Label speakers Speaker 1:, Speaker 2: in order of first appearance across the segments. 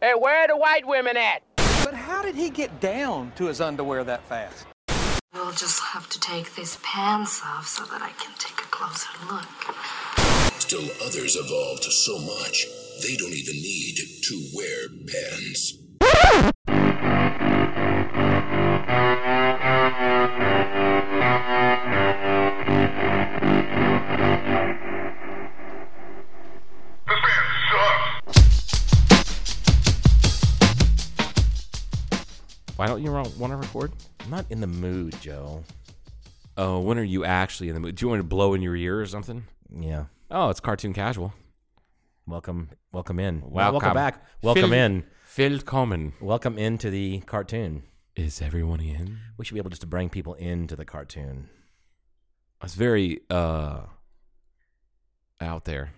Speaker 1: Hey, where are the white women at?
Speaker 2: But how did he get down to his underwear that fast?
Speaker 3: We'll just have to take these pants off so that I can take a closer look.
Speaker 4: Still others evolved so much they don't even need to wear pants.
Speaker 5: Why don't you want to record?
Speaker 6: I'm not in the mood, Joe.
Speaker 5: Oh, when are you actually in the mood? Do you want to blow in your ear or something?
Speaker 6: Yeah.
Speaker 5: Oh, it's cartoon casual.
Speaker 6: Welcome, welcome in. Well, welcome back. Welcome
Speaker 5: Phil-
Speaker 6: in.
Speaker 5: Phil Common.
Speaker 6: Welcome into the cartoon.
Speaker 5: Is everyone in?
Speaker 6: We should be able just to bring people into the cartoon.
Speaker 5: It's very uh out there.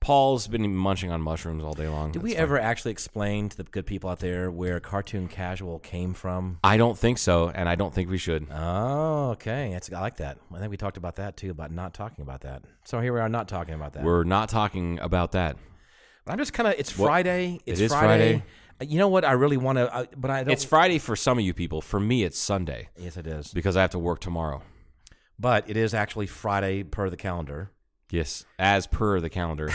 Speaker 5: Paul's been munching on mushrooms all day long.
Speaker 6: Did
Speaker 5: Mm, That's
Speaker 6: we
Speaker 5: fine.
Speaker 6: ever actually explain to the good people out there where cartoon casual came from?
Speaker 5: I don't think so, and I don't think we should.
Speaker 6: Oh, okay. That's I like that. I think we talked about that too, about not talking about that. So here we are, not talking about that.
Speaker 5: We're not talking about that.
Speaker 6: I'm just kind of. It's
Speaker 5: What-
Speaker 6: Friday. It's
Speaker 5: is
Speaker 6: Friday. Uh, You know what? I really want to, but I don't.
Speaker 5: It's Friday for some of you people. For me, it's Sunday
Speaker 6: yes, it is.
Speaker 5: because I have to work tomorrow.
Speaker 6: But it is actually Friday per the calendar,
Speaker 5: Yes, as per the calendar.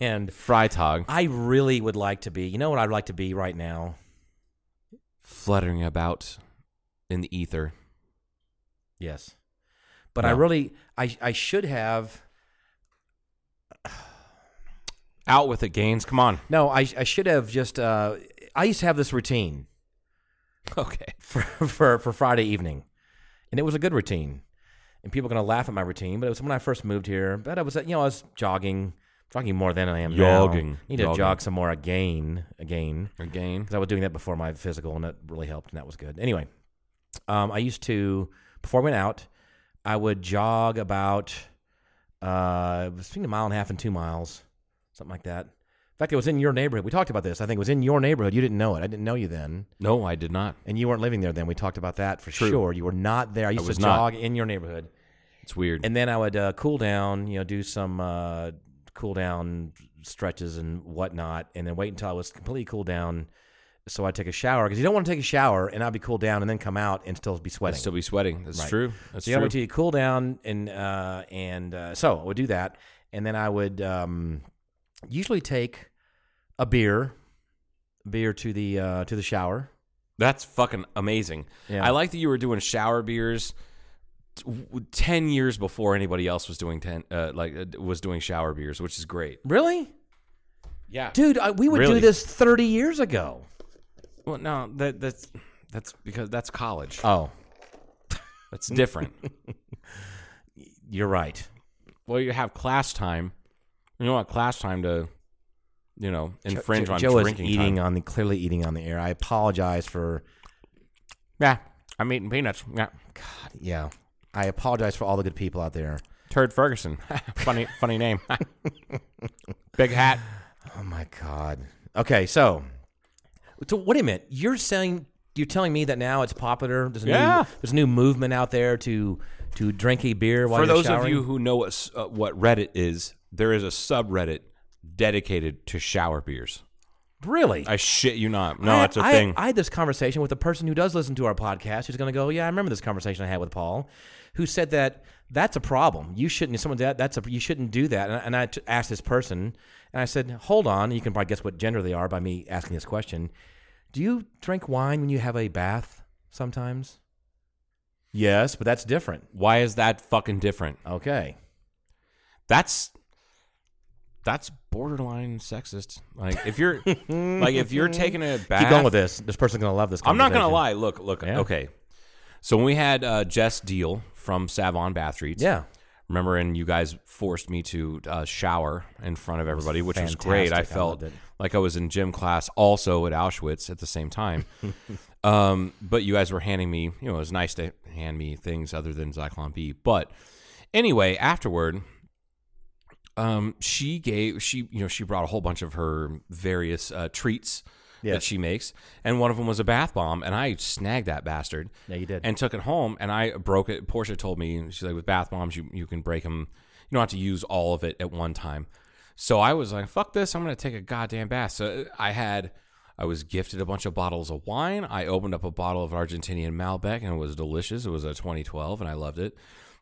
Speaker 6: and
Speaker 5: Freitag,
Speaker 6: I really would like to be. You know what I'd like to be right now?
Speaker 5: fluttering about in the ether.
Speaker 6: Yes. But I
Speaker 5: No.
Speaker 6: really, I, I should have.
Speaker 5: Out with it, Gaines. Come on.
Speaker 6: No, I, I should have just. Uh, I used to have this routine
Speaker 5: Okay.
Speaker 6: for, for for Friday evening, and it was a good routine. And people are gonna laugh at my routine, but it was when I first moved here. But I was, you know, I was jogging, jogging more than I am
Speaker 5: Jogging,
Speaker 6: now. Need to
Speaker 5: jogging.
Speaker 6: jog some more again, again.
Speaker 5: Again.
Speaker 6: because I was doing that before my physical, and that really helped, and that was good. Anyway, um, I used to before I went out, I would jog about uh, it was between a mile and a half and two miles, something like that. In fact, it was in your neighborhood. We talked about this. I think it was in your neighborhood. You didn't know it. I didn't know you then,
Speaker 5: No, I did not.
Speaker 6: and you weren't living there then. We talked about that for
Speaker 5: True.
Speaker 6: sure. You were not there. I used
Speaker 5: was
Speaker 6: to
Speaker 5: not.
Speaker 6: jog in your neighborhood,
Speaker 5: It's weird.
Speaker 6: and then I would uh, cool down. You know, do some. Uh, cool down stretches and whatnot and then wait until i was completely cooled down so I take a shower because you don't want to take a shower and I'd be cooled down and then come out and still be
Speaker 5: I'd
Speaker 6: sweating.
Speaker 5: still be sweating. That's
Speaker 6: Right.
Speaker 5: true. That's
Speaker 6: so you
Speaker 5: true.
Speaker 6: wait till you cool down and uh, and uh, so I would do that and then I would um, usually take a beer, beer to the uh, to the shower.
Speaker 5: That's fucking amazing.
Speaker 6: Yeah.
Speaker 5: I like that you were doing shower beers t- w- 10 years before anybody else was doing 10 uh, like uh, was doing shower beers, which is great.
Speaker 6: Really,
Speaker 5: Yeah.
Speaker 6: dude? I, we would do
Speaker 5: Really?
Speaker 6: this thirty years ago.
Speaker 5: Well, no, that that's that's because that's college.
Speaker 6: Oh,
Speaker 5: That's different.
Speaker 6: you're right.
Speaker 5: well, you have class time. You don't want class time to you know, infringe
Speaker 6: Jo-
Speaker 5: on
Speaker 6: Joe
Speaker 5: drinking
Speaker 6: is eating
Speaker 5: time.
Speaker 6: on the clearly eating on the air. I apologize for
Speaker 5: yeah. I'm eating peanuts. Yeah.
Speaker 6: yeah. I apologize for all the good people out there.
Speaker 5: Turd Ferguson. funny funny name. Big hat.
Speaker 6: Oh my god. Okay, so so wait a minute. You're saying you're telling me that now it's popular. There's a
Speaker 5: Yeah.
Speaker 6: new there's a new movement out there to to drink a beer while
Speaker 5: For
Speaker 6: you're
Speaker 5: those of
Speaker 6: showering?
Speaker 5: you who know what, s- uh, what Reddit is, there is a subreddit dedicated to shower beers.
Speaker 6: really.
Speaker 5: I shit you not. No,
Speaker 6: I-
Speaker 5: that's a
Speaker 6: I-
Speaker 5: thing.
Speaker 6: I had this conversation with a person who does listen to our podcast who's going to go, "Yeah, I remember this conversation I had with Paul, who said that that's a problem. You shouldn't someone that that's a you shouldn't do that." And, I- and I t- asked this person, and I said, "Hold on, you can probably guess what gender they are by me asking this question. Do you drink wine when you have a bath sometimes?" Yes, but that's different.
Speaker 5: Why is that fucking different?
Speaker 6: Okay.
Speaker 5: That's that's borderline sexist. Like if you're like if you're taking a bath,
Speaker 6: Keep going with this. This person's going to love this.
Speaker 5: I'm not gonna
Speaker 6: conversation.
Speaker 5: lie. Look, look.
Speaker 6: Yeah.
Speaker 5: Okay. So when we had uh, Jess Deal from Savon Bath Treats,
Speaker 6: Yeah.
Speaker 5: remember, and you guys forced me to uh, shower in front of everybody, which was great. I
Speaker 6: fantastic. I
Speaker 5: felt
Speaker 6: loved it.
Speaker 5: like I was in gym class, also at Auschwitz at the same time. um, but you guys were handing me, you know, it was nice to hand me things other than Zyklon B. But anyway, afterward, um, she gave she you know she brought a whole bunch of her various uh, treats that
Speaker 6: Yes.
Speaker 5: she makes, and one of them was a bath bomb, and I snagged that bastard.
Speaker 6: Yeah, you did.
Speaker 5: and took it home, and I broke it. Portia told me she's like, with bath bombs, you you can break them. You don't have to use all of it at one time. So uh, I was like, fuck this, I'm gonna take a goddamn bath. So I had I was gifted a bunch of bottles of wine. I opened up a bottle of Argentinian Malbec and it was delicious. It was a 2012 and I loved it.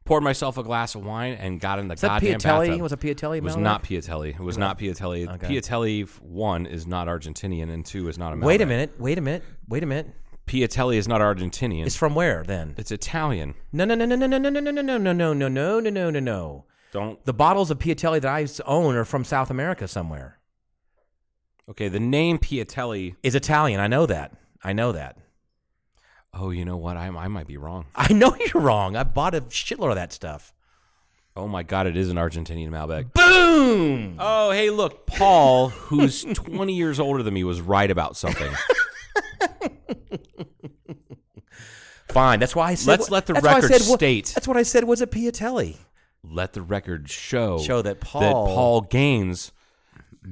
Speaker 5: Poured myself a glass of wine and got in the
Speaker 6: Is that
Speaker 5: goddamn
Speaker 6: Piatelli?
Speaker 5: bathtub.
Speaker 6: Was it Piatelli
Speaker 5: It was
Speaker 6: Malbec?
Speaker 5: not Piatelli. It was not Piatelli. Piatelli one is not Argentinian and two is not a. Malbec.
Speaker 6: Wait a minute. Wait a minute. Wait a minute.
Speaker 5: Piatelli is not Argentinian.
Speaker 6: It's
Speaker 5: It's,
Speaker 6: from where then?
Speaker 5: Italian.
Speaker 6: No, no, no, no, no, no, no, no, no, no, no, no, no, no, no, no, no, no.
Speaker 5: Don't.
Speaker 6: The bottles of Piatelli that I s- own are from South America somewhere.
Speaker 5: Okay, the name Piatelli.
Speaker 6: Is Italian. I know that. I know that.
Speaker 5: Oh, you know what? I I might be wrong.
Speaker 6: I know you're wrong. I bought a shitload of that stuff.
Speaker 5: Oh my God! It is an Argentinian Malbec.
Speaker 6: Boom.
Speaker 5: Oh, hey, look, Paul, who's 20 years older than me, was right about something.
Speaker 6: Fine. That's why I said.
Speaker 5: Let's let the
Speaker 6: that's why I
Speaker 5: record
Speaker 6: said wa-
Speaker 5: state.
Speaker 6: That's what I said was a Piatelli.
Speaker 5: Let the record show
Speaker 6: Show
Speaker 5: that
Speaker 6: that Paul-
Speaker 5: Paul Gaines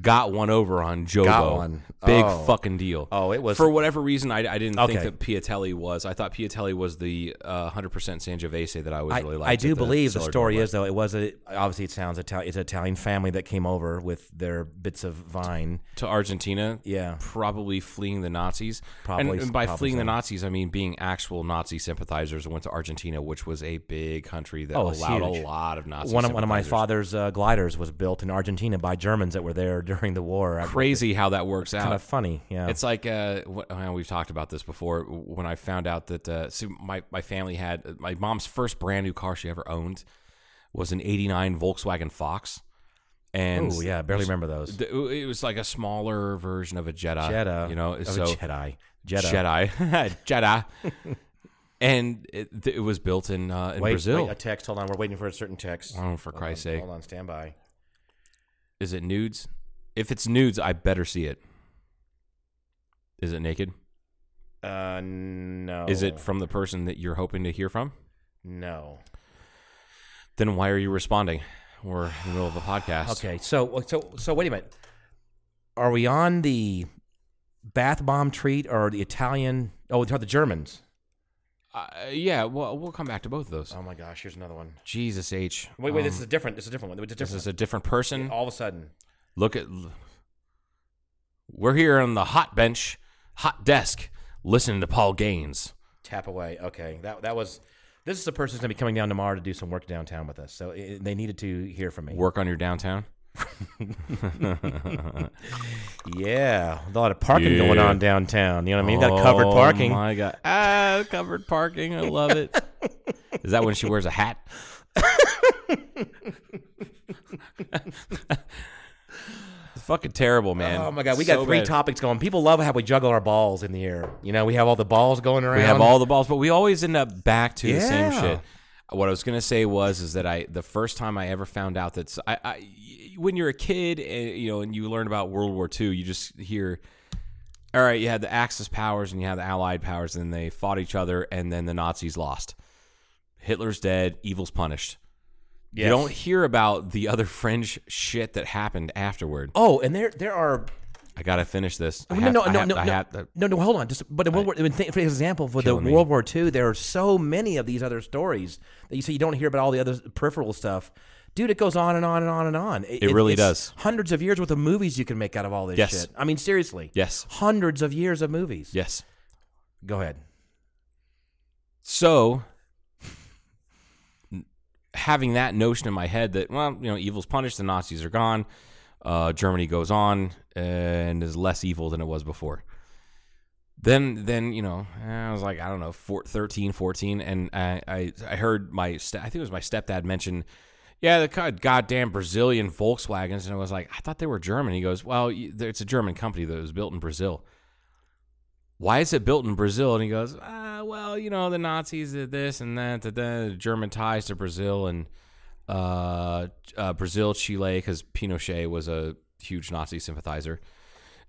Speaker 5: got one over on Jobo.
Speaker 6: Got one.
Speaker 5: Big
Speaker 6: Oh.
Speaker 5: fucking deal.
Speaker 6: Oh, it was-
Speaker 5: for whatever reason. I, I didn't
Speaker 6: Okay.
Speaker 5: think that Piatelli was. I thought Piatelli was the uh, 100% Sangiovese that I was
Speaker 6: I,
Speaker 5: really
Speaker 6: I
Speaker 5: liked.
Speaker 6: do
Speaker 5: at
Speaker 6: believe the
Speaker 5: Cellar
Speaker 6: story
Speaker 5: Door.
Speaker 6: is though it was a obviously it sounds Italian. It's an Italian family that came over with their bits of vine.
Speaker 5: to Argentina.
Speaker 6: Yeah.
Speaker 5: Probably fleeing the Nazis.
Speaker 6: Probably-
Speaker 5: And, and by
Speaker 6: probably
Speaker 5: fleeing
Speaker 6: so.
Speaker 5: the Nazis, I mean being actual Nazi sympathizers and went to Argentina, which was a big country that
Speaker 6: Oh, it's
Speaker 5: allowed
Speaker 6: huge.
Speaker 5: a lot of Nazi
Speaker 6: One of, one of my
Speaker 5: sympathizers.
Speaker 6: father's uh, gliders was built in Argentina by Germans that were there during the war. I-
Speaker 5: Crazy how that works out.
Speaker 6: kind of funny. Yeah,
Speaker 5: It's like uh, wh- well, we've talked about this before. When I found out that uh, see, my my family had my mom's first brand new car she ever owned was an '89 Volkswagen Fox, and
Speaker 6: oh yeah, I barely remember those.
Speaker 5: th- it was like a smaller version of a Jetta.
Speaker 6: Jedi,
Speaker 5: you know,
Speaker 6: oh,
Speaker 5: so
Speaker 6: Jedi, Jedi.
Speaker 5: Jedi, Jedi. and it, th- it was built in uh, in
Speaker 6: Wait,
Speaker 5: Brazil.
Speaker 6: wait, a text. Hold on, we're waiting for a certain text.
Speaker 5: Oh, for Christ's
Speaker 6: on,
Speaker 5: sake.
Speaker 6: Hold on, stand by.
Speaker 5: Is it nudes? If it's nudes, I better see it. Is it naked?
Speaker 6: Uh, no.
Speaker 5: Is it from the person that you're hoping to hear from?
Speaker 6: no?
Speaker 5: Then why are you responding? We're in the middle of a podcast.
Speaker 6: Okay, so so so wait a minute. Are we on the bath bomb treat or the Italian? Oh, they're the Germans.
Speaker 5: Uh, yeah, well, we'll come back to both of those.
Speaker 6: Oh my gosh, here's another one.
Speaker 5: Jesus H.
Speaker 6: Wait, wait, this
Speaker 5: Um,
Speaker 6: is a different. This is a different one. This is a
Speaker 5: this
Speaker 6: different.
Speaker 5: is a different person.
Speaker 6: one. All of a sudden,
Speaker 5: Look at. We're here on the hot bench, hot desk, listening to Paul Gaines.
Speaker 6: tap away. Okay, that that was. This is the person's gonna be coming down tomorrow to do some work downtown with us. So eh, they needed to hear from me.
Speaker 5: Work on your downtown.
Speaker 6: Yeah, a lot of parking going
Speaker 5: Yeah.
Speaker 6: on downtown. You know what I mean? You got covered parking.
Speaker 5: Oh my god! Ah, covered parking. I love it. Is that when she wears a hat? it's fucking terrible, man.
Speaker 6: Oh my god, we
Speaker 5: So
Speaker 6: got three
Speaker 5: bad.
Speaker 6: topics going. People love how we juggle our balls in the air. You know, we have all the balls going around.
Speaker 5: We have all the balls, but we always end up back to the same
Speaker 6: Yeah.
Speaker 5: shit. What I was gonna say was is that I the first time I ever found out that s- I, I- y- when you're a kid and you know and you learn about World War II, you just hear, all right, you had the Axis powers and you had the Allied powers, and they fought each other, and then the Nazis lost. Hitler's dead, evil's punished. You
Speaker 6: Yes.
Speaker 5: don't hear about the other fringe shit that happened afterward.
Speaker 6: Oh, and there there are
Speaker 5: I gotta finish this. I
Speaker 6: no
Speaker 5: have-
Speaker 6: no
Speaker 5: I
Speaker 6: no
Speaker 5: have-
Speaker 6: no
Speaker 5: I
Speaker 6: no,
Speaker 5: have to-
Speaker 6: no no hold on just but in World War, in th- for example for the
Speaker 5: Killing me.
Speaker 6: World War II there are so many of these other stories that you see you don't hear about all the other peripheral stuff. Dude, it goes on and on and on and on. It,
Speaker 5: really
Speaker 6: it's
Speaker 5: does.
Speaker 6: Hundreds of years worth of movies you can make out of all this
Speaker 5: Yes.
Speaker 6: shit. I mean, seriously.
Speaker 5: Yes.
Speaker 6: Hundreds of years of movies.
Speaker 5: yes.
Speaker 6: Go ahead.
Speaker 5: So n- having that notion in my head that well, you know, evil's punished, the Nazis are gone, uh, Germany goes on and is less evil than it was before. Then, then you know, eh, I was like, I don't know, four, 13, 14, and I, I, I heard my, st- I think it was my stepdad mention, yeah, the god- goddamn Brazilian Volkswagens, and I was like, I thought they were German. He goes, well, y- it's a German company that was built in Brazil why is it built in Brazil? And he goes, ah, well, you know, the Nazis did this and that, da, da, German ties to Brazil and uh, uh, Brazil, Chile, because Pinochet was a huge Nazi sympathizer.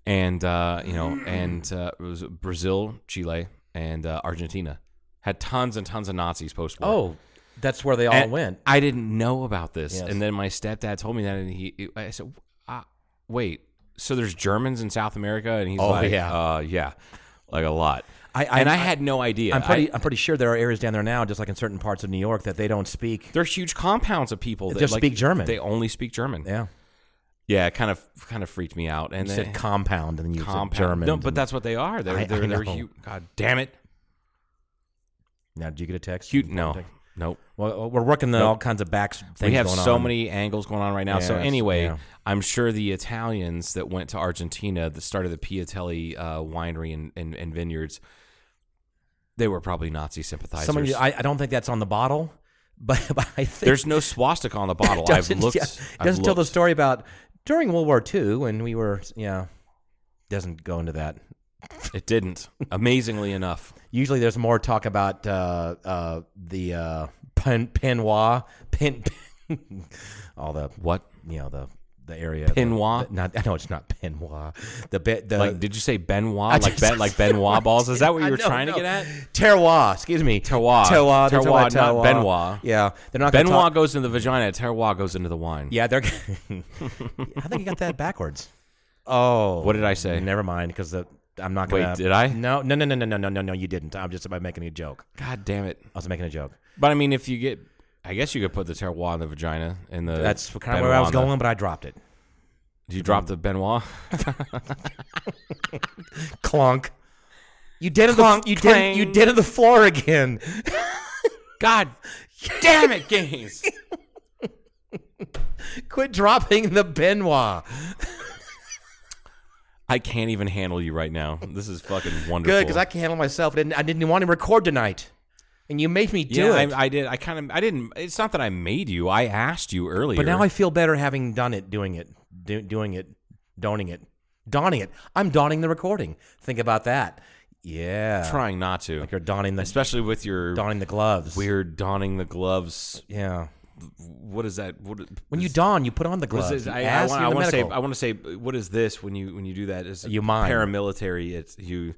Speaker 5: And, uh, you know, and uh, it was Brazil, Chile, and uh, Argentina. Had tons and tons of Nazis post war.
Speaker 6: Oh, that's where they all
Speaker 5: And
Speaker 6: went.
Speaker 5: I didn't know about this,
Speaker 6: Yes.
Speaker 5: and then my stepdad told me that, and he, I said, uh, "Wait, so there's Germans in South America?" And he's
Speaker 6: Oh,
Speaker 5: like,
Speaker 6: yeah.
Speaker 5: uh, yeah, like a lot."
Speaker 6: I- I-
Speaker 5: and I,
Speaker 6: I-
Speaker 5: had no idea.
Speaker 6: I'm pretty.
Speaker 5: I-
Speaker 6: I, am pretty sure there are areas down there now, just like in certain parts of New York, that they don't speak.
Speaker 5: they're huge compounds of people that
Speaker 6: Just
Speaker 5: like,
Speaker 6: speak German.
Speaker 5: They only speak German.
Speaker 6: Yeah,
Speaker 5: yeah, it kind of kind of freaked me out. And
Speaker 6: You
Speaker 5: then
Speaker 6: said compound, and then you
Speaker 5: compound.
Speaker 6: said German.
Speaker 5: No, but that's what they are. They're
Speaker 6: I-
Speaker 5: they're,
Speaker 6: I
Speaker 5: they're
Speaker 6: know.
Speaker 5: hu- God damn it,
Speaker 6: now did you get a text?
Speaker 5: cute. No, nope.
Speaker 6: Well, uh, we're working the, all kinds of back things.
Speaker 5: we have
Speaker 6: going
Speaker 5: so
Speaker 6: on.
Speaker 5: many angles going on right now. so
Speaker 6: Yes,
Speaker 5: anyway,
Speaker 6: yeah.
Speaker 5: I'm sure the Italians that went to Argentina, that started the Piatelli uh, winery and, and, and vineyards, they were probably Nazi sympathizers.
Speaker 6: Someone, you- I, I don't think that's on the bottle, but, but I think
Speaker 5: There's no swastika on the bottle.
Speaker 6: it
Speaker 5: I've
Speaker 6: doesn't-
Speaker 5: looked.
Speaker 6: yeah, it
Speaker 5: I've
Speaker 6: doesn't tell the
Speaker 5: looked.
Speaker 6: story about during World War II when we were. Yeah, doesn't go into that.
Speaker 5: It didn't. Amazingly enough,
Speaker 6: Usually, there's more talk about uh, uh, the uh, pen, Penois, pen, all the
Speaker 5: what?
Speaker 6: you know the the area
Speaker 5: Penois?
Speaker 6: The, not I know it's not Penois. The be, the
Speaker 5: like, did you say Benoit?
Speaker 6: Uh, I
Speaker 5: like
Speaker 6: just-
Speaker 5: Ben, like Benoit balls? Is that what
Speaker 6: I
Speaker 5: you were
Speaker 6: know,
Speaker 5: trying
Speaker 6: no.
Speaker 5: to get at?
Speaker 6: Terroir, excuse me.
Speaker 5: Terroir.
Speaker 6: Terroir. they're talking
Speaker 5: Terroir,
Speaker 6: about
Speaker 5: not
Speaker 6: terroir.
Speaker 5: Benoit.
Speaker 6: Yeah. They're not gonna
Speaker 5: Benoit
Speaker 6: talk-
Speaker 5: goes into the vagina. Terroir goes into the wine.
Speaker 6: Yeah, they're. I think you got that backwards. Oh,
Speaker 5: What did I say?
Speaker 6: Never mind, because the I'm not
Speaker 5: Wait,
Speaker 6: gonna.
Speaker 5: did I?
Speaker 6: No, no, no, no, no, no, no, no, no. You didn't. I'm just about making a joke.
Speaker 5: God damn it.
Speaker 6: I was making a joke.
Speaker 5: But I mean, if you get, I guess you could put the terroir in the vagina and the.
Speaker 6: That's kind of
Speaker 5: Benoit
Speaker 6: where I was
Speaker 5: in the-
Speaker 6: going, but I dropped it.
Speaker 5: Did you drop the Benoit?
Speaker 6: Clunk. You did it. The, you did.
Speaker 5: clang.
Speaker 6: You did it. The floor again.
Speaker 5: God damn it, games.
Speaker 6: Quit dropping the Benoit.
Speaker 5: I can't even handle you right now. This is fucking wonderful.
Speaker 6: Good, because I can handle myself. I didn't, I didn't want to record tonight, and you made me do
Speaker 5: yeah,
Speaker 6: it.
Speaker 5: I, I did. I kind of. I didn't. It's not that I made you. I asked you earlier.
Speaker 6: But now I feel better having done it, doing it, do, doing it, donning it, donning it. I'm donning the recording. Think about that. Yeah,
Speaker 5: trying not to,
Speaker 6: like you're donning the
Speaker 5: especially with your
Speaker 6: donning the gloves.
Speaker 5: weird donning the gloves.
Speaker 6: Yeah.
Speaker 5: What is that? What
Speaker 6: When you don, you put on the
Speaker 5: what is
Speaker 6: gloves.
Speaker 5: this? I,
Speaker 6: You
Speaker 5: I,
Speaker 6: ask
Speaker 5: want,
Speaker 6: you
Speaker 5: I
Speaker 6: in the
Speaker 5: want to say.
Speaker 6: medical.
Speaker 5: I want to say. What is this when you when you do that? Is
Speaker 6: You mime.
Speaker 5: paramilitary? It's you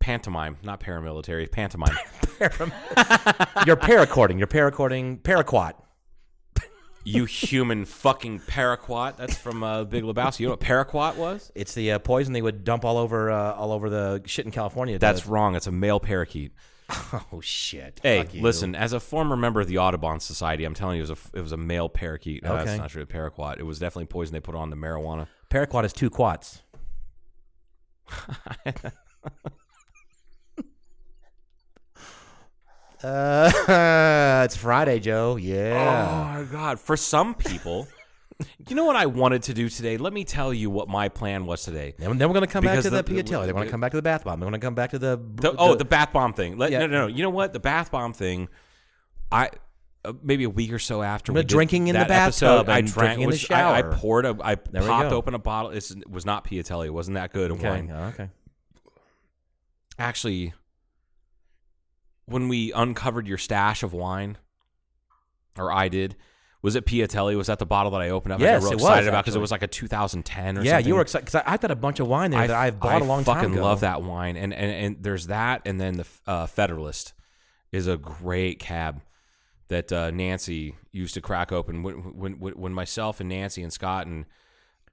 Speaker 5: pantomime, not paramilitary. Pantomime.
Speaker 6: you're paracording. You're paracording. Paraquat.
Speaker 5: You human fucking paraquat. That's from uh, Big Lebowski. You know what paraquat was?
Speaker 6: It's the uh, poison they would dump all over uh, all over the shit in California. to-
Speaker 5: That's wrong. It's a male parakeet.
Speaker 6: oh shit.
Speaker 5: Hey,
Speaker 6: Fuck you.
Speaker 5: listen. As a former member of the Audubon Society, I'm telling you, it was a it was a male parakeet. No,
Speaker 6: Okay.
Speaker 5: that's not true. Paraquat. It was definitely poison they put on the marijuana.
Speaker 6: Paraquat is two quats. uh, it's Friday, Joe. Yeah.
Speaker 5: Oh my god! For some people, you know what I wanted to do today. Let me tell you what my plan was today.
Speaker 6: Then, then we're gonna come back
Speaker 5: Because
Speaker 6: to the,
Speaker 5: the-
Speaker 6: the Piatelli. They're gonna
Speaker 5: the-
Speaker 6: come back to the bath bomb. They're gonna come back to the,
Speaker 5: The- oh, the bath bomb thing. Let,
Speaker 6: Yeah.
Speaker 5: No, no, no. You know what? The bath bomb thing. I uh, maybe a week or so after
Speaker 6: Remember
Speaker 5: we did
Speaker 6: drinking in the
Speaker 5: that
Speaker 6: bathtub
Speaker 5: episode, I
Speaker 6: and
Speaker 5: drank.
Speaker 6: drinking in the
Speaker 5: which I- I,
Speaker 6: shower.
Speaker 5: poured a. I
Speaker 6: we
Speaker 5: popped
Speaker 6: go.
Speaker 5: open a bottle. It's, it was not Piatelli. It wasn't that good of
Speaker 6: okay.
Speaker 5: wine.
Speaker 6: Oh, okay.
Speaker 5: Actually, when we uncovered your stash of wine, or I did. Was it Piatelli? Was that the bottle that I opened up? and I got
Speaker 6: Yes,
Speaker 5: real
Speaker 6: it was,
Speaker 5: excited about because it
Speaker 6: actually.
Speaker 5: was like a 2010 or
Speaker 6: Yeah,
Speaker 5: something.
Speaker 6: you were excited because I've got a bunch of wine there that
Speaker 5: I-
Speaker 6: I've bought
Speaker 5: I
Speaker 6: a long
Speaker 5: fucking
Speaker 6: time ago.
Speaker 5: love that wine, and and and there's that, and then the uh, Federalist is a great cab that uh, Nancy used to crack open when when when- when myself and Nancy and Scott and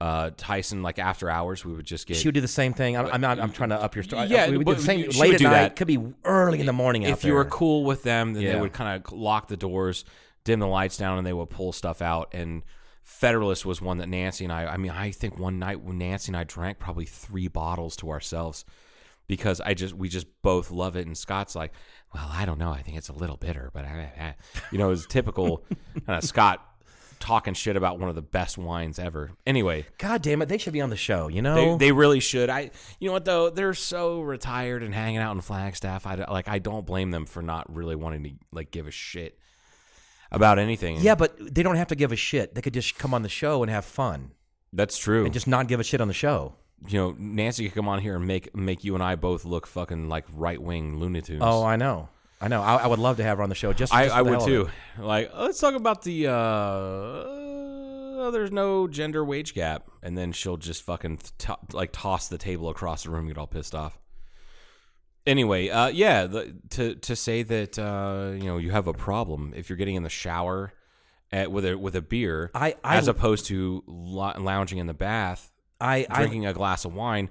Speaker 5: uh, Tyson like after hours we would just get.
Speaker 6: She would do the same thing. I'm, I'm not. I'm trying to up your story.
Speaker 5: Yeah,
Speaker 6: we would do
Speaker 5: but
Speaker 6: the same
Speaker 5: she would
Speaker 6: late at
Speaker 5: do
Speaker 6: night.
Speaker 5: that.
Speaker 6: Could be early in the morning. out
Speaker 5: if you were
Speaker 6: there.
Speaker 5: cool with them, then
Speaker 6: Yeah.
Speaker 5: they would kind of lock the doors, dim the lights down, and they would pull stuff out. And Federalist was one that Nancy and I. I mean, I think one night when Nancy and I drank probably three bottles to ourselves because I just we just both love it. And Scott's like, well, I don't know. I think it's a little bitter, but I, I- you know, it's typical kind of Scott talking shit about one of the best wines ever. Anyway,
Speaker 6: God damn it, they should be on the show. You know,
Speaker 5: they, they really should. I, you know what though, they're so retired and hanging out in Flagstaff. I like I don't blame them for not really wanting to like give a shit about anything.
Speaker 6: Yeah, but they don't have to give a shit. They could just come on the show and have fun
Speaker 5: that's true.
Speaker 6: and just not give a shit on the show.
Speaker 5: you know, Nancy could come on here and make make you and I both look fucking like right wing Looney Tunes.
Speaker 6: Oh, I know. I know. I, I would love to have her on the show. Just,
Speaker 5: I,
Speaker 6: just for
Speaker 5: I
Speaker 6: the
Speaker 5: would
Speaker 6: hell of
Speaker 5: too.
Speaker 6: it.
Speaker 5: Like, oh, let's talk about the uh, uh, there's no gender wage gap, and then she'll just fucking th- to- like toss the table across the room, and get all pissed off. Anyway, uh, yeah, the, to to say that uh, you know you have a problem if you're getting in the shower at, with a with a beer,
Speaker 6: I- I-
Speaker 5: as opposed to lo- lounging in the bath,
Speaker 6: I, I
Speaker 5: drinking a glass of wine,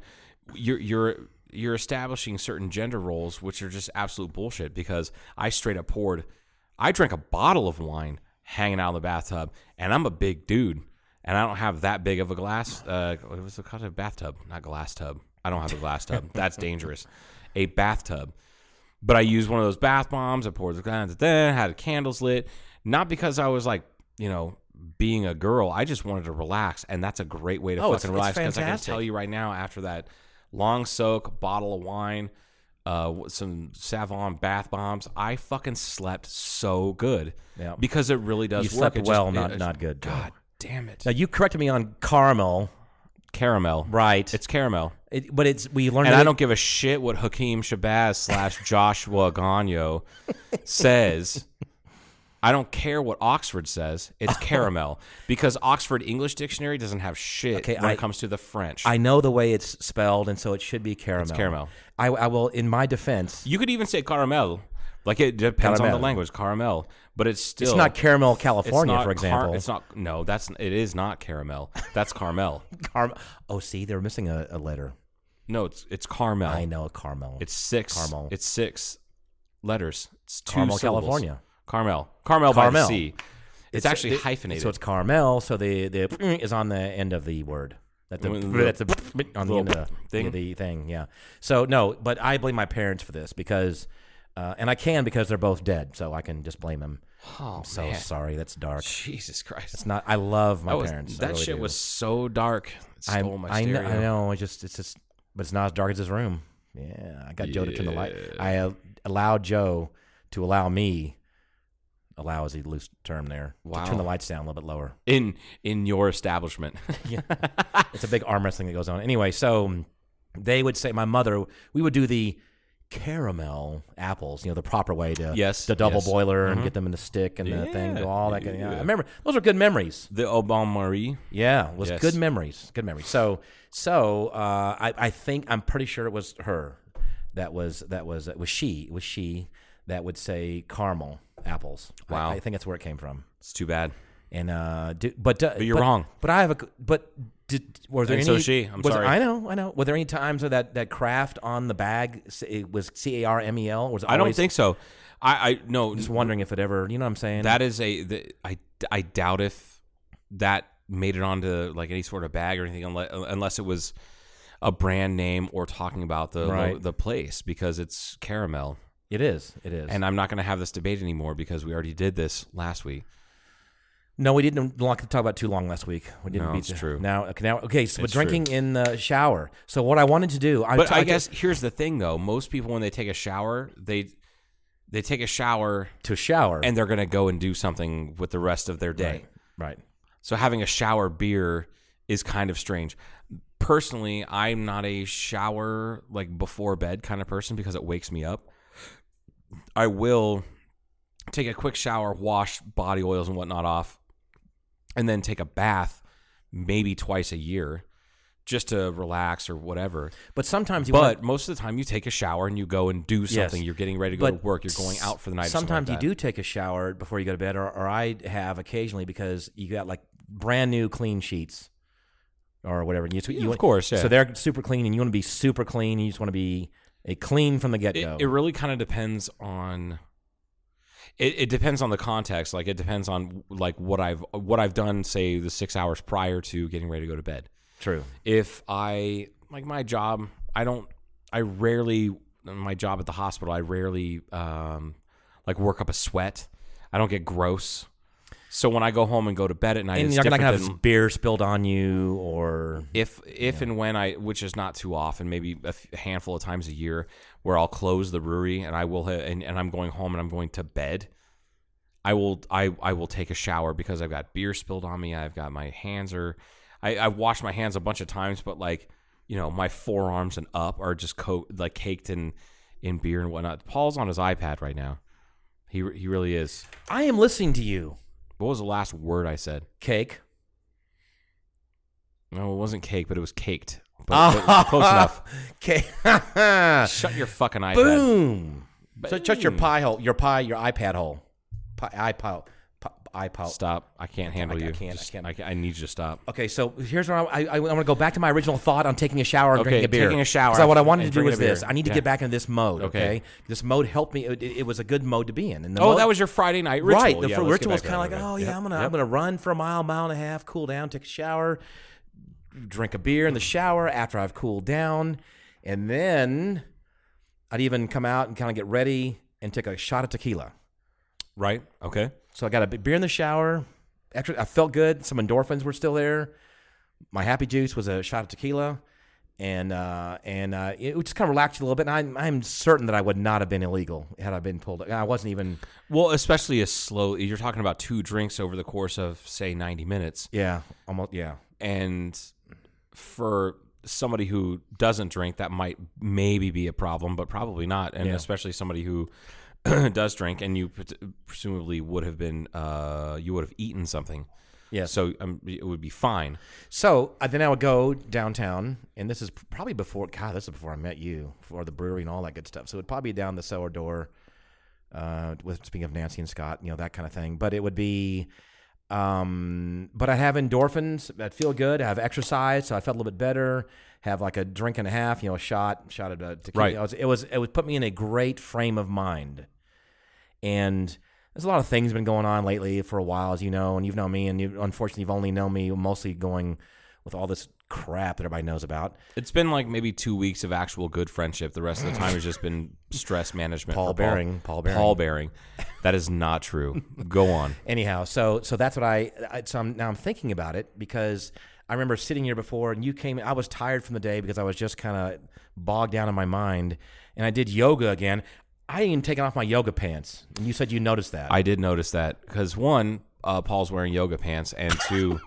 Speaker 5: you're you're you're establishing certain gender roles, which are just absolute bullshit. Because I straight up poured, I drank a bottle of wine hanging out in the bathtub, and I'm a big dude. and I don't have that big of a glass. Uh, what was it called? A bathtub, not glass tub. I don't have a glass tub. That's dangerous. A bathtub. But I used one of those bath bombs. I poured the glass. Then had candles lit. Not because I was like, you know, being a girl. I just wanted to relax, and that's a great way to
Speaker 6: Oh, it's-
Speaker 5: fucking
Speaker 6: it's
Speaker 5: relax. Because I can
Speaker 6: fantastic.
Speaker 5: tell you right now, after that long soak, bottle of wine, uh, w- some Savon bath bombs, I fucking slept so good.
Speaker 6: Yeah.
Speaker 5: Because it really does.
Speaker 6: You
Speaker 5: work.
Speaker 6: slept
Speaker 5: It just-
Speaker 6: well,
Speaker 5: it-
Speaker 6: not
Speaker 5: it-
Speaker 6: not good. Joe.
Speaker 5: God damn it.
Speaker 6: Now you corrected me on caramel,
Speaker 5: caramel.
Speaker 6: right?
Speaker 5: It's caramel.
Speaker 6: it, but it's we learned.
Speaker 5: And
Speaker 6: that
Speaker 5: I
Speaker 6: it-
Speaker 5: don't give a shit what Hakeem Shabazz slash Joshua Gagno says. I don't care what Oxford says. It's caramel because Oxford English Dictionary doesn't have shit
Speaker 6: Okay,
Speaker 5: when
Speaker 6: I-
Speaker 5: it comes to the French.
Speaker 6: I know the way it's spelled, and so it should be caramel.
Speaker 5: caramel.
Speaker 6: I, I will, in my defense,
Speaker 5: you could even say caramel. Like it depends on
Speaker 6: Caramel.
Speaker 5: the language, caramel, but it's still
Speaker 6: it's not caramel
Speaker 5: it's
Speaker 6: California,
Speaker 5: not car-
Speaker 6: for example.
Speaker 5: it's not no, that's it is not caramel. That's Carmel.
Speaker 6: Carm- oh, see, they're missing a, a letter.
Speaker 5: No, it's it's Carmel.
Speaker 6: I know caramel.
Speaker 5: It's six.
Speaker 6: Carmel.
Speaker 5: It's six letters. It's two
Speaker 6: Carmel,
Speaker 5: syllables.
Speaker 6: California.
Speaker 5: Carmel. Carmel, by the
Speaker 6: Carmel.
Speaker 5: sea. It's, actually
Speaker 6: they-
Speaker 5: hyphenated.
Speaker 6: So it's caramel. So the the is on the end of the word. That the,
Speaker 5: Little-
Speaker 6: that's the on the end of the
Speaker 5: thing?
Speaker 6: thing. The thing, yeah. So no, but I blame my parents for this because, uh, and I can because they're both dead, so I can just blame them. Oh, I'm so sorry. That's dark.
Speaker 5: Jesus Christ.
Speaker 6: It's not. I love my
Speaker 5: that was-
Speaker 6: parents. I
Speaker 5: that
Speaker 6: really
Speaker 5: shit
Speaker 6: do.
Speaker 5: was so dark. It
Speaker 6: I,
Speaker 5: stole my
Speaker 6: I, kn-
Speaker 5: stereo.
Speaker 6: I know. I just it's just, but it's not as dark as his room. Yeah, I got Joe to turn the light. I uh, allowed Joe to allow me. Allow is a loose term there.
Speaker 5: Wow.
Speaker 6: To turn the lights down a little bit lower.
Speaker 5: In in your establishment.
Speaker 6: It's a big arm wrestling that goes on. Anyway, so they would say, my mother, we would do the caramel apples, you know, the proper way to
Speaker 5: Yes,
Speaker 6: the double
Speaker 5: yes. Mm-hmm.
Speaker 6: boiler and get them in the stick and the thing,
Speaker 5: Yeah,
Speaker 6: do all that. Kind of, yeah. I
Speaker 5: yeah.
Speaker 6: remember those are good memories.
Speaker 5: the Obama Marie.
Speaker 6: Yeah, was
Speaker 5: Yes.
Speaker 6: good memories. Good memories. So, so uh, I, I think I'm pretty sure it was her that was that was it was she it was she that would say caramel apples. I-
Speaker 5: Wow.
Speaker 6: I, think that's where it came from.
Speaker 5: It's too bad.
Speaker 6: And uh, do, but but
Speaker 5: you're wrong.
Speaker 6: But I have a c- but did were there
Speaker 5: And so
Speaker 6: any?
Speaker 5: is she. I'm
Speaker 6: was-
Speaker 5: sorry.
Speaker 6: I know, I know. Were there any times where that that craft on the bag s- it was C A R M E L? Was it
Speaker 5: I don't
Speaker 6: always-
Speaker 5: think so. I, I no
Speaker 6: Just wondering if it ever. You know what I'm saying?
Speaker 5: that is a the, I I doubt if that made it onto like any sort of bag or anything unless unless it was a brand name or talking about the
Speaker 6: Right.
Speaker 5: the place because it's caramel.
Speaker 6: it is. It is.
Speaker 5: And I'm not going to have this debate anymore because we already did this last week.
Speaker 6: No, we didn't talk about too long last week. We didn't
Speaker 5: No,
Speaker 6: beat
Speaker 5: it's
Speaker 6: the-
Speaker 5: true.
Speaker 6: Now, okay, now, okay. So, but
Speaker 5: It's true.
Speaker 6: drinking in the shower. So, what I wanted to do, I
Speaker 5: But
Speaker 6: I
Speaker 5: I guess here's the thing, though. Most people, when they take a shower, they they take a shower
Speaker 6: to shower
Speaker 5: and they're going to go and do something with the rest of their day.
Speaker 6: right, right.
Speaker 5: So having a shower beer is kind of strange. Personally, I'm not a shower like before bed kind of person because it wakes me up. I will take a quick shower, wash body oils and whatnot off, and then take a bath maybe twice a year just to relax or whatever.
Speaker 6: But sometimes you
Speaker 5: But
Speaker 6: wanna,
Speaker 5: most of the time you take a shower and you go and do
Speaker 6: Yes.
Speaker 5: something. You're getting ready to go to
Speaker 6: But
Speaker 5: work. You're going out for the night. or something
Speaker 6: Sometimes
Speaker 5: like
Speaker 6: you
Speaker 5: that.
Speaker 6: do take a shower before you go to bed, or, or I have occasionally because you got like brand new clean sheets or whatever. You, you
Speaker 5: Yeah, of
Speaker 6: want-
Speaker 5: course, yeah.
Speaker 6: So they're super clean, and you want to be super clean. You just want to be a clean from the get go.
Speaker 5: it, it really kind of depends on it, it depends on the context like it depends on like what i've what i've done say the six hours prior to getting ready to go to bed
Speaker 6: True.
Speaker 5: if i like my job i don't i rarely my job at the hospital i rarely um like work up a sweat i don't get gross so when i go home and go to bed at night
Speaker 6: And
Speaker 5: it's
Speaker 6: you're not gonna
Speaker 5: different
Speaker 6: have
Speaker 5: than-
Speaker 6: this beer spilled on you, or
Speaker 5: if if and when I, which is not too often, maybe a f- handful of times a year, where I'll close the brewery and I will, ha- and, and I'm going home and I'm going to bed. I will, I, I will take a shower because I've got beer spilled on me. I've got my hands are, I, I wash my hands a bunch of times, but like, you know, my forearms and up are just co- like caked in, in beer and whatnot. Paul's on his iPad right now. He re- he really is.
Speaker 6: I am listening to you,
Speaker 5: What was the last word I said?
Speaker 6: cake.
Speaker 5: No, it wasn't cake, but it was caked.
Speaker 6: Ah.
Speaker 5: But, but close enough.
Speaker 6: Okay.
Speaker 5: Shut your fucking iPad.
Speaker 6: Boom. So just your pie hole, your pie, your iPad hole, pie, iPod, pi- iPod.
Speaker 5: Stop. I can't handle
Speaker 6: I
Speaker 5: you.
Speaker 6: can't, I
Speaker 5: Just-
Speaker 6: can't.
Speaker 5: I, I need you to stop.
Speaker 6: Okay, so here's where I, I, I want to go back to my original thought on taking a shower and
Speaker 5: Okay,
Speaker 6: drinking a beer.
Speaker 5: taking a shower
Speaker 6: 'Cause I- what I wanted to
Speaker 5: and
Speaker 6: do
Speaker 5: drinking
Speaker 6: was
Speaker 5: a beer.
Speaker 6: this. I need to
Speaker 5: Yeah.
Speaker 6: get back into this mode. Okay,
Speaker 5: Okay.
Speaker 6: this mode helped me. It, it- it was a good mode to be in. And the
Speaker 5: Oh,
Speaker 6: mode-
Speaker 5: that was your Friday night ritual.
Speaker 6: right. The
Speaker 5: Yeah,
Speaker 6: fr-
Speaker 5: let's get
Speaker 6: ritual was
Speaker 5: back
Speaker 6: kind
Speaker 5: to
Speaker 6: of like,
Speaker 5: that.
Speaker 6: oh
Speaker 5: Yep,
Speaker 6: yeah, I'm gonna I'm
Speaker 5: yep.
Speaker 6: gonna run for a mile, mile and a half, cool down, take a shower, drink a beer in the shower after I've cooled down, and then I'd even come out and kind of get ready and take a shot of tequila.
Speaker 5: Right. Okay.
Speaker 6: So I got a big beer in the shower. Extra, I felt good. Some endorphins were still there. My happy juice was a shot of tequila, and uh, and uh, it just kind of relaxed you a little bit. And I'm, I'm certain that I would not have been illegal had I been pulled. I wasn't even.
Speaker 5: Well, especially a slow. You're talking about two drinks over the course of say 90 minutes,
Speaker 6: Yeah, almost. Yeah,
Speaker 5: and for somebody who doesn't drink, that might maybe be a problem, but probably not. And
Speaker 6: Yeah.
Speaker 5: especially somebody who does drink, and you pres- presumably would have been, uh, you would have eaten something.
Speaker 6: yeah. So,
Speaker 5: So um, it would be fine.
Speaker 6: so I, then I would go downtown, and this is probably before. God, this is before I met you, before the brewery and all that good stuff. So it'd probably be down the cellar door. Uh, with speaking of Nancy and Scott, you know that kind of thing. But it would be Um, but I have endorphins. I feel good. I have exercise, so I felt a little bit better. Have like a drink and a half, you know, a shot, shot of uh, tequila.
Speaker 5: Right.
Speaker 6: It was, it was it was put me in a great frame of mind. And there's a lot of things been going on lately for a while, as you know, and you've known me, and you unfortunately you've only known me mostly going with all this crap that everybody knows about.
Speaker 5: It's been like maybe two weeks of actual good friendship. The rest of the time has just been stress management.
Speaker 6: Paul
Speaker 5: for
Speaker 6: Behring, Paul Behring.
Speaker 5: Paul Behring. That is not true. Go on.
Speaker 6: anyhow so so that's what i, I so I'm, now i'm thinking about it because i remember sitting here before and you came i was tired from the day because i was just kind of bogged down in my mind and i did yoga again i didn't even take off my yoga pants and you said you noticed that
Speaker 5: I did notice that because one, uh, Paul's wearing yoga pants, and two,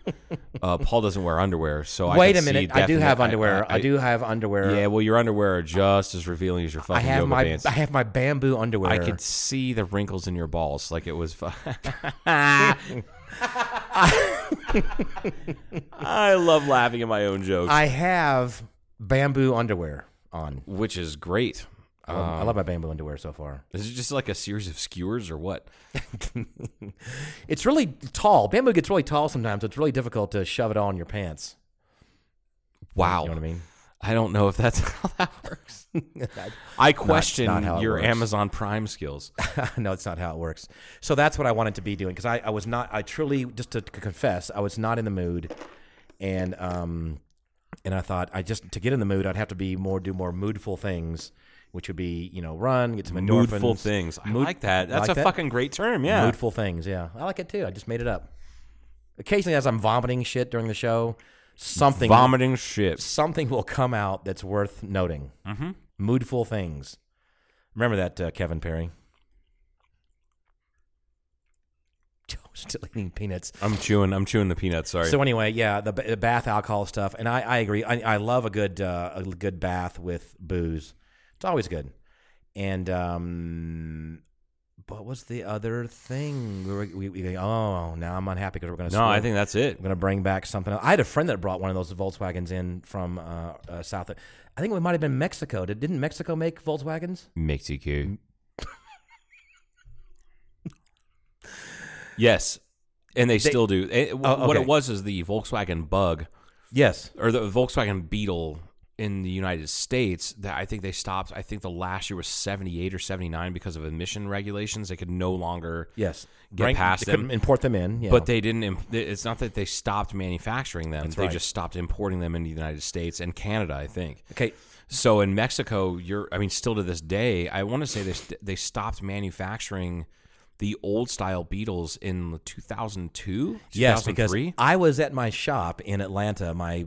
Speaker 5: uh, Paul doesn't wear underwear. So I
Speaker 6: wait a
Speaker 5: can see
Speaker 6: minute i do
Speaker 5: definite-
Speaker 6: have underwear i, do have underwear
Speaker 5: Yeah, well, your underwear are just as revealing as your
Speaker 6: i
Speaker 5: fucking
Speaker 6: have
Speaker 5: yoga
Speaker 6: my
Speaker 5: pants.
Speaker 6: i have my bamboo underwear
Speaker 5: I could see the wrinkles in your balls, like it was. fu- I love laughing at my own jokes,
Speaker 6: I have bamboo underwear on
Speaker 5: which is great.
Speaker 6: I love-
Speaker 5: Oh.
Speaker 6: i love my bamboo underwear so far
Speaker 5: Is it just like a series of skewers or what?
Speaker 6: it's really tall bamboo gets really tall sometimes so it's really difficult to shove it all in your pants
Speaker 5: Wow.
Speaker 6: you know what i mean
Speaker 5: I don't know if that's how that works. I question
Speaker 6: not how it
Speaker 5: your
Speaker 6: works.
Speaker 5: Amazon Prime skills.
Speaker 6: no, it's not how it works. So that's what I wanted to be doing because I, I was not. I truly, just to c- confess, I was not in the mood, and um, and I thought I just to get in the mood, I'd have to be more do more moodful things, which would be you know run, get some endorphins,
Speaker 5: Moodful things. I
Speaker 6: Mood-
Speaker 5: like that. That's
Speaker 6: like
Speaker 5: a fucking great term. Yeah.
Speaker 6: moodful things. Yeah, I like it too. I just made it up. Occasionally, as I'm vomiting shit during the show, something
Speaker 5: Vomiting shit.
Speaker 6: something will come out that's worth noting. Mm-hmm. Moodful things. Remember that, uh, Kevin Perry. Still eating peanuts.
Speaker 5: I'm chewing. I'm chewing the peanuts. Sorry.
Speaker 6: So anyway, yeah, the, the bath alcohol stuff, and I, I agree. I, I love a good uh, a good bath with booze. It's always good. And um, what was the other thing? We, were, we, we oh, now I'm unhappy because we're going to.
Speaker 5: no, I think that's it.
Speaker 6: I'm gonna bring back something. Else. I had a friend that brought one of those Volkswagens in from uh, uh, South. I think it might have been Mexico. Did, didn't Mexico make Volkswagens?
Speaker 5: Mexico. yes, and they, still do. It-
Speaker 6: Oh,
Speaker 5: What
Speaker 6: okay.
Speaker 5: it was is the Volkswagen Bug
Speaker 6: Yes.
Speaker 5: or the Volkswagen Beetle in the United States. That I think they stopped. I think the last year was seventy eight or seventy nine because of emission regulations. They could no longer
Speaker 6: Yes.
Speaker 5: Get past
Speaker 6: they
Speaker 5: them.
Speaker 6: couldn't Import them in. Yeah.
Speaker 5: But they didn't. Imp- it's not that they stopped manufacturing them. they
Speaker 6: right.
Speaker 5: just stopped importing them into the United States and Canada, I think.
Speaker 6: okay.
Speaker 5: So in Mexico, you're. I mean, still to this day, I want to say this. They stopped manufacturing the old style Beatles in 2002.
Speaker 6: Yes, because
Speaker 5: 2003?
Speaker 6: I was at my shop in Atlanta, my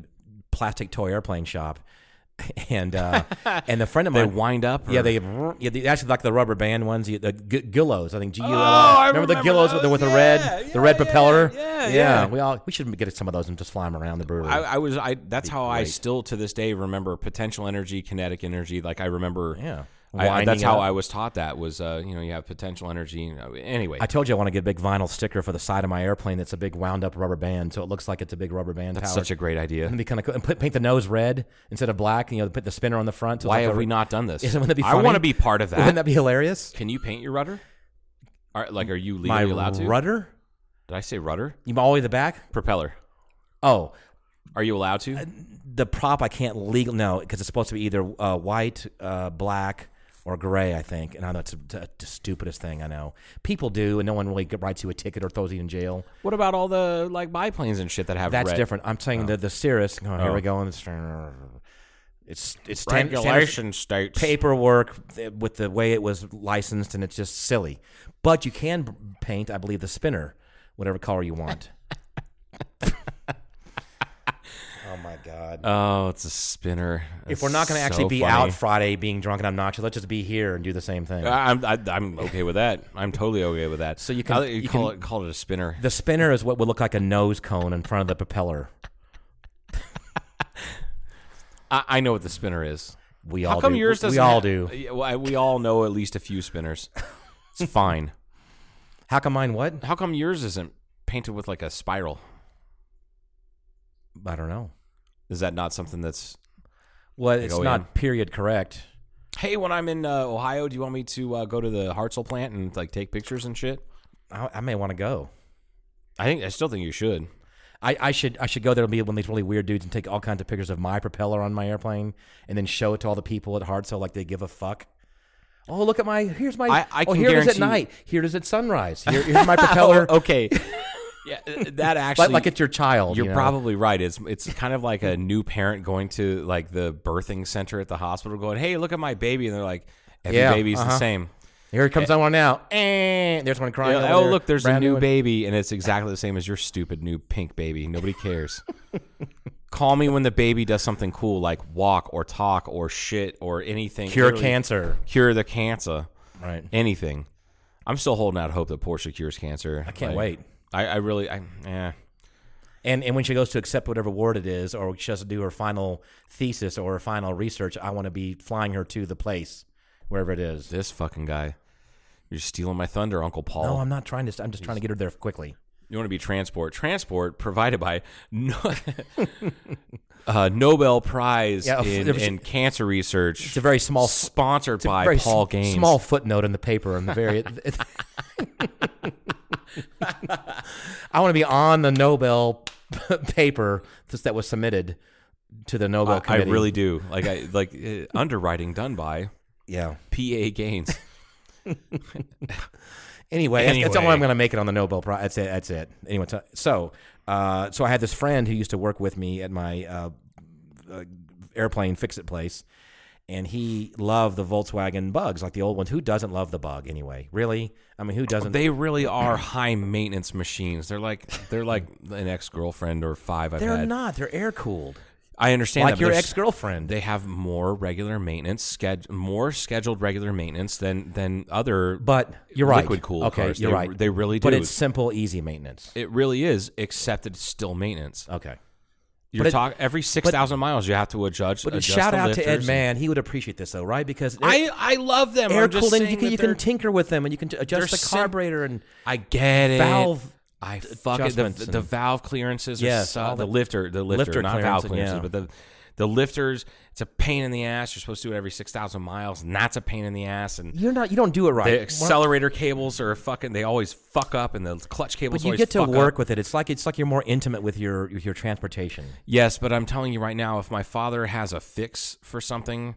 Speaker 6: plastic toy airplane shop, and uh, and a friend of
Speaker 5: they
Speaker 6: mine.
Speaker 5: wind up.
Speaker 6: yeah,
Speaker 5: or-
Speaker 6: they yeah, the, actually like the rubber band ones, the, the g- Gillos. I think G U L
Speaker 5: Oh,
Speaker 6: L. Remember, the Gillos with the, with the red, the red propeller. Yeah, yeah, We all we should get some of those and just fly them around the brewery.
Speaker 5: I, I was. I. That's how I still to this day remember potential energy, kinetic energy. Like I remember.
Speaker 6: Yeah.
Speaker 5: I- I,
Speaker 6: Winding
Speaker 5: that's how
Speaker 6: up.
Speaker 5: I was taught. That was. Uh, you know, you have potential energy. you know, Anyway,
Speaker 6: I told you I want to get a big vinyl sticker for the side of my airplane that's a big wound up rubber band, so it looks like it's a big rubber band
Speaker 5: that's
Speaker 6: tower.
Speaker 5: such a great idea.
Speaker 6: It'd be kind of cool. And put, paint the nose red instead of black. You know, put the spinner on the front. so it's
Speaker 5: Why
Speaker 6: like
Speaker 5: have
Speaker 6: a-
Speaker 5: we not done this?
Speaker 6: Isn't wouldn't that be
Speaker 5: I want
Speaker 6: funny?
Speaker 5: to be part of that.
Speaker 6: Wouldn't that be hilarious?
Speaker 5: Can you paint your rudder? Are, like, are you legally
Speaker 6: My
Speaker 5: allowed to?
Speaker 6: rudder?
Speaker 5: Did I say rudder?
Speaker 6: You all the way to the back?
Speaker 5: Propeller.
Speaker 6: Oh,
Speaker 5: Are you allowed to?
Speaker 6: the prop I can't legal no because it's supposed to be either uh, white, uh, black, or gray. I think, and I know it's the the stupidest thing I know. People do, and no one really writes you a ticket or throws you in jail.
Speaker 5: What about all the like biplanes and shit that have
Speaker 6: That's
Speaker 5: red-
Speaker 6: different. I'm saying the the Cirrus. Oh, Here we go. and It's it's it's stan- standard
Speaker 5: regulation states?
Speaker 6: paperwork th- with the way it was licensed, and it's just silly. But you can b- paint, I believe, the spinner whatever color you want. oh my god.
Speaker 5: Oh, it's a spinner.
Speaker 6: if we're not going to
Speaker 5: It's
Speaker 6: actually
Speaker 5: so
Speaker 6: be
Speaker 5: funny.
Speaker 6: out Friday being drunk and obnoxious, let's just be here and do the same thing.
Speaker 5: I- I'm I, I'm okay with that. I'm totally okay with that. So
Speaker 6: you can-
Speaker 5: you,
Speaker 6: you
Speaker 5: call
Speaker 6: can-
Speaker 5: it call it a spinner.
Speaker 6: the spinner is what would look like a nose cone in front of the propeller.
Speaker 5: I, I know what the spinner is.
Speaker 6: We
Speaker 5: How
Speaker 6: all
Speaker 5: come
Speaker 6: do.
Speaker 5: yours
Speaker 6: we,
Speaker 5: doesn't?
Speaker 6: we all
Speaker 5: have-
Speaker 6: do.
Speaker 5: Yeah, well, I- We all know at least a few spinners. It's fine.
Speaker 6: How come mine? What?
Speaker 5: How come yours isn't painted with like a spiral?
Speaker 6: I don't know.
Speaker 5: Is that not something that's?
Speaker 6: Well, it's
Speaker 5: OEM.
Speaker 6: not period correct.
Speaker 5: Hey, when I'm in uh, Ohio, do you want me to uh, go to the Hartzell plant and like take pictures and shit?
Speaker 6: I, I may want to go.
Speaker 5: I think I still think you should.
Speaker 6: I, I should I should go there and be one of these really weird dudes and take all kinds of pictures of my propeller on my airplane and then show it to all the people at Hartzell like they give a fuck. Oh look at my here's my
Speaker 5: I- I
Speaker 6: oh
Speaker 5: can
Speaker 6: here it is at
Speaker 5: guarantee-
Speaker 6: night here it is at sunrise here, here's my propeller
Speaker 5: Oh, okay. yeah, uh, that actually.
Speaker 6: like, like it's your child
Speaker 5: You're
Speaker 6: you know?
Speaker 5: probably right. It's it's kind of like a new parent going to like the birthing center at the hospital, going, "Hey, look at my baby," and they're like, "Every
Speaker 6: Yeah,
Speaker 5: baby's the
Speaker 6: uh-huh.
Speaker 5: same."
Speaker 6: Here comes that one out. And there's one crying.
Speaker 5: eh. Yeah,
Speaker 6: over
Speaker 5: oh,
Speaker 6: there.
Speaker 5: look, there's
Speaker 6: Brand
Speaker 5: a new
Speaker 6: one.
Speaker 5: baby, and it's exactly the same as your stupid new pink baby. Nobody cares. Call me when the baby does something cool, like walk or talk or shit or anything.
Speaker 6: Cure
Speaker 5: Literally,
Speaker 6: cancer.
Speaker 5: Cure the cancer.
Speaker 6: Right.
Speaker 5: Anything. I'm still holding out hope that Portia cures cancer. I
Speaker 6: can't wait.
Speaker 5: I, I really, I, eh, yeah.
Speaker 6: And and when she goes to accept whatever award it is, or she has to do her final thesis or her final research, I want to be flying her to the place, wherever it is.
Speaker 5: This fucking guy. You're stealing my thunder, Uncle Paul.
Speaker 6: No, I'm not trying to. I'm just trying to get her there quickly.
Speaker 5: You want to be transport. Transport provided by no, uh, Nobel Prize
Speaker 6: Yeah,
Speaker 5: in,
Speaker 6: there was-
Speaker 5: in cancer research.
Speaker 6: It's a very small.
Speaker 5: sponsored
Speaker 6: it's a
Speaker 5: by
Speaker 6: very
Speaker 5: Paul
Speaker 6: s-
Speaker 5: Gaines.
Speaker 6: Small footnote in the paper in the very. I want to be on the Nobel paper that was submitted to the Nobel
Speaker 5: I, I
Speaker 6: committee.
Speaker 5: really do. Like I like uh, underwriting done by
Speaker 6: yeah.
Speaker 5: PA Gaines.
Speaker 6: Anyway, that's- that's all
Speaker 5: Anyway.
Speaker 6: I'm going to make it on the Nobel Prize. That's it. That's it. Anyway, so- so uh, so I had this friend who used to work with me at my uh, uh, airplane fix it place, and he loved the Volkswagen Bugs, like the old ones. Who doesn't love the Bug anyway? Really? I mean, who doesn't?
Speaker 5: They really are high maintenance machines. They're like they're like an ex girlfriend or five I've
Speaker 6: they're
Speaker 5: had.
Speaker 6: not. They're air cooled,
Speaker 5: I understand
Speaker 6: like
Speaker 5: that, but
Speaker 6: your
Speaker 5: they're s-
Speaker 6: ex girlfriend.
Speaker 5: They have more regular maintenance, sched- more scheduled regular maintenance than than other.
Speaker 6: but you're right.
Speaker 5: liquid cooled
Speaker 6: Okay,
Speaker 5: cars.
Speaker 6: you're
Speaker 5: They-
Speaker 6: right.
Speaker 5: they really
Speaker 6: But
Speaker 5: do.
Speaker 6: it's simple, easy maintenance.
Speaker 5: it really is, except it's still maintenance.
Speaker 6: Okay.
Speaker 5: You're
Speaker 6: Uh, but it-
Speaker 5: talking every six thousand miles, you have to adjust.
Speaker 6: But
Speaker 5: adjust
Speaker 6: shout
Speaker 5: the
Speaker 6: out to
Speaker 5: lifters
Speaker 6: Ed
Speaker 5: and-
Speaker 6: Mann. He would appreciate this though, right? Because
Speaker 5: I I love them.
Speaker 6: air
Speaker 5: I'm just
Speaker 6: cooled and you
Speaker 5: saying
Speaker 6: can,
Speaker 5: that
Speaker 6: you can
Speaker 5: they're-
Speaker 6: tinker with them and you can t- adjust
Speaker 5: They're
Speaker 6: the
Speaker 5: sim-
Speaker 6: carburetor and
Speaker 5: I get it.
Speaker 6: Valve
Speaker 5: I fuck it. The,
Speaker 6: adjustments
Speaker 5: the
Speaker 6: and-
Speaker 5: valve clearances are
Speaker 6: Yes,
Speaker 5: so-
Speaker 6: all
Speaker 5: the
Speaker 6: the-
Speaker 5: lifter, the lifter,
Speaker 6: lifter
Speaker 5: not valve
Speaker 6: clearance
Speaker 5: clearances,
Speaker 6: and-
Speaker 5: but the the lifters. It's a pain in the ass. You're supposed to do it every six thousand miles, and that's a pain in the ass. And
Speaker 6: you're not you don't do it right.
Speaker 5: the accelerator cables are fucking. They always fuck up, and the clutch cables.
Speaker 6: but you
Speaker 5: always
Speaker 6: get to
Speaker 5: fuck
Speaker 6: work
Speaker 5: up.
Speaker 6: with it. It's like it's like you're more intimate with your with your transportation.
Speaker 5: Yes, but I'm telling you right now, if my father has a fix for something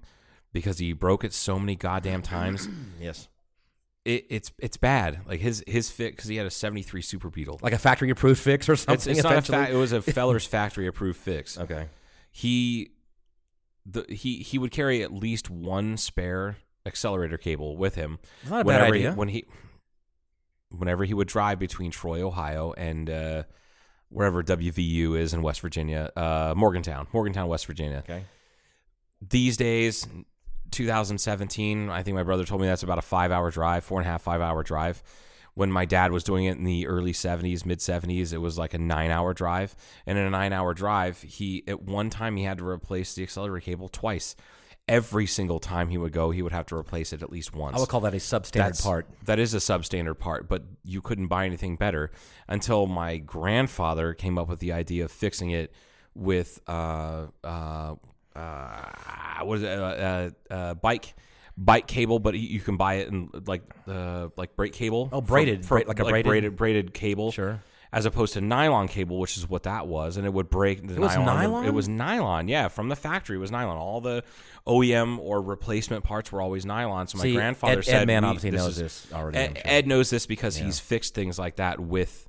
Speaker 5: because he broke it so many goddamn times,
Speaker 6: Yes.
Speaker 5: it, it's it's bad. Like his his fix because he had a '73 Super Beetle.
Speaker 6: Like a factory approved fix or
Speaker 5: It's,
Speaker 6: something.
Speaker 5: it's not a
Speaker 6: eventually.
Speaker 5: fa- it was a Feller's factory approved fix.
Speaker 6: okay.
Speaker 5: he the he he would carry at least one spare accelerator cable with him
Speaker 6: It's not a bad
Speaker 5: whenever
Speaker 6: idea.
Speaker 5: He, when he whenever he would drive between Troy, Ohio and uh wherever WVU is in West Virginia, uh Morgantown, Morgantown, West Virginia.
Speaker 6: Okay.
Speaker 5: These days 2017, I think my brother told me that's about a five hour drive, four and a half, five hour drive. When my dad was doing it in the early 70s, mid 70s, it was like a nine hour drive. And in a nine hour drive, he, at one time, he had to replace the accelerator cable twice. Every single time he would go, he would have to replace it at least once.
Speaker 6: I would call that a substandard
Speaker 5: That's-
Speaker 6: part.
Speaker 5: That is a substandard part, but you couldn't buy anything better until my grandfather came up with the idea of fixing it with uh uh uh what is it uh, uh, uh bike bike cable, but you can buy it in like uh like brake cable.
Speaker 6: Oh, braided,
Speaker 5: For- for-
Speaker 6: bra- like a braided-
Speaker 5: braided braided cable.
Speaker 6: Sure.
Speaker 5: as opposed to nylon cable, which is what that was, and it would break. The
Speaker 6: was nylon?
Speaker 5: It was nylon. Yeah, from the factory, it was nylon. All the OEM or replacement parts were always nylon. So my
Speaker 6: See,
Speaker 5: grandfather
Speaker 6: Ed- Ed
Speaker 5: said,
Speaker 6: Mann
Speaker 5: we-
Speaker 6: obviously knows
Speaker 5: is-
Speaker 6: this already, I'm
Speaker 5: Ed,
Speaker 6: sure.
Speaker 5: Ed knows this because he's fixed things like that with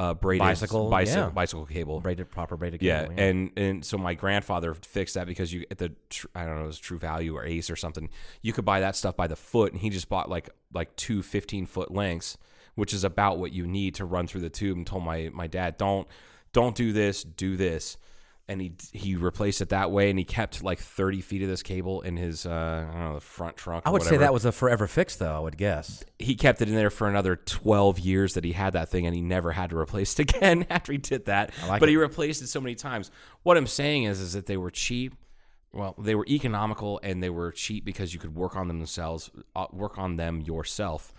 Speaker 5: uh, braided
Speaker 6: Bicycle,
Speaker 5: bicycle,
Speaker 6: yeah.
Speaker 5: bicycle cable.
Speaker 6: braided proper braided
Speaker 5: Yeah,
Speaker 6: cable,
Speaker 5: and and so my grandfather fixed that because you at the tr- I don't know it was True Value or Ace or something. You could buy that stuff by the foot, and he just bought like like two 15 foot lengths, which is about what you need to run through the tube. And told my my dad don't don't do this, do this, and he he replaced it that way, and he kept like 30 feet of this cable in his uh, I don't know the front trunk.
Speaker 6: I
Speaker 5: or
Speaker 6: would say
Speaker 5: whatever
Speaker 6: that was a forever fix, though. I would guess.
Speaker 5: he kept it in there for another 12 years that he had that thing and he never had to replace it again after he did that
Speaker 6: like
Speaker 5: but
Speaker 6: it.
Speaker 5: he replaced it so many times what i'm saying is is that they were cheap well they were economical and they were cheap because you could work on them themselves uh, work on them yourself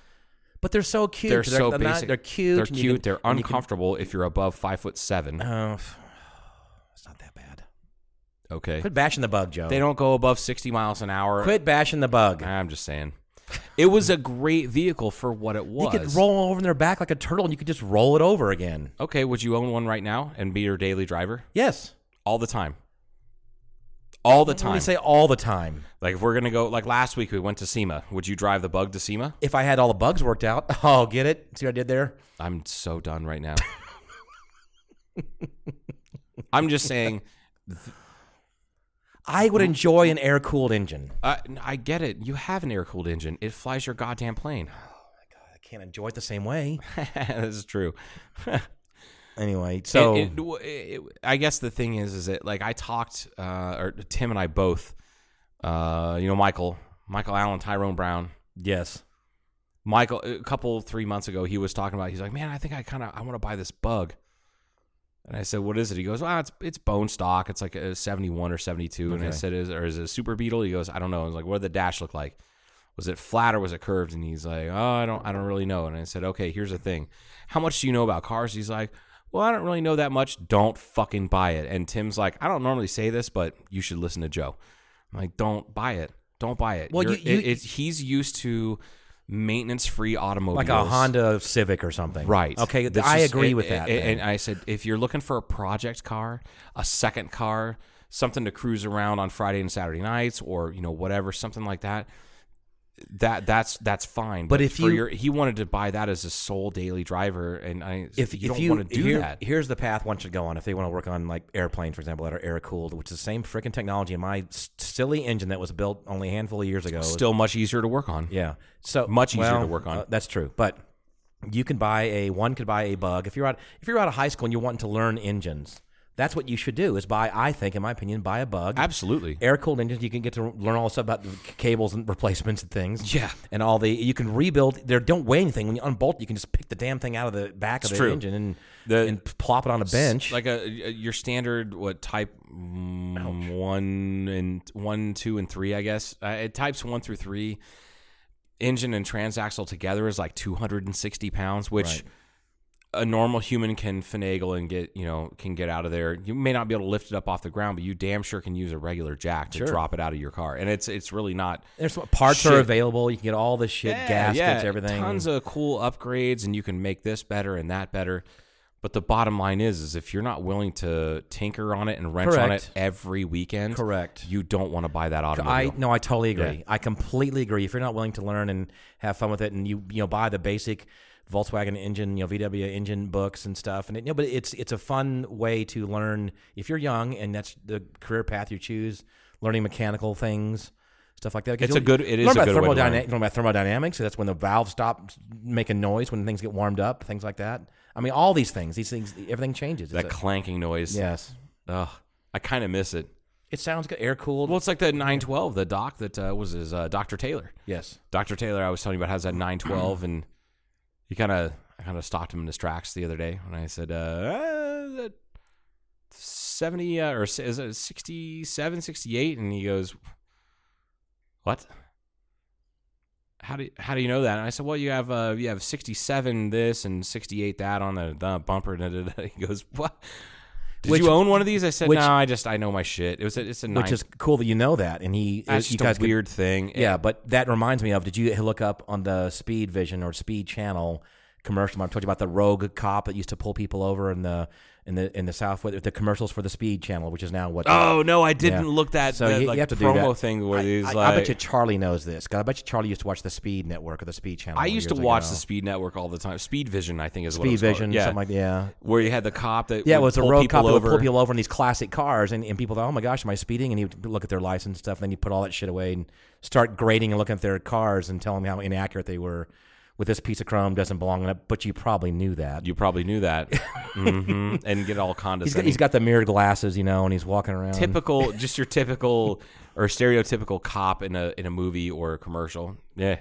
Speaker 6: But they're so cute.
Speaker 5: they're, so
Speaker 6: they're not-
Speaker 5: basic
Speaker 6: they're cute.
Speaker 5: they're
Speaker 6: and you
Speaker 5: cute
Speaker 6: can-
Speaker 5: they're
Speaker 6: and you can-
Speaker 5: uncomfortable if you're above five foot seven
Speaker 6: Oh, it's not that bad.
Speaker 5: okay
Speaker 6: Quit bashing the bug, Joe.
Speaker 5: they don't go above 60 miles an hour
Speaker 6: quit bashing the bug.
Speaker 5: i'm just saying it was a great vehicle for what it
Speaker 6: You
Speaker 5: was
Speaker 6: could roll over in their back like a turtle, and you could just roll it over again.
Speaker 5: okay would you own one right now and be your daily driver
Speaker 6: Yes,
Speaker 5: all the time. All the
Speaker 6: Let me
Speaker 5: time.
Speaker 6: say all the time.
Speaker 5: like if we're gonna go, like last week we went to SEMA. Would you drive the bug to SEMA?
Speaker 6: If I had all the bugs worked out, oh, get it? See what I did there?
Speaker 5: I'm so done right now. I'm just saying.
Speaker 6: I
Speaker 5: Mm-hmm.
Speaker 6: would enjoy an air cooled engine.
Speaker 5: Uh, I get it. You have an air cooled engine. It flies your goddamn plane.
Speaker 6: I can't enjoy it the same way.
Speaker 5: this is true.
Speaker 6: Anyway, so
Speaker 5: So I guess the thing is, is that like I talked, uh, or Tim and I both, uh, you know, Michael, Michael Allen, Tyrone Brown,
Speaker 6: yes,
Speaker 5: Michael, a couple three months ago, he was talking about. He's like, man, I think I kind of I want to buy this bug. And I said, what is it? He goes, ah, it's it's bone stock. It's like a seventy one or seventy two. And I said, is or is it a super beetle? He goes, I don't know. I was like, what did the dash look like? Was it flat or was it curved? And he's like, oh, I don't I don't really know. And I said, okay, here's the thing. How much do you know about cars? He's like, well, I don't really know that much. Don't fucking buy it. And Tim's like, I don't normally say this, but you should listen to Joe. I'm like, don't buy it. Don't buy it.
Speaker 6: Well,
Speaker 5: You're-
Speaker 6: you- you-
Speaker 5: it- it's he's used to maintenance free automobiles
Speaker 6: like a Honda Civic or something.
Speaker 5: right
Speaker 6: Okay,
Speaker 5: That's
Speaker 6: I
Speaker 5: just-
Speaker 6: agree
Speaker 5: and-
Speaker 6: with that.
Speaker 5: and,
Speaker 6: then.
Speaker 5: and i said if you're looking for a project car a second car something to cruise around on friday and saturday nights or you know whatever something like that that that's that's fine
Speaker 6: But if
Speaker 5: for
Speaker 6: you-
Speaker 5: your, he wanted to buy that as his sole daily driver and i
Speaker 6: if
Speaker 5: you
Speaker 6: if
Speaker 5: don't
Speaker 6: you
Speaker 5: want to do
Speaker 6: here-
Speaker 5: that
Speaker 6: here's the path one should go on if they want to work on like airplanes, for example, that are air cooled, which is the same freaking technology in my s- silly engine that was built only a handful of years ago.
Speaker 5: still much easier to work on
Speaker 6: yeah, so
Speaker 5: much easier
Speaker 6: well,
Speaker 5: to work on.
Speaker 6: uh, that's true, but you can buy a one could buy a bug if you're out if you're out of high school and you're wanting to learn engines. That's what you should do. Is buy, I think, in my opinion, buy a bug.
Speaker 5: absolutely
Speaker 6: air cooled engines. You can get to learn all this stuff about the c- cables and replacements and things.
Speaker 5: Yeah.
Speaker 6: and all the you can rebuild. They don't weigh anything when you unbolt. You can just pick the damn thing out of the back
Speaker 5: It's
Speaker 6: of the
Speaker 5: true.
Speaker 6: engine and
Speaker 5: The-
Speaker 6: and plop it on a bench.
Speaker 5: like a, a- your standard what type mm, one and one two and three i guess uh, it types one through three engine and transaxle together is like 260 pounds which a normal human can finagle and get you know can get out of there you may not be able to lift it up off the ground but you damn sure can use a regular jack to drop it out of your car and it's it's really not
Speaker 6: there's some parts
Speaker 5: shit.
Speaker 6: are available. You can get all this shit, gaskets, everything.
Speaker 5: Tons of cool upgrades, and you can make this better and that better. But the bottom line is, is if you're not willing to tinker on it and wrench on it
Speaker 6: Correct.
Speaker 5: every weekend,
Speaker 6: Correct.
Speaker 5: You don't want to buy that automobile.
Speaker 6: I no, I totally agree.
Speaker 5: Yeah.
Speaker 6: I completely agree. If you're not willing to learn and have fun with it, and you you know buy the basic Volkswagen engine, you know VW engine books and stuff, and it, you know, but it's it's a fun way to learn if you're young and that's the career path you choose, learning mechanical things. Stuff like that.
Speaker 5: It's
Speaker 6: 'Cause you'll-
Speaker 5: a good- it
Speaker 6: learn
Speaker 5: is a
Speaker 6: about
Speaker 5: good way to learn.
Speaker 6: thermodyna- learn about thermodynamics. So that's when the valves stop making noise when things get warmed up. Things like that. I mean, all these things. These things. Everything changes.
Speaker 5: that
Speaker 6: It's a-
Speaker 5: clanking noise.
Speaker 6: yes.
Speaker 5: Ugh, I kind of miss it.
Speaker 6: It sounds good. Air cooled.
Speaker 5: Well, it's like the 912, the doc that uh, was his uh, Dr. Taylor.
Speaker 6: yes.
Speaker 5: Dr. Taylor, I was telling you about, has that 912, and he kind of, I kind of stopped him in his tracks the other day when I said, uh, uh, that 70 uh, or s- is it 67, 68, and he goes, what? How do you, how do you know that? And I said, well, you have uh, you have 67 this and 68 that on the, the bumper. Da, da, da. He goes, what? Did
Speaker 6: Which-
Speaker 5: you own one of these? I said,
Speaker 6: which-
Speaker 5: no, I just I know my shit. It was a, it's a nine.
Speaker 6: which is cool that you know that. And he, uh,
Speaker 5: that's
Speaker 6: you
Speaker 5: just
Speaker 6: guys
Speaker 5: a
Speaker 6: could-
Speaker 5: weird thing.
Speaker 6: yeah, but that reminds me of. Did you look up on the Speed Vision or Speed Channel commercial. I've told you about the rogue cop that used to pull people over in the in the in the South with the commercials for the Speed Channel, which is now what.
Speaker 5: Oh no, I didn't
Speaker 6: Yeah.
Speaker 5: look that.
Speaker 6: So
Speaker 5: that,
Speaker 6: you,
Speaker 5: like,
Speaker 6: you have to do
Speaker 5: promo
Speaker 6: that.
Speaker 5: thing where
Speaker 6: I,
Speaker 5: he's
Speaker 6: I,
Speaker 5: like.
Speaker 6: I bet you Charlie knows this. 'cause I bet you Charlie used to watch the Speed Network or the Speed Channel.
Speaker 5: I used to
Speaker 6: years
Speaker 5: watch
Speaker 6: ago.
Speaker 5: the Speed Network all the time. Speed Vision, I think, is what it
Speaker 6: Speed
Speaker 5: was called.
Speaker 6: Vision,
Speaker 5: Yeah,
Speaker 6: something like that. Yeah.
Speaker 5: where you had the cop that
Speaker 6: Yeah,
Speaker 5: would
Speaker 6: well, it's a
Speaker 5: pull
Speaker 6: road
Speaker 5: people
Speaker 6: cop that would
Speaker 5: over.
Speaker 6: pull people over in these classic cars, and, and people thought, oh my gosh, am I speeding? And he would look at their license and stuff, and then he put all that shit away and start grading and looking at their cars and telling them how inaccurate they were with this piece of chrome doesn't belong in it. But you probably knew that.
Speaker 5: You probably knew that, hmm and get all
Speaker 6: He's got,
Speaker 5: condescending.
Speaker 6: he's got the mirrored glasses, you know, and he's walking around.
Speaker 5: typical, just your typical or stereotypical cop in a in a movie or a commercial. Yeah,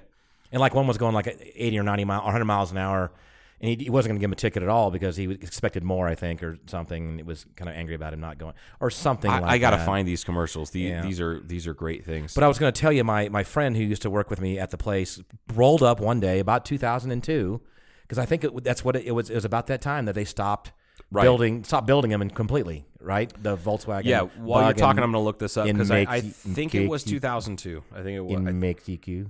Speaker 6: And like one was going like 80 or 90 mile, or 100 miles an hour, and he, he wasn't going to give him a ticket at all because he expected more, I think, or something. And it was kind of angry about him not going, or something
Speaker 5: I,
Speaker 6: like
Speaker 5: I gotta
Speaker 6: that.
Speaker 5: find these commercials. The,
Speaker 6: Yeah.
Speaker 5: These are these are great things.
Speaker 6: But I was going to tell you, my, my friend who used to work with me at the place rolled up one day about 2002, because I think it, that's what it, it was. It was about that time that they stopped
Speaker 5: Right.
Speaker 6: building, stopped building them and completely, right? The Volkswagen.
Speaker 5: yeah, while you're
Speaker 6: Bug
Speaker 5: talking,
Speaker 6: in-
Speaker 5: I'm gonna look this up
Speaker 6: in
Speaker 5: because I,
Speaker 6: Make-
Speaker 5: I think it was
Speaker 6: Make-
Speaker 5: 2002. I think it was.
Speaker 6: in Mexico.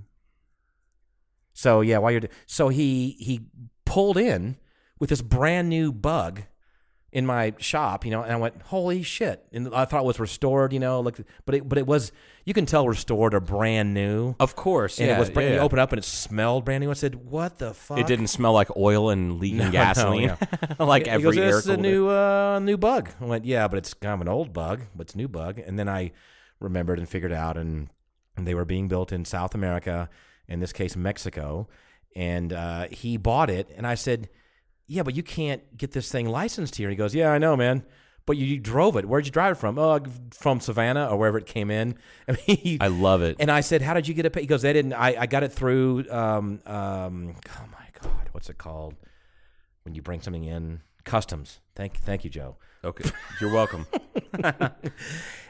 Speaker 6: So yeah, while you're d- so he he pulled in with this brand new bug in my shop, you know, and I went, "Holy shit!" And I thought it was restored, you know, like, but it but it was you can tell restored or brand new.
Speaker 5: of course,
Speaker 6: and
Speaker 5: yeah,
Speaker 6: it was brand
Speaker 5: yeah.
Speaker 6: new. Opened up and it smelled brand new. I said, "What the fuck?"
Speaker 5: It didn't smell like oil and leaking
Speaker 6: No, no,
Speaker 5: gasoline, like
Speaker 6: He
Speaker 5: every
Speaker 6: goes,
Speaker 5: air
Speaker 6: "This is a
Speaker 5: cooler."
Speaker 6: new uh, new bug. I went, yeah, but it's kind of an old bug, but it's a new bug. And then I remembered and figured out, and, and they were being built in South America, in this case Mexico. And uh, he bought it, and I said, yeah, but you can't get this thing licensed here. He goes, yeah, I know, man. But you, you drove it. Where'd you drive it from? Oh, from Savannah or wherever it came in. I mean, he-
Speaker 5: I love it.
Speaker 6: and I said, "How did you get it?" paid?" He goes, "They didn't. I, I got it through. Um, um, oh my god, what's it called when you bring something in? Customs. Thank, thank you, Joe.
Speaker 5: Okay, you're welcome.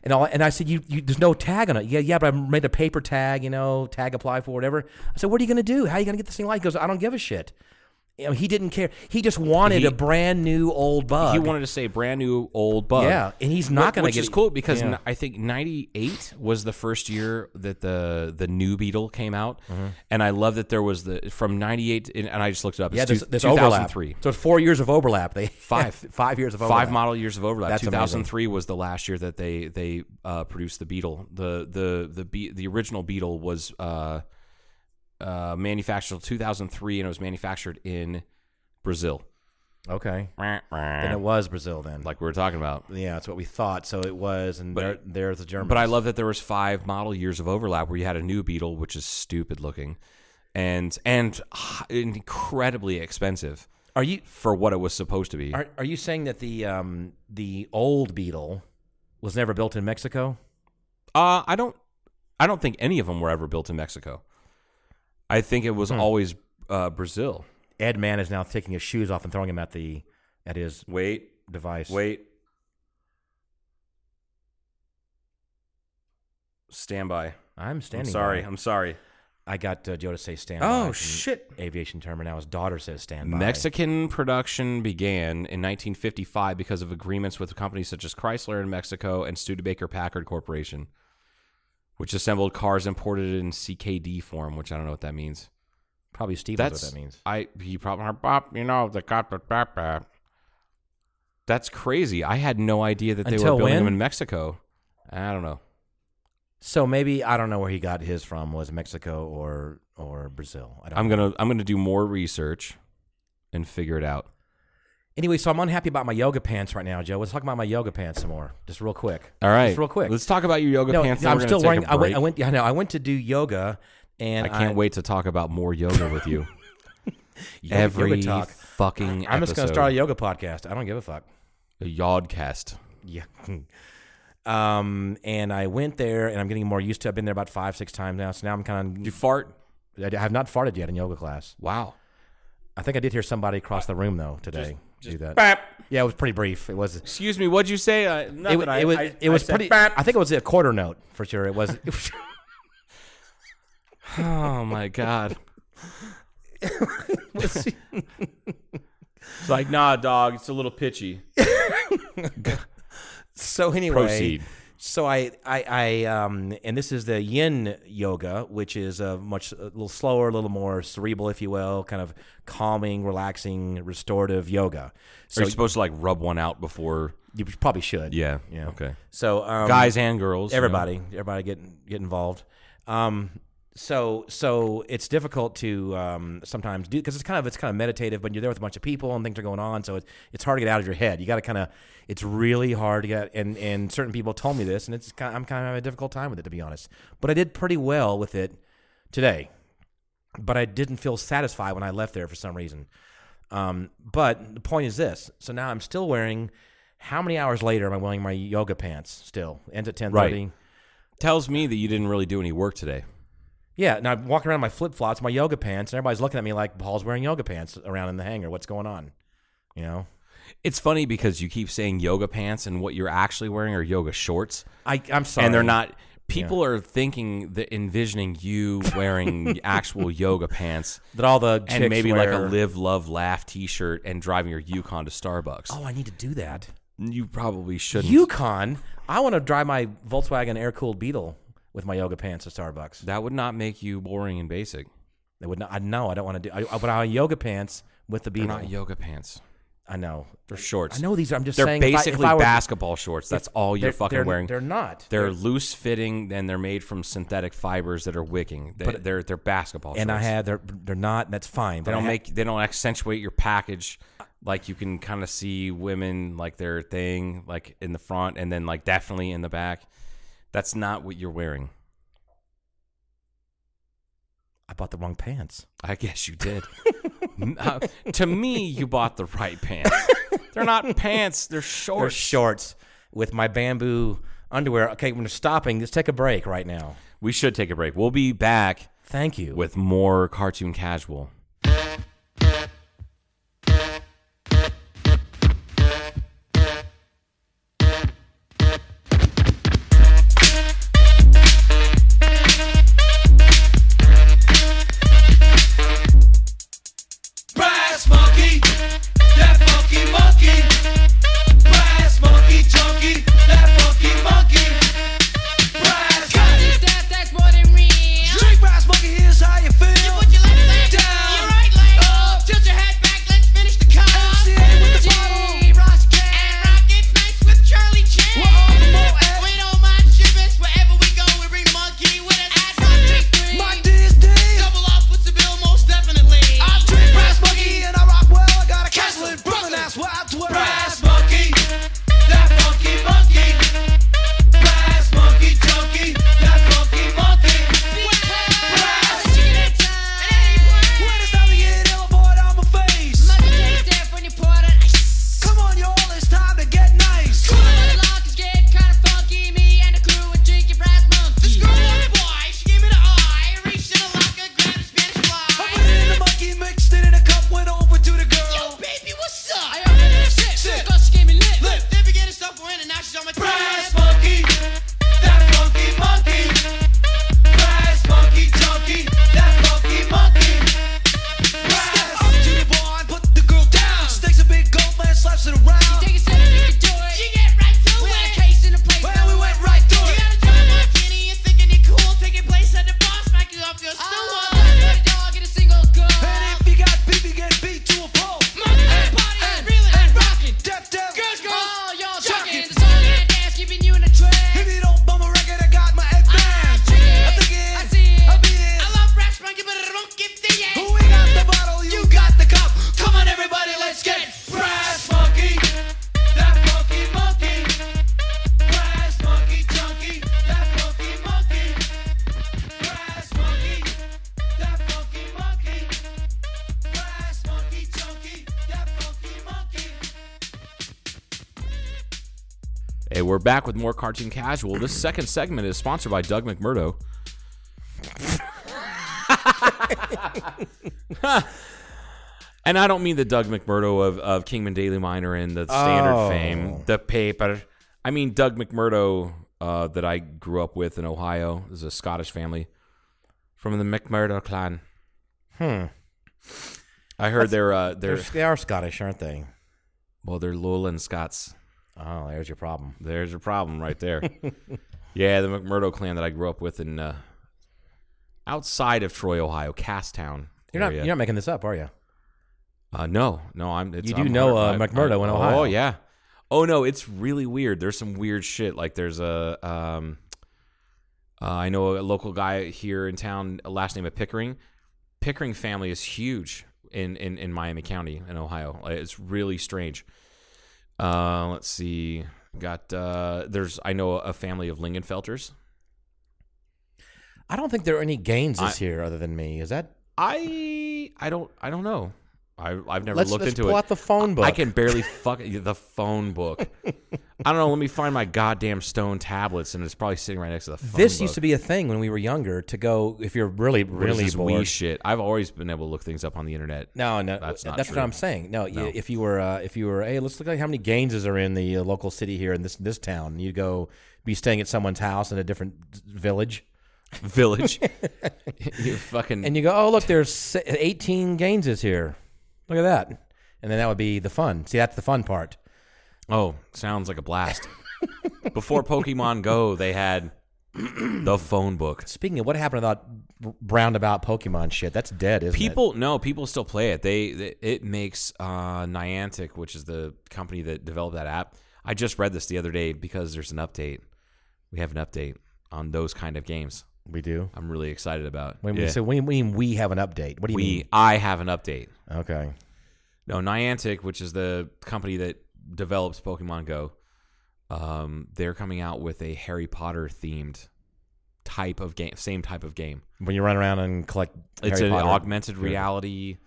Speaker 6: And all, and I said, you, you, there's no tag on it. Yeah, yeah, but I made a paper tag, you know, tag apply for whatever. I said, what are you gonna do? How are you gonna get this thing light? He goes, I don't give a shit. You know, he didn't care. He just wanted
Speaker 5: He-
Speaker 6: a brand new old bug.
Speaker 5: he wanted to say brand new old bug.
Speaker 6: Yeah, and he's not
Speaker 5: Wh-
Speaker 6: gonna
Speaker 5: which
Speaker 6: get
Speaker 5: is
Speaker 6: it.
Speaker 5: cool because
Speaker 6: Yeah.
Speaker 5: n- I think '98 was the first year that the the new Beetle came out,
Speaker 6: Mm-hmm.
Speaker 5: and I love that there was the from '98 and and I just looked it up.
Speaker 6: yeah,
Speaker 5: It's
Speaker 6: this,
Speaker 5: two-
Speaker 6: this overlap.
Speaker 5: 2003.
Speaker 6: So it's four years of overlap. They
Speaker 5: Five.
Speaker 6: five years of overlap.
Speaker 5: Five model years of overlap.
Speaker 6: That's amazing.
Speaker 5: 2003 was the last year that they they uh, produced the Beetle. The the the Be- the original Beetle was uh, uh, manufactured 2003 and it was manufactured in Brazil.
Speaker 6: Okay, Eh. then it
Speaker 5: Like
Speaker 6: was Brazil then.
Speaker 5: we were talking about.
Speaker 6: Yeah, that's what we thought. So it was, and
Speaker 5: But-
Speaker 6: there, there's the German.
Speaker 5: But I love that there was five model years of overlap where you had a new Beetle, which is stupid looking, and and h- incredibly expensive
Speaker 6: are you
Speaker 5: for what it was supposed to be.
Speaker 6: are, are you saying that the um the old Beetle was never built in Mexico?
Speaker 5: Uh, I don't. I don't think any of them were ever built in Mexico. I think it
Speaker 6: Hmm.
Speaker 5: was always uh, Brazil.
Speaker 6: Ed Mann is now taking his shoes off and throwing them at the at his
Speaker 5: Wait,
Speaker 6: device.
Speaker 5: wait. Stand by.
Speaker 6: I'm standing.
Speaker 5: I'm sorry.
Speaker 6: by.
Speaker 5: I'm sorry.
Speaker 6: I got uh, Joe to say stand.
Speaker 5: Oh,
Speaker 6: by. It's an
Speaker 5: shit.
Speaker 6: Aviation term, and now his daughter says stand by.
Speaker 5: Mexican production began in 1955 because of agreements with companies such as Chrysler in Mexico and Studebaker Packard Corporation, which assembled cars imported in CKD form, which I don't know what that means.
Speaker 6: Probably Steve knows
Speaker 5: That's
Speaker 6: what that means.
Speaker 5: I he probably you know the cop- bop, bop, bop. That's crazy. I had no idea that they
Speaker 6: Until
Speaker 5: were building them
Speaker 6: when?
Speaker 5: in Mexico. I don't know.
Speaker 6: So maybe I don't know where he got his from. Was Mexico or or Brazil? I don't.
Speaker 5: I'm
Speaker 6: know.
Speaker 5: gonna I'm gonna do more research and figure it out.
Speaker 6: Anyway, so I'm unhappy about my yoga pants right now, Joe. Let's talk about my yoga pants some more, just real quick.
Speaker 5: All right,
Speaker 6: just real quick.
Speaker 5: Let's talk about your yoga
Speaker 6: no,
Speaker 5: pants. then
Speaker 6: I'm
Speaker 5: we're gonna
Speaker 6: still
Speaker 5: take a
Speaker 6: wearing. I went.
Speaker 5: break.
Speaker 6: I went. Yeah, no, I went to do yoga, and
Speaker 5: I can't wait to talk about more yoga with you.
Speaker 6: Yoga,
Speaker 5: Every
Speaker 6: yoga talk.
Speaker 5: fucking.
Speaker 6: I'm just gonna
Speaker 5: episode.
Speaker 6: start a yoga podcast. I don't give a fuck.
Speaker 5: a yodcast.
Speaker 6: Yeah. um, and I went there, and I'm getting more used to. it. I've been there about five, six times now. So now I'm kind
Speaker 5: You fart.
Speaker 6: of. I have not farted yet in yoga class.
Speaker 5: Wow.
Speaker 6: I think I did hear somebody across the room though today do that. Yeah, it was pretty brief. It was.
Speaker 5: Excuse me. What'd you say? Uh,
Speaker 6: It,
Speaker 5: nothing.
Speaker 6: wa-
Speaker 5: I-
Speaker 6: it was.
Speaker 5: I-
Speaker 6: it was
Speaker 5: I said
Speaker 6: pretty.
Speaker 5: bap.
Speaker 6: I think it was a quarter note for sure. It was. It was
Speaker 5: Oh my god. it's like, nah, dog, it's a little pitchy.
Speaker 6: so anyway.
Speaker 5: Proceed.
Speaker 6: So I, I, I, um, and this is the Yin yoga, which is a much a little slower, a little more cerebral, if you will, kind of calming, relaxing, restorative yoga.
Speaker 5: Are
Speaker 6: So
Speaker 5: you supposed to like rub one out before?
Speaker 6: you probably should.
Speaker 5: Yeah. Yeah. Okay.
Speaker 6: So um,
Speaker 5: Guys and girls. you know?
Speaker 6: everybody, everybody get get involved. Um, so so it's difficult to um, sometimes do because it's kind of it's kind of meditative, but you're there with a bunch of people and things are going on, so it's it's hard to get out of your head. You got to kind of it's really hard to get and and certain people told me this, and it's kind of, I'm kind of having a difficult time with it to be honest. But I did pretty well with it today, but I didn't feel satisfied when I left there for some reason. Um, but the point is this: so now I'm still wearing. How many hours later am I wearing my yoga pants? Still ends at ten thirty.
Speaker 5: Right. tells me that you didn't really do any work today.
Speaker 6: Yeah, and I'm walking around in my flip flops, my yoga pants, and everybody's looking at me like Paul's wearing yoga pants around in the hangar. What's going on? You know,
Speaker 5: It's funny because you keep saying yoga pants and what you're actually wearing are yoga shorts,
Speaker 6: I I'm sorry,
Speaker 5: and they're not. People are thinking that envisioning you wearing actual yoga pants
Speaker 6: that all the
Speaker 5: and
Speaker 6: chicks
Speaker 5: maybe like a
Speaker 6: wear-
Speaker 5: live, love, laugh T-shirt and driving your Yukon to Starbucks.
Speaker 6: Oh, I need to do that.
Speaker 5: You probably shouldn't.
Speaker 6: Yukon. I want to drive my Volkswagen air cooled Beetle with my yoga pants to Starbucks.
Speaker 5: that would not make you boring and basic.
Speaker 6: They would not. I know. I don't want to do. I, I- but I want yoga pants with the
Speaker 5: They're
Speaker 6: Beetle.
Speaker 5: not yoga pants.
Speaker 6: I know.
Speaker 5: They're shorts.
Speaker 6: I know these. are- I'm just
Speaker 5: They're
Speaker 6: saying. if I- if
Speaker 5: basically
Speaker 6: I were-
Speaker 5: basketball shorts. That's all you're
Speaker 6: they're-
Speaker 5: fucking
Speaker 6: they're-
Speaker 5: wearing.
Speaker 6: They're not.
Speaker 5: They're loose fitting, and they're made from synthetic fibers that are wicking. They,
Speaker 6: But-
Speaker 5: they're they're basketball.
Speaker 6: and I
Speaker 5: shorts.
Speaker 6: had. They're they're not. And that's fine.
Speaker 5: They
Speaker 6: but I
Speaker 5: don't
Speaker 6: ha-
Speaker 5: make. They don't accentuate your package. Like you can kind of see women like their thing, like in the front, and then like definitely in the back. That's not what you're wearing.
Speaker 6: I bought the wrong pants.
Speaker 5: I guess you did. Uh, to me, you bought the right pants. They're not pants. They're shorts.
Speaker 6: Or shorts with my bamboo underwear. Okay, we're stopping. Let's take a break right now.
Speaker 5: We should take a break. We'll be back
Speaker 6: Thank you.
Speaker 5: with more cartoon casual.
Speaker 7: Brass monkey, that funky monkey. Brass monkey, chunky, that funky monkey. Brass monkey,
Speaker 8: That, that's more than real.
Speaker 7: drink brass monkey, here's how you feel.
Speaker 8: Put your left leg
Speaker 7: Down.
Speaker 8: your right leg
Speaker 7: Up.
Speaker 8: tilt your head back, let's finish the cut.
Speaker 7: MCA with the bottle.
Speaker 8: Jay Ross Cat. And Rocket Nights with Charlie Chan.
Speaker 7: We're on the ball at-
Speaker 8: We don't mind shipments, wherever we go, we bring the monkey with us. That's my trick three.
Speaker 7: My D is D.
Speaker 8: Double off with the bill, most definitely.
Speaker 7: I drink brass monkey and I rock well. I got a castle in Brooklyn, that's where I dwell. Brass monkey, that funky monkey. Brass monkey, chunky, that funky monkey.
Speaker 8: Brass. Chicken and time.
Speaker 7: When it's time to get ill, avoid all my face.
Speaker 8: Mother takes that from your port on ice.
Speaker 7: Come on, y'all, it's time to get nice.
Speaker 8: Cool the lock is getting kinda funky. Me and the crew are drinking brass monkey. This girl wanted boy, she gave me the eye. Reached in the locker, grabbed a Spanish
Speaker 7: I put it in
Speaker 8: fly.
Speaker 7: the monkey, mixed it in a cup, went over to the
Speaker 8: Yo,
Speaker 7: girl.
Speaker 8: baby, what's up? I offered her a sip.
Speaker 7: Sip.
Speaker 8: Because she gave me lip.
Speaker 7: Lip.
Speaker 8: Then began to stuff her in and now she's on my
Speaker 7: Brass
Speaker 8: tip.
Speaker 7: monkey, that funky monkey. Brass monkey, junkie, that funky monkey. Brass up to the bar and put the girl down. Stakes a big gold man, slaps it around.
Speaker 8: Take a sip, you can do it. She get right to
Speaker 7: We
Speaker 8: it.
Speaker 7: had a
Speaker 8: case in the place.
Speaker 7: Well, we went right
Speaker 8: You
Speaker 7: through it.
Speaker 8: gotta drive my kitty and thinking you're cool. Taking place at the bar, smack you off your stool. Let the dog get a single girl.
Speaker 7: And if you got beef, you get beat to a pulp.
Speaker 8: Mother
Speaker 7: And-
Speaker 8: party is
Speaker 7: and-
Speaker 8: reeling and rocking.
Speaker 7: Death, Oh, death,
Speaker 8: Girls, girls, all Oh, y'all
Speaker 7: Shocking.
Speaker 8: talking. The song and dance keeping you in the
Speaker 7: If
Speaker 8: trance.
Speaker 7: you don't bum a record, I got my advance.
Speaker 8: I check it.
Speaker 7: I think it.
Speaker 8: I see it.
Speaker 7: I beat it.
Speaker 8: I love brass monkey, but I don't give the yank.
Speaker 7: Who we got the bottle, Ah, you got the cup. Come on, everybody, let's get brass monkey. That funky monkey. Brass monkey, junkie. That funky monkey. Brass monkey. That funky monkey. Brass monkey, junkie. That funky monkey.
Speaker 5: Hey, we're back with more cartoon casual. This second segment is sponsored by Doug McMurdo. and I don't mean the Doug McMurdo of, of Kingman Daily Miner and the Standard
Speaker 6: Oh.
Speaker 5: fame, the paper. I mean Doug McMurdo uh, that I grew up with in Ohio. This is a Scottish family from the McMurdo clan. Hmm. I heard they're uh,
Speaker 6: They're,
Speaker 5: they're
Speaker 6: they are Scottish, aren't they?
Speaker 5: well they're Lowland Scots.
Speaker 6: Oh, there's your problem.
Speaker 5: There's your problem right there. yeah, the McMurdo clan that I grew up with in uh, outside of Troy, Ohio, Casstown.
Speaker 6: You're not
Speaker 5: area.
Speaker 6: you're not making this up, are you?
Speaker 5: Uh, no, no, I'm. It's,
Speaker 6: You do
Speaker 5: I'm
Speaker 6: know,
Speaker 5: hard-
Speaker 6: uh,
Speaker 5: I-
Speaker 6: McMurdo
Speaker 5: I-
Speaker 6: in Ohio.
Speaker 5: Oh yeah. Oh no, it's really weird. There's some weird shit. Like there's a, um, uh, I know a local guy here in town. Last name of Pickering. Pickering family is huge in in, in Miami County in Ohio. Like, It's really strange. Uh, let's see. Got uh, there's I know a family of Lingenfelters.
Speaker 6: I don't think there are any gains this
Speaker 5: I-
Speaker 6: year other than me. Is that?
Speaker 5: I I don't I don't know. I I've never
Speaker 6: Let's-
Speaker 5: looked
Speaker 6: let's
Speaker 5: into
Speaker 6: pull
Speaker 5: it.
Speaker 6: out the phone book.
Speaker 5: I can barely fuck the phone book. I don't know. Let me find my goddamn stone tablets, and it's probably sitting right next to the phone.
Speaker 6: This used to be a thing when we were younger to go if you're really really
Speaker 5: this
Speaker 6: bored.
Speaker 5: wee shit. I've always been able to look things up on the internet.
Speaker 6: No, no,
Speaker 5: That's
Speaker 6: that's,
Speaker 5: not
Speaker 6: what
Speaker 5: true.
Speaker 6: I'm saying. No, y
Speaker 5: No.
Speaker 6: if you were, uh, if you were, hey, let's look at how many Gaineses are in the uh, local city here in this this town. You would go be staying at someone's house in a different village,
Speaker 5: Village, you fucking
Speaker 6: and you go, oh look, there's se- 18 Gaineses here. Look at that, and then that would be the fun. See, that's the fun part.
Speaker 5: oh, sounds like a blast. Before Pokemon Go, they had the phone book.
Speaker 6: Speaking of what happened to that roundabout Pokemon shit, that's dead, isn't it?
Speaker 5: People no, people still play it. They, they it makes uh, Niantic, which is the company that developed that app. I just read this the other day because there's an update. We have an update on those kind of games.
Speaker 6: we do.
Speaker 5: I'm really excited about.
Speaker 6: When
Speaker 5: Yeah.
Speaker 6: we, so we mean we have an update. What do you
Speaker 5: we,
Speaker 6: mean?
Speaker 5: I have an update.
Speaker 6: Okay.
Speaker 5: No, Niantic, which is the company that develops Pokemon Go, um, they're coming out with a Harry Potter themed type of game, same type of game.
Speaker 6: When you run around and collect,
Speaker 5: it's
Speaker 6: Harry
Speaker 5: an
Speaker 6: Potter-
Speaker 5: augmented reality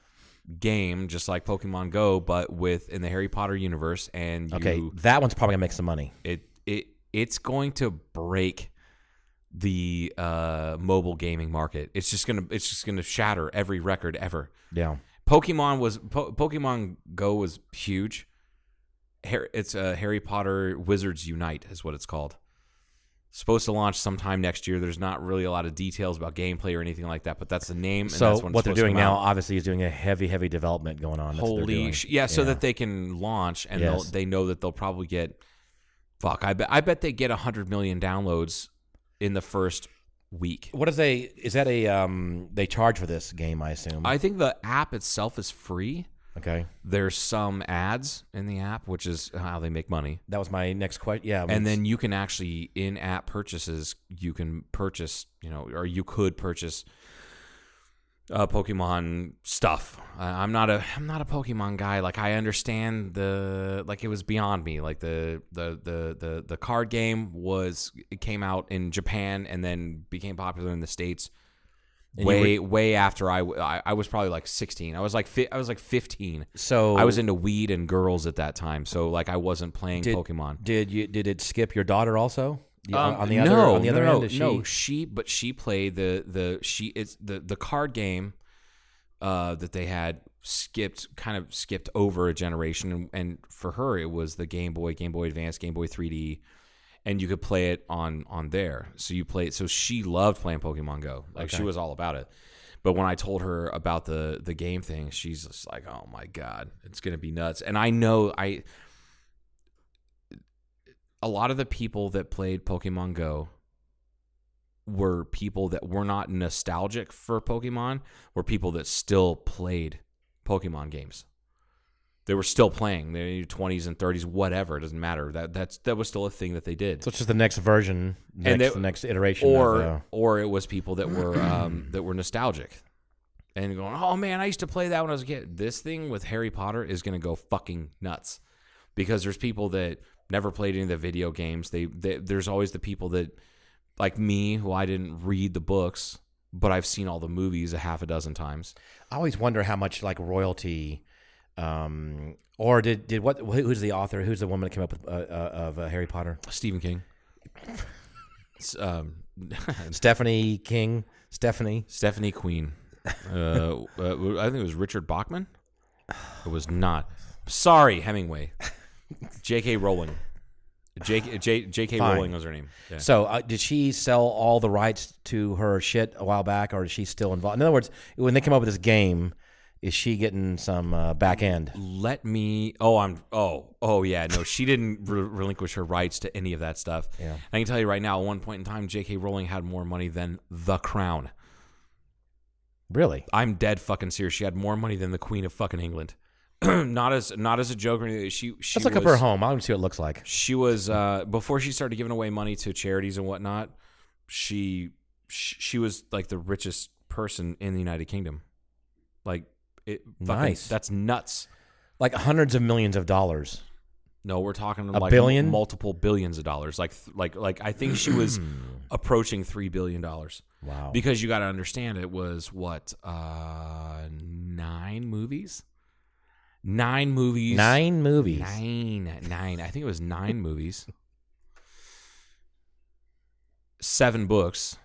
Speaker 5: game, just like Pokemon Go, but with in the Harry Potter universe. And you,
Speaker 6: Okay, that one's probably gonna make some money.
Speaker 5: it it it's going to break the uh, mobile gaming market. It's just gonna it's just gonna shatter every record ever.
Speaker 6: Yeah.
Speaker 5: Pokemon was po- Pokemon Go was huge. Har- it's uh, Harry Potter Wizards Unite is what it's called. Supposed to launch sometime next year. There's not really a lot of details about gameplay or anything like that, but that's the name. And
Speaker 6: So
Speaker 5: that's when it's
Speaker 6: what they're
Speaker 5: supposed to
Speaker 6: doing
Speaker 5: come
Speaker 6: now,
Speaker 5: out.
Speaker 6: obviously, is doing a heavy, heavy development going on. That's what they're
Speaker 5: holy
Speaker 6: doing.
Speaker 5: sh- yeah, so that they can launch and they'll,
Speaker 6: Yes.
Speaker 5: they know that they'll probably get fuck. I bet I bet they get hundred million downloads in the first week.
Speaker 6: what is they? Is that a um? They charge for this game, I assume.
Speaker 5: I think the app itself is free.
Speaker 6: okay,
Speaker 5: There's some ads in the app, which is how they make money.
Speaker 6: that was my next question. Yeah, I mean,
Speaker 5: and then you can actually in app purchases you can purchase you know or you could purchase uh, Pokemon stuff. I I'm not a I'm not a Pokemon guy. Like I understand the like it was beyond me. Like the the the the, the card game was it came out in Japan and then became popular in the states.
Speaker 6: And you
Speaker 5: way way after I, w- I I was probably like 16. I was like fi- I was like 15.
Speaker 6: so
Speaker 5: I was into weed and girls at that time. So like I wasn't playing
Speaker 6: did,
Speaker 5: Pokemon.
Speaker 6: Did you? Did it skip your daughter also? You- on-
Speaker 5: Um,
Speaker 6: on the
Speaker 5: no,
Speaker 6: other, on the other
Speaker 5: no,
Speaker 6: end, is she?
Speaker 5: no, she but she played the the she it's the the card game uh, that they had skipped kind of skipped over a generation, and, and for her it was the Game Boy, Game Boy Advance, Game Boy 3D, and you could play it on on there. So you play it. So she loved playing Pokemon Go. Like she was all about it. But when I told her about the the game thing, she's just like, "Oh my god, it's gonna be nuts." And I know I a lot of the people that played Pokemon Go were people that were not nostalgic for Pokemon, were people that still played Pokemon games. They were still playing. They're in their twenties and thirties, whatever. It doesn't matter. That that's that was still a thing that they did.
Speaker 6: So it's just the next version, next,
Speaker 5: And they-
Speaker 6: the next iteration,
Speaker 5: or
Speaker 6: Of, uh,
Speaker 5: or it was people that were um, that were nostalgic and going, "Oh man, I used to play that when I was a kid." This thing with Harry Potter is going to go fucking nuts because there's people that never played any of the video games. They, they there's always the people that like me who I didn't read the books, but I've seen all the movies a half a dozen times.
Speaker 6: I always wonder how much like royalty, um, or did did what? who- Who's the author? Who's the woman that came up with uh, uh, of uh, Harry Potter?
Speaker 5: Stephen King. S- um,
Speaker 6: Stephanie King. Stephanie.
Speaker 5: Stephanie Queen. Uh, uh, I think it was Richard Bachman. It was not. Sorry, Hemingway. J.K. Rowling. J.K. J, J.K.
Speaker 6: Fine.
Speaker 5: Rowling was her name. Yeah.
Speaker 6: So, uh, did she sell all the rights to her shit a while back, or is she still involved? In other words, when they came up with this game, Is she getting some uh, back end?
Speaker 5: Let me. Oh, I'm. Oh, oh yeah. No, she didn't re- relinquish her rights to any of that stuff. Yeah. I can tell you right now, at one point in time, J.K. Rowling had more money than The Crown.
Speaker 6: Really?
Speaker 5: I'm dead fucking serious. She had more money than the Queen of fucking England. not as not as a joke or anything. She she
Speaker 6: Let's look up
Speaker 5: was-
Speaker 6: her home. I want to see what it looks like.
Speaker 5: She was uh, before she started giving away money to charities and whatnot. She sh- she was like the richest person in the United Kingdom. Like it, fucking-
Speaker 6: Nice.
Speaker 5: That's nuts.
Speaker 6: Like hundreds of millions of dollars.
Speaker 5: No, we're talking
Speaker 6: A
Speaker 5: like
Speaker 6: billion?
Speaker 5: multiple billions of dollars. Like th- like like I think she was approaching three billion dollars.
Speaker 6: Wow.
Speaker 5: Because you got to understand, it was what uh, nine movies, nine movies,
Speaker 6: Nine movies.
Speaker 5: nine, nine. I think it was nine movies, seven books,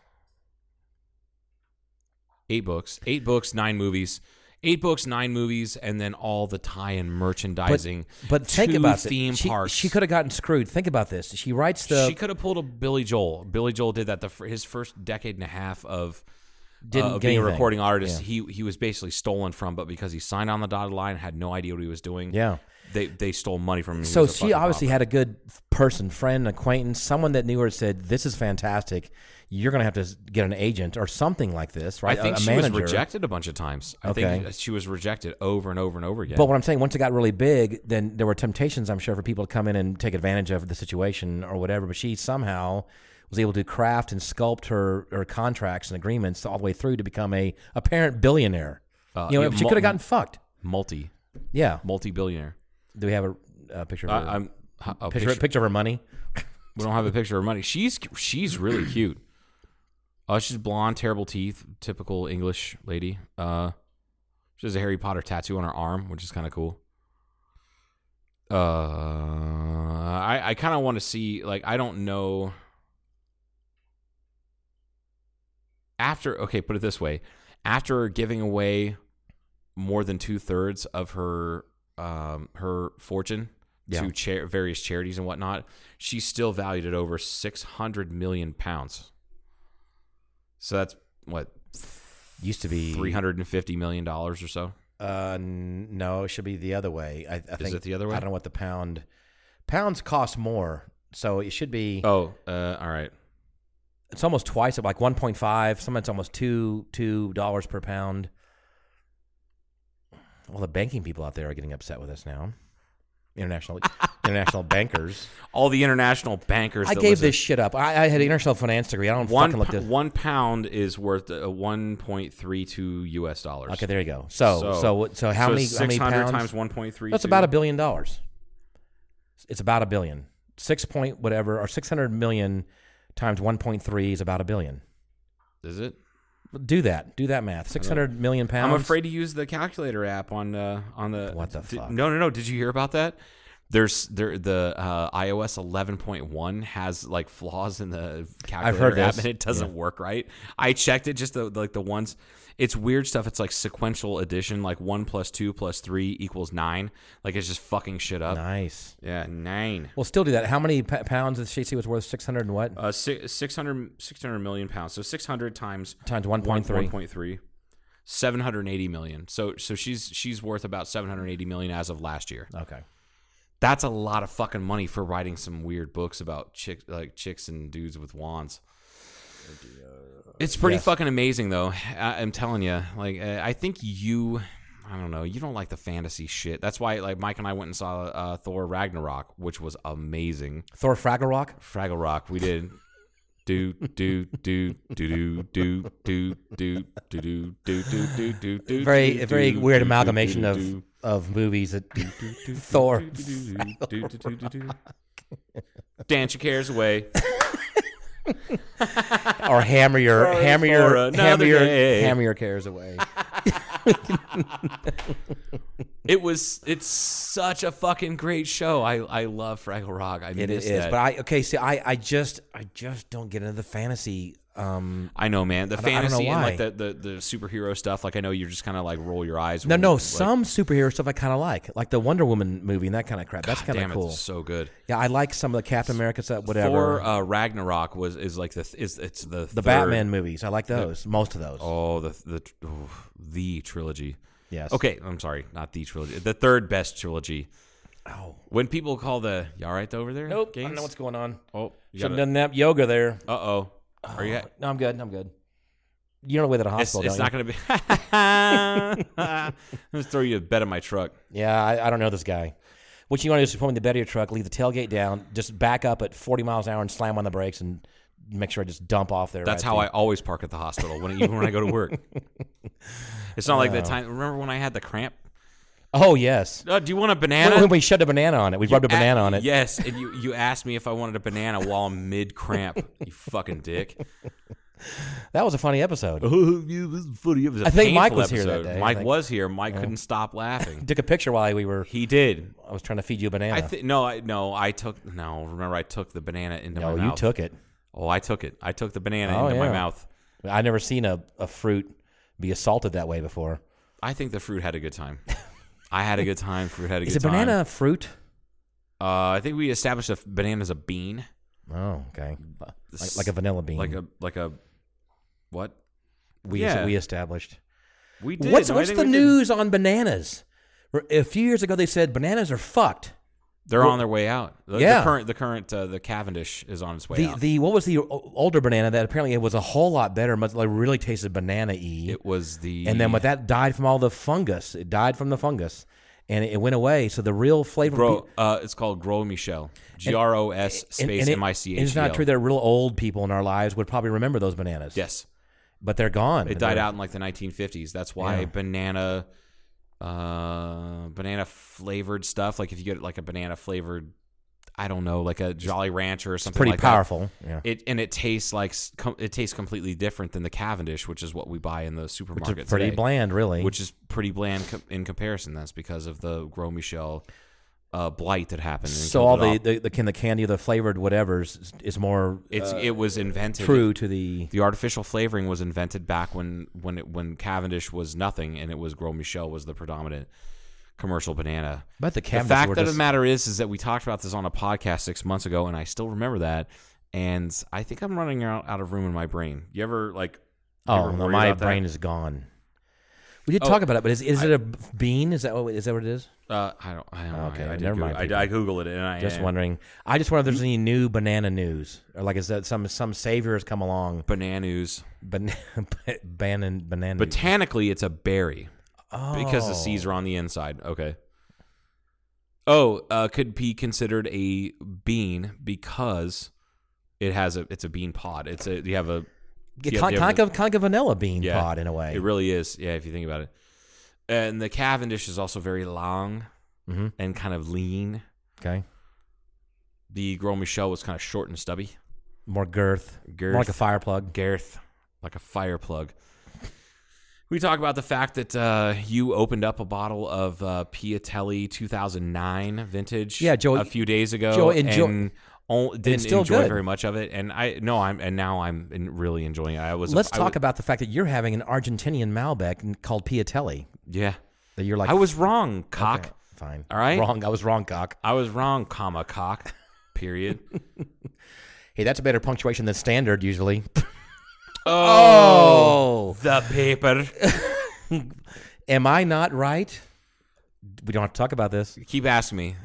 Speaker 5: eight books, eight books, nine movies. Eight books, nine movies, and then all the tie-in merchandising.
Speaker 6: But think
Speaker 5: to
Speaker 6: about
Speaker 5: theme
Speaker 6: it. She,
Speaker 5: parks.
Speaker 6: she could have gotten screwed. Think about this. She writes the
Speaker 5: she could have pulled a Billy Joel. Billy Joel did that the fir- his first decade and a half of uh,
Speaker 6: Didn't
Speaker 5: of
Speaker 6: get
Speaker 5: being a
Speaker 6: anything.
Speaker 5: recording artist. He he was basically stolen from, but because he signed on the dotted line, had no idea what he was doing.
Speaker 6: Yeah.
Speaker 5: they they stole money from him.
Speaker 6: So she obviously had a good f- person, friend, acquaintance, someone that knew her said, "This is fantastic. You're going to have to s- get an agent or something like this, right?
Speaker 5: I
Speaker 6: A-
Speaker 5: think
Speaker 6: a
Speaker 5: she
Speaker 6: manager.
Speaker 5: was rejected a bunch of times. I
Speaker 6: Okay.
Speaker 5: think she was rejected over and over and over again.
Speaker 6: But what I'm saying, once it got really big, then there were temptations, I'm sure, for people to come in and take advantage of the situation or whatever. But she somehow was able to craft and sculpt her, her contracts and agreements all the way through to become a apparent billionaire.
Speaker 5: Uh,
Speaker 6: you know,
Speaker 5: yeah,
Speaker 6: if she
Speaker 5: mul-
Speaker 6: could have gotten fucked.
Speaker 5: multi
Speaker 6: Yeah.
Speaker 5: multi billionaire.
Speaker 6: Do we have a, a picture of her?
Speaker 5: I'm a a
Speaker 6: picture,
Speaker 5: picture-
Speaker 6: picture of her money?
Speaker 5: We don't have a picture of her money. She's she's really cute. Uh, she's blonde, terrible teeth, typical English lady. Uh, she has a Harry Potter tattoo on her arm, which is kind of cool. Uh, I I kind of want to see like I don't know. After okay, put it this way, after giving away more than two thirds of her um her fortune
Speaker 6: Yeah.
Speaker 5: to cha- various charities and whatnot, she still valued at over six hundred million pounds. So that's what
Speaker 6: Used to be
Speaker 5: three hundred and fifty million dollars or so.
Speaker 6: Uh, n- no, it should be the other way. I, I think
Speaker 5: it the other way?
Speaker 6: I don't know what the pound pounds cost more, so it should be.
Speaker 5: Oh, uh, all right.
Speaker 6: It's almost twice at like one point five. Sometimes almost two two dollars per pound. Well, the banking people out there are getting upset with us now. International international bankers.
Speaker 5: All the international bankers.
Speaker 6: I
Speaker 5: that
Speaker 6: gave
Speaker 5: listen-
Speaker 6: this shit up. I, I had an international finance degree. I don't
Speaker 5: one
Speaker 6: fucking look
Speaker 5: pou-
Speaker 6: this.
Speaker 5: one pound is worth uh, one point three two U.S. dollars.
Speaker 6: Okay, there you go. So so so, what- so how many how
Speaker 5: Six
Speaker 6: many
Speaker 5: hundred
Speaker 6: pounds?
Speaker 5: times one point three.
Speaker 6: That's about a billion dollars. It's about a billion. Six point whatever or six hundred million times one point three is about a billion.
Speaker 5: Is it?
Speaker 6: Do that. Do that math. Six hundred million pounds.
Speaker 5: I'm afraid to use the calculator app on uh, on the.
Speaker 6: What the
Speaker 5: Did-
Speaker 6: fuck?
Speaker 5: No, no, no. Did you hear about that? There's there the uh, iOS 11.1 has like flaws in the calculator
Speaker 6: heard
Speaker 5: app and
Speaker 6: this.
Speaker 5: it doesn't work right. I checked it just the, like the ones. It's weird stuff. It's like sequential addition, like one plus two plus three equals nine. Like it's just fucking shit up.
Speaker 6: Nice.
Speaker 5: Yeah, nine.
Speaker 6: Well, still do that. How many p- pounds did she say was worth? Six hundred and what?
Speaker 5: Uh, si- 600, 600 million pounds. So 600 times
Speaker 6: Times
Speaker 5: one-
Speaker 6: 1.3.
Speaker 5: 1.3, 780 million. So so she's she's worth about 780 million as of last year.
Speaker 6: okay.
Speaker 5: That's a lot of fucking money for writing some weird books about chicks like chicks and dudes with wands. It's pretty fucking amazing though. I- I'm telling you. Like uh, I think you I don't know. You don't like the fantasy shit. That's why like Mike and I went and saw uh, Thor Ragnarok, which was amazing.
Speaker 6: Thor Fraggle Rock.
Speaker 5: Fraggle Rock. We did. Do do do do do do do do do do do do do do do.
Speaker 6: Very
Speaker 5: do,
Speaker 6: a very
Speaker 5: do,
Speaker 6: weird
Speaker 5: do,
Speaker 6: amalgamation
Speaker 5: do,
Speaker 6: of
Speaker 5: do,
Speaker 6: of movies that Thor.
Speaker 5: do, do, do, do, do, do. Dance your cares away.
Speaker 6: or hammer your hammer
Speaker 5: for
Speaker 6: your
Speaker 5: another
Speaker 6: hammer your,
Speaker 5: day.
Speaker 6: hammer your cares away.
Speaker 5: It was. It's such a fucking great show. I I love Fraggle Rock. I
Speaker 6: It
Speaker 5: miss
Speaker 6: is,
Speaker 5: that.
Speaker 6: but I okay. See, I I just I just don't get into the fantasy. Um,
Speaker 5: I know, man. The
Speaker 6: don't- I don't know
Speaker 5: fantasy and like
Speaker 6: why.
Speaker 5: the, the the superhero stuff. Like I know you're just kind of like roll your eyes.
Speaker 6: No,
Speaker 5: when
Speaker 6: no,
Speaker 5: you, like,
Speaker 6: some superhero stuff I kind of like, like the Wonder Woman movie and that kind of crap. That's kind
Speaker 5: Damn
Speaker 6: of
Speaker 5: it,
Speaker 6: cool.
Speaker 5: it's so good.
Speaker 6: yeah, I like some of the Captain America stuff, whatever.
Speaker 5: Thor uh, Ragnarok was is like the th- is it's the
Speaker 6: the Batman movies, I like those, most of those.
Speaker 5: Oh, the the tr- oof, the trilogy.
Speaker 6: Yes.
Speaker 5: Okay, I'm sorry, not the trilogy, the third best trilogy. Oh, when people call the you all right over there?
Speaker 6: Nope. I
Speaker 5: Gaines?
Speaker 6: don't know what's going on.
Speaker 5: Oh, you
Speaker 6: Should have
Speaker 5: gotta-
Speaker 6: done that yoga there.
Speaker 5: Uh oh. Are you?
Speaker 6: No, I'm good. I'm good. You don't know the way to the
Speaker 5: It's,
Speaker 6: hospital.
Speaker 5: it's not
Speaker 6: don't
Speaker 5: going to be. I'm going to throw you a bed in my truck.
Speaker 6: you? Yeah, I, I don't know this guy. What you want to do is just put him in the bed of your truck, leave the tailgate down, just back up at 40 miles an hour and slam on the brakes and make sure I just dump off there.
Speaker 5: That's
Speaker 6: right
Speaker 5: how
Speaker 6: to-
Speaker 5: I always park at the hospital when even when I go to work. It's not like that time. Remember when I had the cramp?
Speaker 6: Oh, yes.
Speaker 5: Uh, do you want a banana?
Speaker 6: When, when we shoved a banana on it, we rubbed a
Speaker 5: a-
Speaker 6: banana on it.
Speaker 5: Yes, and you, you asked me if I wanted a banana while I'm mid cramp. you fucking dick.
Speaker 6: That was a funny episode.
Speaker 5: it was funny. It was a
Speaker 6: I think Mike
Speaker 5: painful
Speaker 6: was here that
Speaker 5: episode.
Speaker 6: day, I
Speaker 5: Mike
Speaker 6: think.
Speaker 5: was here. Mike couldn't stop laughing.
Speaker 6: Took a picture while we were.
Speaker 5: He did.
Speaker 6: I was trying to feed you a banana.
Speaker 5: I think no, I no, I took no. Remember, I took the banana into
Speaker 6: no,
Speaker 5: my
Speaker 6: you
Speaker 5: mouth.
Speaker 6: took it.
Speaker 5: Oh, I took it. I took the banana
Speaker 6: Oh,
Speaker 5: into my
Speaker 6: yeah.
Speaker 5: mouth.
Speaker 6: I've never seen a, a fruit be assaulted that way before.
Speaker 5: I think the fruit had a good time. I had a good time. Fruit had a
Speaker 6: Is a
Speaker 5: good time.
Speaker 6: banana a fruit?
Speaker 5: Uh, I think we established a banana's a bean,
Speaker 6: Oh, okay. Like, like a vanilla bean.
Speaker 5: like a like a what?
Speaker 6: we,
Speaker 5: yeah.
Speaker 6: we established.
Speaker 5: We did.
Speaker 6: what's
Speaker 5: I
Speaker 6: what's
Speaker 5: think
Speaker 6: the
Speaker 5: we did.
Speaker 6: news on bananas? R- A few years ago, they said bananas are fucked.
Speaker 5: They're on their way out. The,
Speaker 6: Yeah.
Speaker 5: The current the current uh, the Cavendish is on its way
Speaker 6: The
Speaker 5: out.
Speaker 6: the what was the o- older banana that apparently it was a whole lot better, much like really tasted banana y.
Speaker 5: it was the
Speaker 6: And then with that died from all the fungus. It died from the fungus, and it, it went away. So the real flavor.
Speaker 5: Bro, uh, it's called Gros Michel. G R O S
Speaker 6: and-
Speaker 5: space
Speaker 6: and it-
Speaker 5: M I C H. E
Speaker 6: and It's not true that real old people in our lives would probably remember those bananas.
Speaker 5: Yes,
Speaker 6: but they're gone.
Speaker 5: it died
Speaker 6: They're-
Speaker 5: out in like the 1950s. That's why
Speaker 6: Yeah.
Speaker 5: banana, uh, banana flavored stuff. Like if you get like a banana flavored, I don't know, like a Jolly Rancher or something.
Speaker 6: Pretty
Speaker 5: like that,
Speaker 6: powerful. Yeah.
Speaker 5: It and it tastes like s- com- it tastes completely different than the Cavendish, which is what we buy in the supermarket.
Speaker 6: It's pretty
Speaker 5: today,
Speaker 6: bland, really.
Speaker 5: which is pretty bland com- in comparison. That's because of the Gros Michel uh, blight that happened. and
Speaker 6: so
Speaker 5: killed
Speaker 6: all
Speaker 5: it
Speaker 6: the,
Speaker 5: off.
Speaker 6: the the can the candy, the flavored whatever's is, is more
Speaker 5: it's
Speaker 6: uh,
Speaker 5: it was invented.
Speaker 6: true to the
Speaker 5: The artificial flavoring was invented back when when it, when Cavendish was nothing, and it was Gros Michel was the predominant commercial banana.
Speaker 6: But
Speaker 5: the
Speaker 6: the cabinets
Speaker 5: fact
Speaker 6: were
Speaker 5: of the
Speaker 6: just-
Speaker 5: matter is, is that we talked about this on a podcast six months ago, and I still remember that. And I think I'm running out, out of room in my brain. You ever like? you
Speaker 6: Oh
Speaker 5: ever
Speaker 6: no,
Speaker 5: worry
Speaker 6: my
Speaker 5: about that? Oh,
Speaker 6: brain is gone. We did talk about it, but is, is it a b- bean? Is that what is that what it is?
Speaker 5: Uh, I don't. I don't know.
Speaker 6: Okay,
Speaker 5: I, I did
Speaker 6: never mind,
Speaker 5: Google,
Speaker 6: people.
Speaker 5: I, I googled it, and I
Speaker 6: Just wondering. I just wonder if there's any new banana news, or like is that some some savior has come along?
Speaker 5: Bananas.
Speaker 6: Ban- banana banana. Oh. news.
Speaker 5: Botanically, it's a berry because the seeds are on the inside. Okay. Oh, uh, could be considered a bean because it has a. It's a bean pod. It's a. You have a.
Speaker 6: Yeah,
Speaker 5: you have-
Speaker 6: kind,
Speaker 5: you have
Speaker 6: kind
Speaker 5: a-
Speaker 6: of kind of vanilla bean
Speaker 5: yeah,
Speaker 6: pod in a way.
Speaker 5: It really is. Yeah, if you think about it. And the Cavendish is also very long
Speaker 6: Mhm.
Speaker 5: and kind of lean.
Speaker 6: okay,
Speaker 5: The Gros Michel was kind of short and stubby.
Speaker 6: more girth,
Speaker 5: Girth.
Speaker 6: more like a fire plug.
Speaker 5: Gareth, like a fire plug. We talk about the fact that uh, you opened up a bottle of uh, Piatelli 2009 vintage,
Speaker 6: Yeah, Joey-
Speaker 5: a few days ago,
Speaker 6: Joey, enjoy-
Speaker 5: and on- didn't
Speaker 6: still
Speaker 5: enjoy
Speaker 6: good.
Speaker 5: very much of it. And I no, I'm and now I'm in- really enjoying. it. I was.
Speaker 6: Let's
Speaker 5: I
Speaker 6: talk
Speaker 5: was-
Speaker 6: about the fact that you're having an Argentinian Malbec called Piatelli.
Speaker 5: Yeah,
Speaker 6: That you're like
Speaker 5: I was wrong, cock.
Speaker 6: "Fuck, Fine.
Speaker 5: All right.
Speaker 6: Wrong. I was wrong, cock.
Speaker 5: I was wrong, comma cock. Period.
Speaker 6: Hey, that's a better punctuation than standard usually.
Speaker 5: oh, the paper.
Speaker 6: Am I not right? We don't have to talk about this.
Speaker 5: Keep asking me.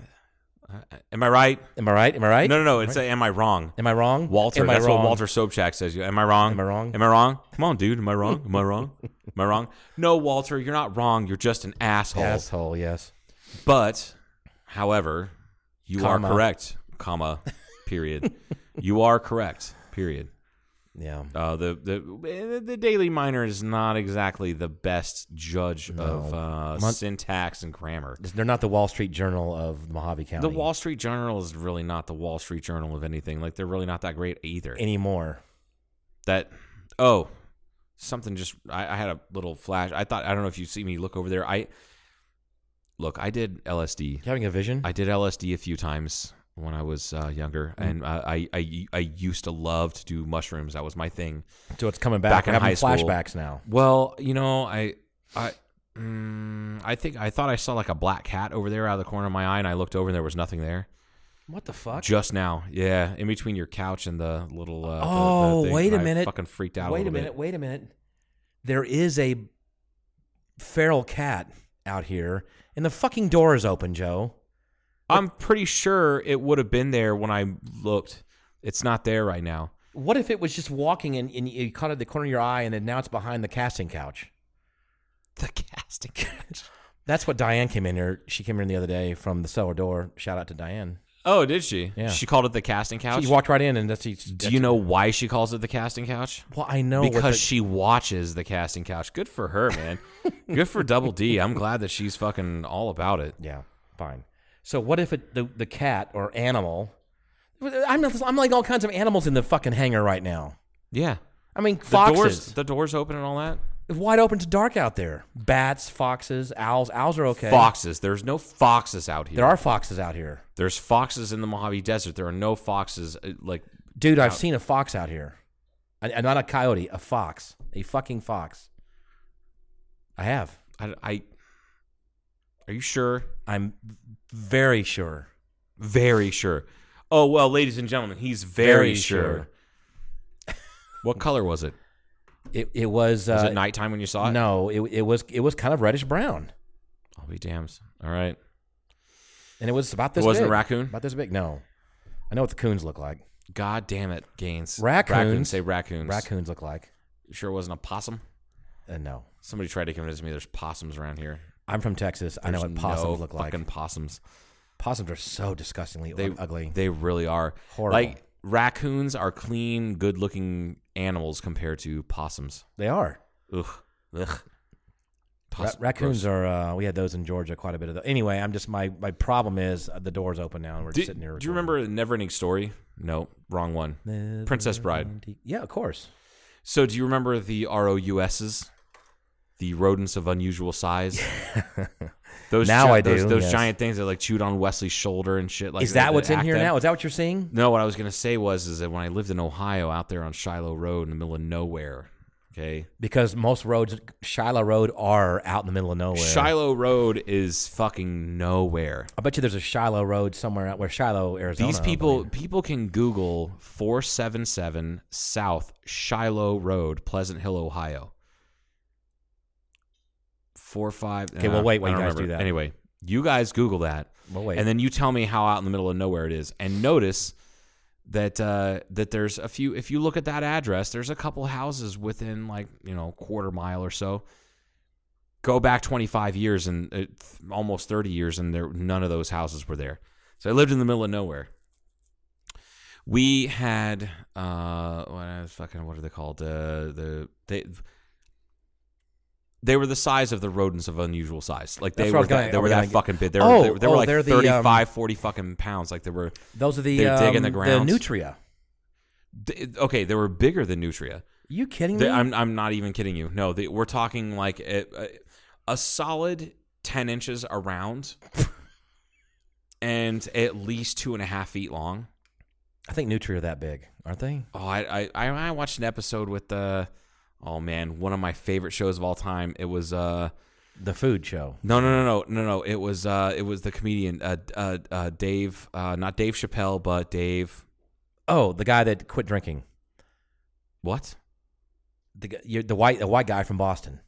Speaker 5: Uh, Am I right?
Speaker 6: Am I right? Am I right?
Speaker 5: No, no, no. It's a, am I wrong?
Speaker 6: Am I wrong?
Speaker 5: Walter.
Speaker 6: Am I
Speaker 5: that's
Speaker 6: wrong?
Speaker 5: what Walter Sobchak says. Am I wrong?
Speaker 6: Am I wrong?
Speaker 5: Am I wrong? Come on, dude. Am I wrong? Am I wrong? Am I wrong? No, Walter, you're not wrong. You're just an asshole.
Speaker 6: Asshole. Yes.
Speaker 5: But, however, you
Speaker 6: Comma.
Speaker 5: are correct, comma, period. you are correct, period.
Speaker 6: Yeah.
Speaker 5: Uh, the the the Daily Miner is not exactly the best judge of uh,
Speaker 6: Mon-
Speaker 5: syntax and grammar.
Speaker 6: They're not the Wall Street Journal of Mojave County
Speaker 5: The Wall Street Journal is really not the Wall Street Journal of anything. Like they're really not that great either.
Speaker 6: anymore.
Speaker 5: that oh something just I, I had a little flash i thought i don't know if you see me look over there i look i did lsd
Speaker 6: You having a vision?
Speaker 5: i did lsd a few times when i was uh, younger
Speaker 6: Mm.
Speaker 5: and uh, I, I i used to love to do mushrooms that was my thing
Speaker 6: so it's coming back.
Speaker 5: back in
Speaker 6: We're
Speaker 5: high
Speaker 6: having
Speaker 5: school.
Speaker 6: flashbacks now.
Speaker 5: well you know i i mm, i think i thought i saw like a black cat over there out of the corner of my eye and i looked over and there was nothing there
Speaker 6: What the fuck?
Speaker 5: just now yeah in between your couch and the little uh, the- the
Speaker 6: Oh,
Speaker 5: thing.
Speaker 6: wait a
Speaker 5: I
Speaker 6: minute.
Speaker 5: fucking freaked out
Speaker 6: wait a
Speaker 5: little bit.
Speaker 6: minute. Wait a minute. There is a feral cat out here, and the fucking door is open, Joe.
Speaker 5: I'm pretty sure it would have been there when I looked. It's not there right now.
Speaker 6: What if it was just walking and, and you caught it at the corner of your eye, and then now it's behind the casting couch?
Speaker 5: The casting couch.
Speaker 6: That's what Diane came in here. She came in the other day from the cellar door. Shout out to Diane.
Speaker 5: Oh, did she?
Speaker 6: Yeah.
Speaker 5: She called it the casting couch.
Speaker 6: She walked right in, and that's. that's
Speaker 5: Do you know why she calls it the casting couch?
Speaker 6: Well, I know what
Speaker 5: because
Speaker 6: the-
Speaker 5: she watches the casting couch. Good for her, man. Good for Double D. I'm glad that she's fucking all about it.
Speaker 6: Yeah, fine. So what if it, the the cat or animal? I'm not, I'm like all kinds of animals in the fucking hangar right now.
Speaker 5: Yeah.
Speaker 6: I mean,
Speaker 5: The doors,
Speaker 6: foxes.
Speaker 5: the doors open and all that.
Speaker 6: It's wide open to dark out there. Bats, foxes, owls. Owls are okay.
Speaker 5: Foxes. There's no foxes out here.
Speaker 6: There are foxes out here,
Speaker 5: There's foxes in the Mojave Desert. There are no foxes. uh, Like
Speaker 6: dude. I've seen a fox out here, and, and not a coyote, a fox, a fucking fox. I have.
Speaker 5: I, I. Are you sure?
Speaker 6: I'm very sure.
Speaker 5: Very sure. Oh well, ladies and gentlemen, he's very,
Speaker 6: Very
Speaker 5: sure. what color was it?
Speaker 6: It it was. Uh,
Speaker 5: Was it nighttime when you saw it?
Speaker 6: No, it it was it was kind of reddish brown,
Speaker 5: I'll be damned. All right.
Speaker 6: and it was about this.
Speaker 5: It wasn't a
Speaker 6: big.
Speaker 5: raccoon?
Speaker 6: About this big. No, I know what the coons look like.
Speaker 5: God damn it, Gaines.
Speaker 6: Raccoons.
Speaker 5: Say raccoons.
Speaker 6: Raccoons look like.
Speaker 5: You sure it wasn't a possum?
Speaker 6: Uh, no,
Speaker 5: Somebody tried to convince me there's possums around here.
Speaker 6: I'm from Texas. I know
Speaker 5: There's
Speaker 6: what possums
Speaker 5: no
Speaker 6: look like.
Speaker 5: Fucking possums.
Speaker 6: Possums are so disgustingly
Speaker 5: They
Speaker 6: ugly.
Speaker 5: They really are.
Speaker 6: Horrible.
Speaker 5: Like raccoons are clean, good-looking animals compared to possums.
Speaker 6: They are.
Speaker 5: Ugh. Ugh.
Speaker 6: Ra-
Speaker 5: Poss-
Speaker 6: raccoons
Speaker 5: gross.
Speaker 6: are. Uh, we had those in Georgia quite a bit of. The- anyway, I'm just my my problem is uh, the door's open now and we're
Speaker 5: Do,
Speaker 6: just sitting here.
Speaker 5: do you remember Neverending Story? No, wrong one.
Speaker 6: recording.
Speaker 5: Princess Bride.
Speaker 6: Yeah, of course.
Speaker 5: So, do you remember the ROUSs? The rodents of unusual size. those
Speaker 6: Now
Speaker 5: gi-
Speaker 6: I
Speaker 5: those,
Speaker 6: do,
Speaker 5: Those
Speaker 6: yes.
Speaker 5: giant things that like chewed on Wesley's shoulder and shit. Like
Speaker 6: is that
Speaker 5: they
Speaker 6: what's in
Speaker 5: act
Speaker 6: here
Speaker 5: that-
Speaker 6: now? Is that what you're seeing?
Speaker 5: No, what I was gonna say was is that when I lived in Ohio, out there on Shiloh Road in the middle of nowhere. Okay,
Speaker 6: Because most roads, Shiloh Road, are out in the middle of nowhere.
Speaker 5: Shiloh Road is fucking nowhere.
Speaker 6: I bet you there's a Shiloh Road somewhere out where Shiloh, Arizona.
Speaker 5: These
Speaker 6: I
Speaker 5: people
Speaker 6: believe.
Speaker 5: people can Google four seven seven South Shiloh Road, Pleasant Hill, Ohio. Four five. uh,
Speaker 6: Okay, well, wait,
Speaker 5: I
Speaker 6: wait,
Speaker 5: don't
Speaker 6: you guys do that.
Speaker 5: Anyway, you guys Google that,
Speaker 6: Well, wait.
Speaker 5: and then you tell me how out in the middle of nowhere it is. And notice that uh, that there's a few. If you look at that address, there's a couple houses within like you know quarter mile or so. Go back 25 years and uh, th- almost 30 years, and there none of those houses were there. So I lived in the middle of nowhere. We had uh, what is fucking what are they called? Uh, the they they were the size of the rodents of unusual size. Like they
Speaker 6: That's what I
Speaker 5: were
Speaker 6: was gonna-
Speaker 5: that, they
Speaker 6: I
Speaker 5: were
Speaker 6: was
Speaker 5: that
Speaker 6: gonna get-
Speaker 5: fucking big. They were,
Speaker 6: Oh,
Speaker 5: they, were- they were
Speaker 6: oh,
Speaker 5: like
Speaker 6: they're the,
Speaker 5: 35, 40 fucking pounds. Like they were
Speaker 6: those are the
Speaker 5: they're digging
Speaker 6: um,
Speaker 5: the ground.
Speaker 6: The nutria.
Speaker 5: th- okay. They were bigger than nutria.
Speaker 6: you kidding me?
Speaker 5: They- I'm I'm not even kidding you. No, they, we're talking like a, a, a solid ten inches around, and at least two and a half feet long.
Speaker 6: I think nutria are that big, aren't they?
Speaker 5: Oh, I I- I I watched an episode with uh oh man, one of my favorite shows of all time. It was uh
Speaker 6: The food show.
Speaker 5: no no no no no no. It was uh it was the comedian uh uh, uh Dave uh not Dave Chappelle but Dave
Speaker 6: Oh, the guy that quit drinking.
Speaker 5: what
Speaker 6: The gu- you're, the white the white guy from Boston.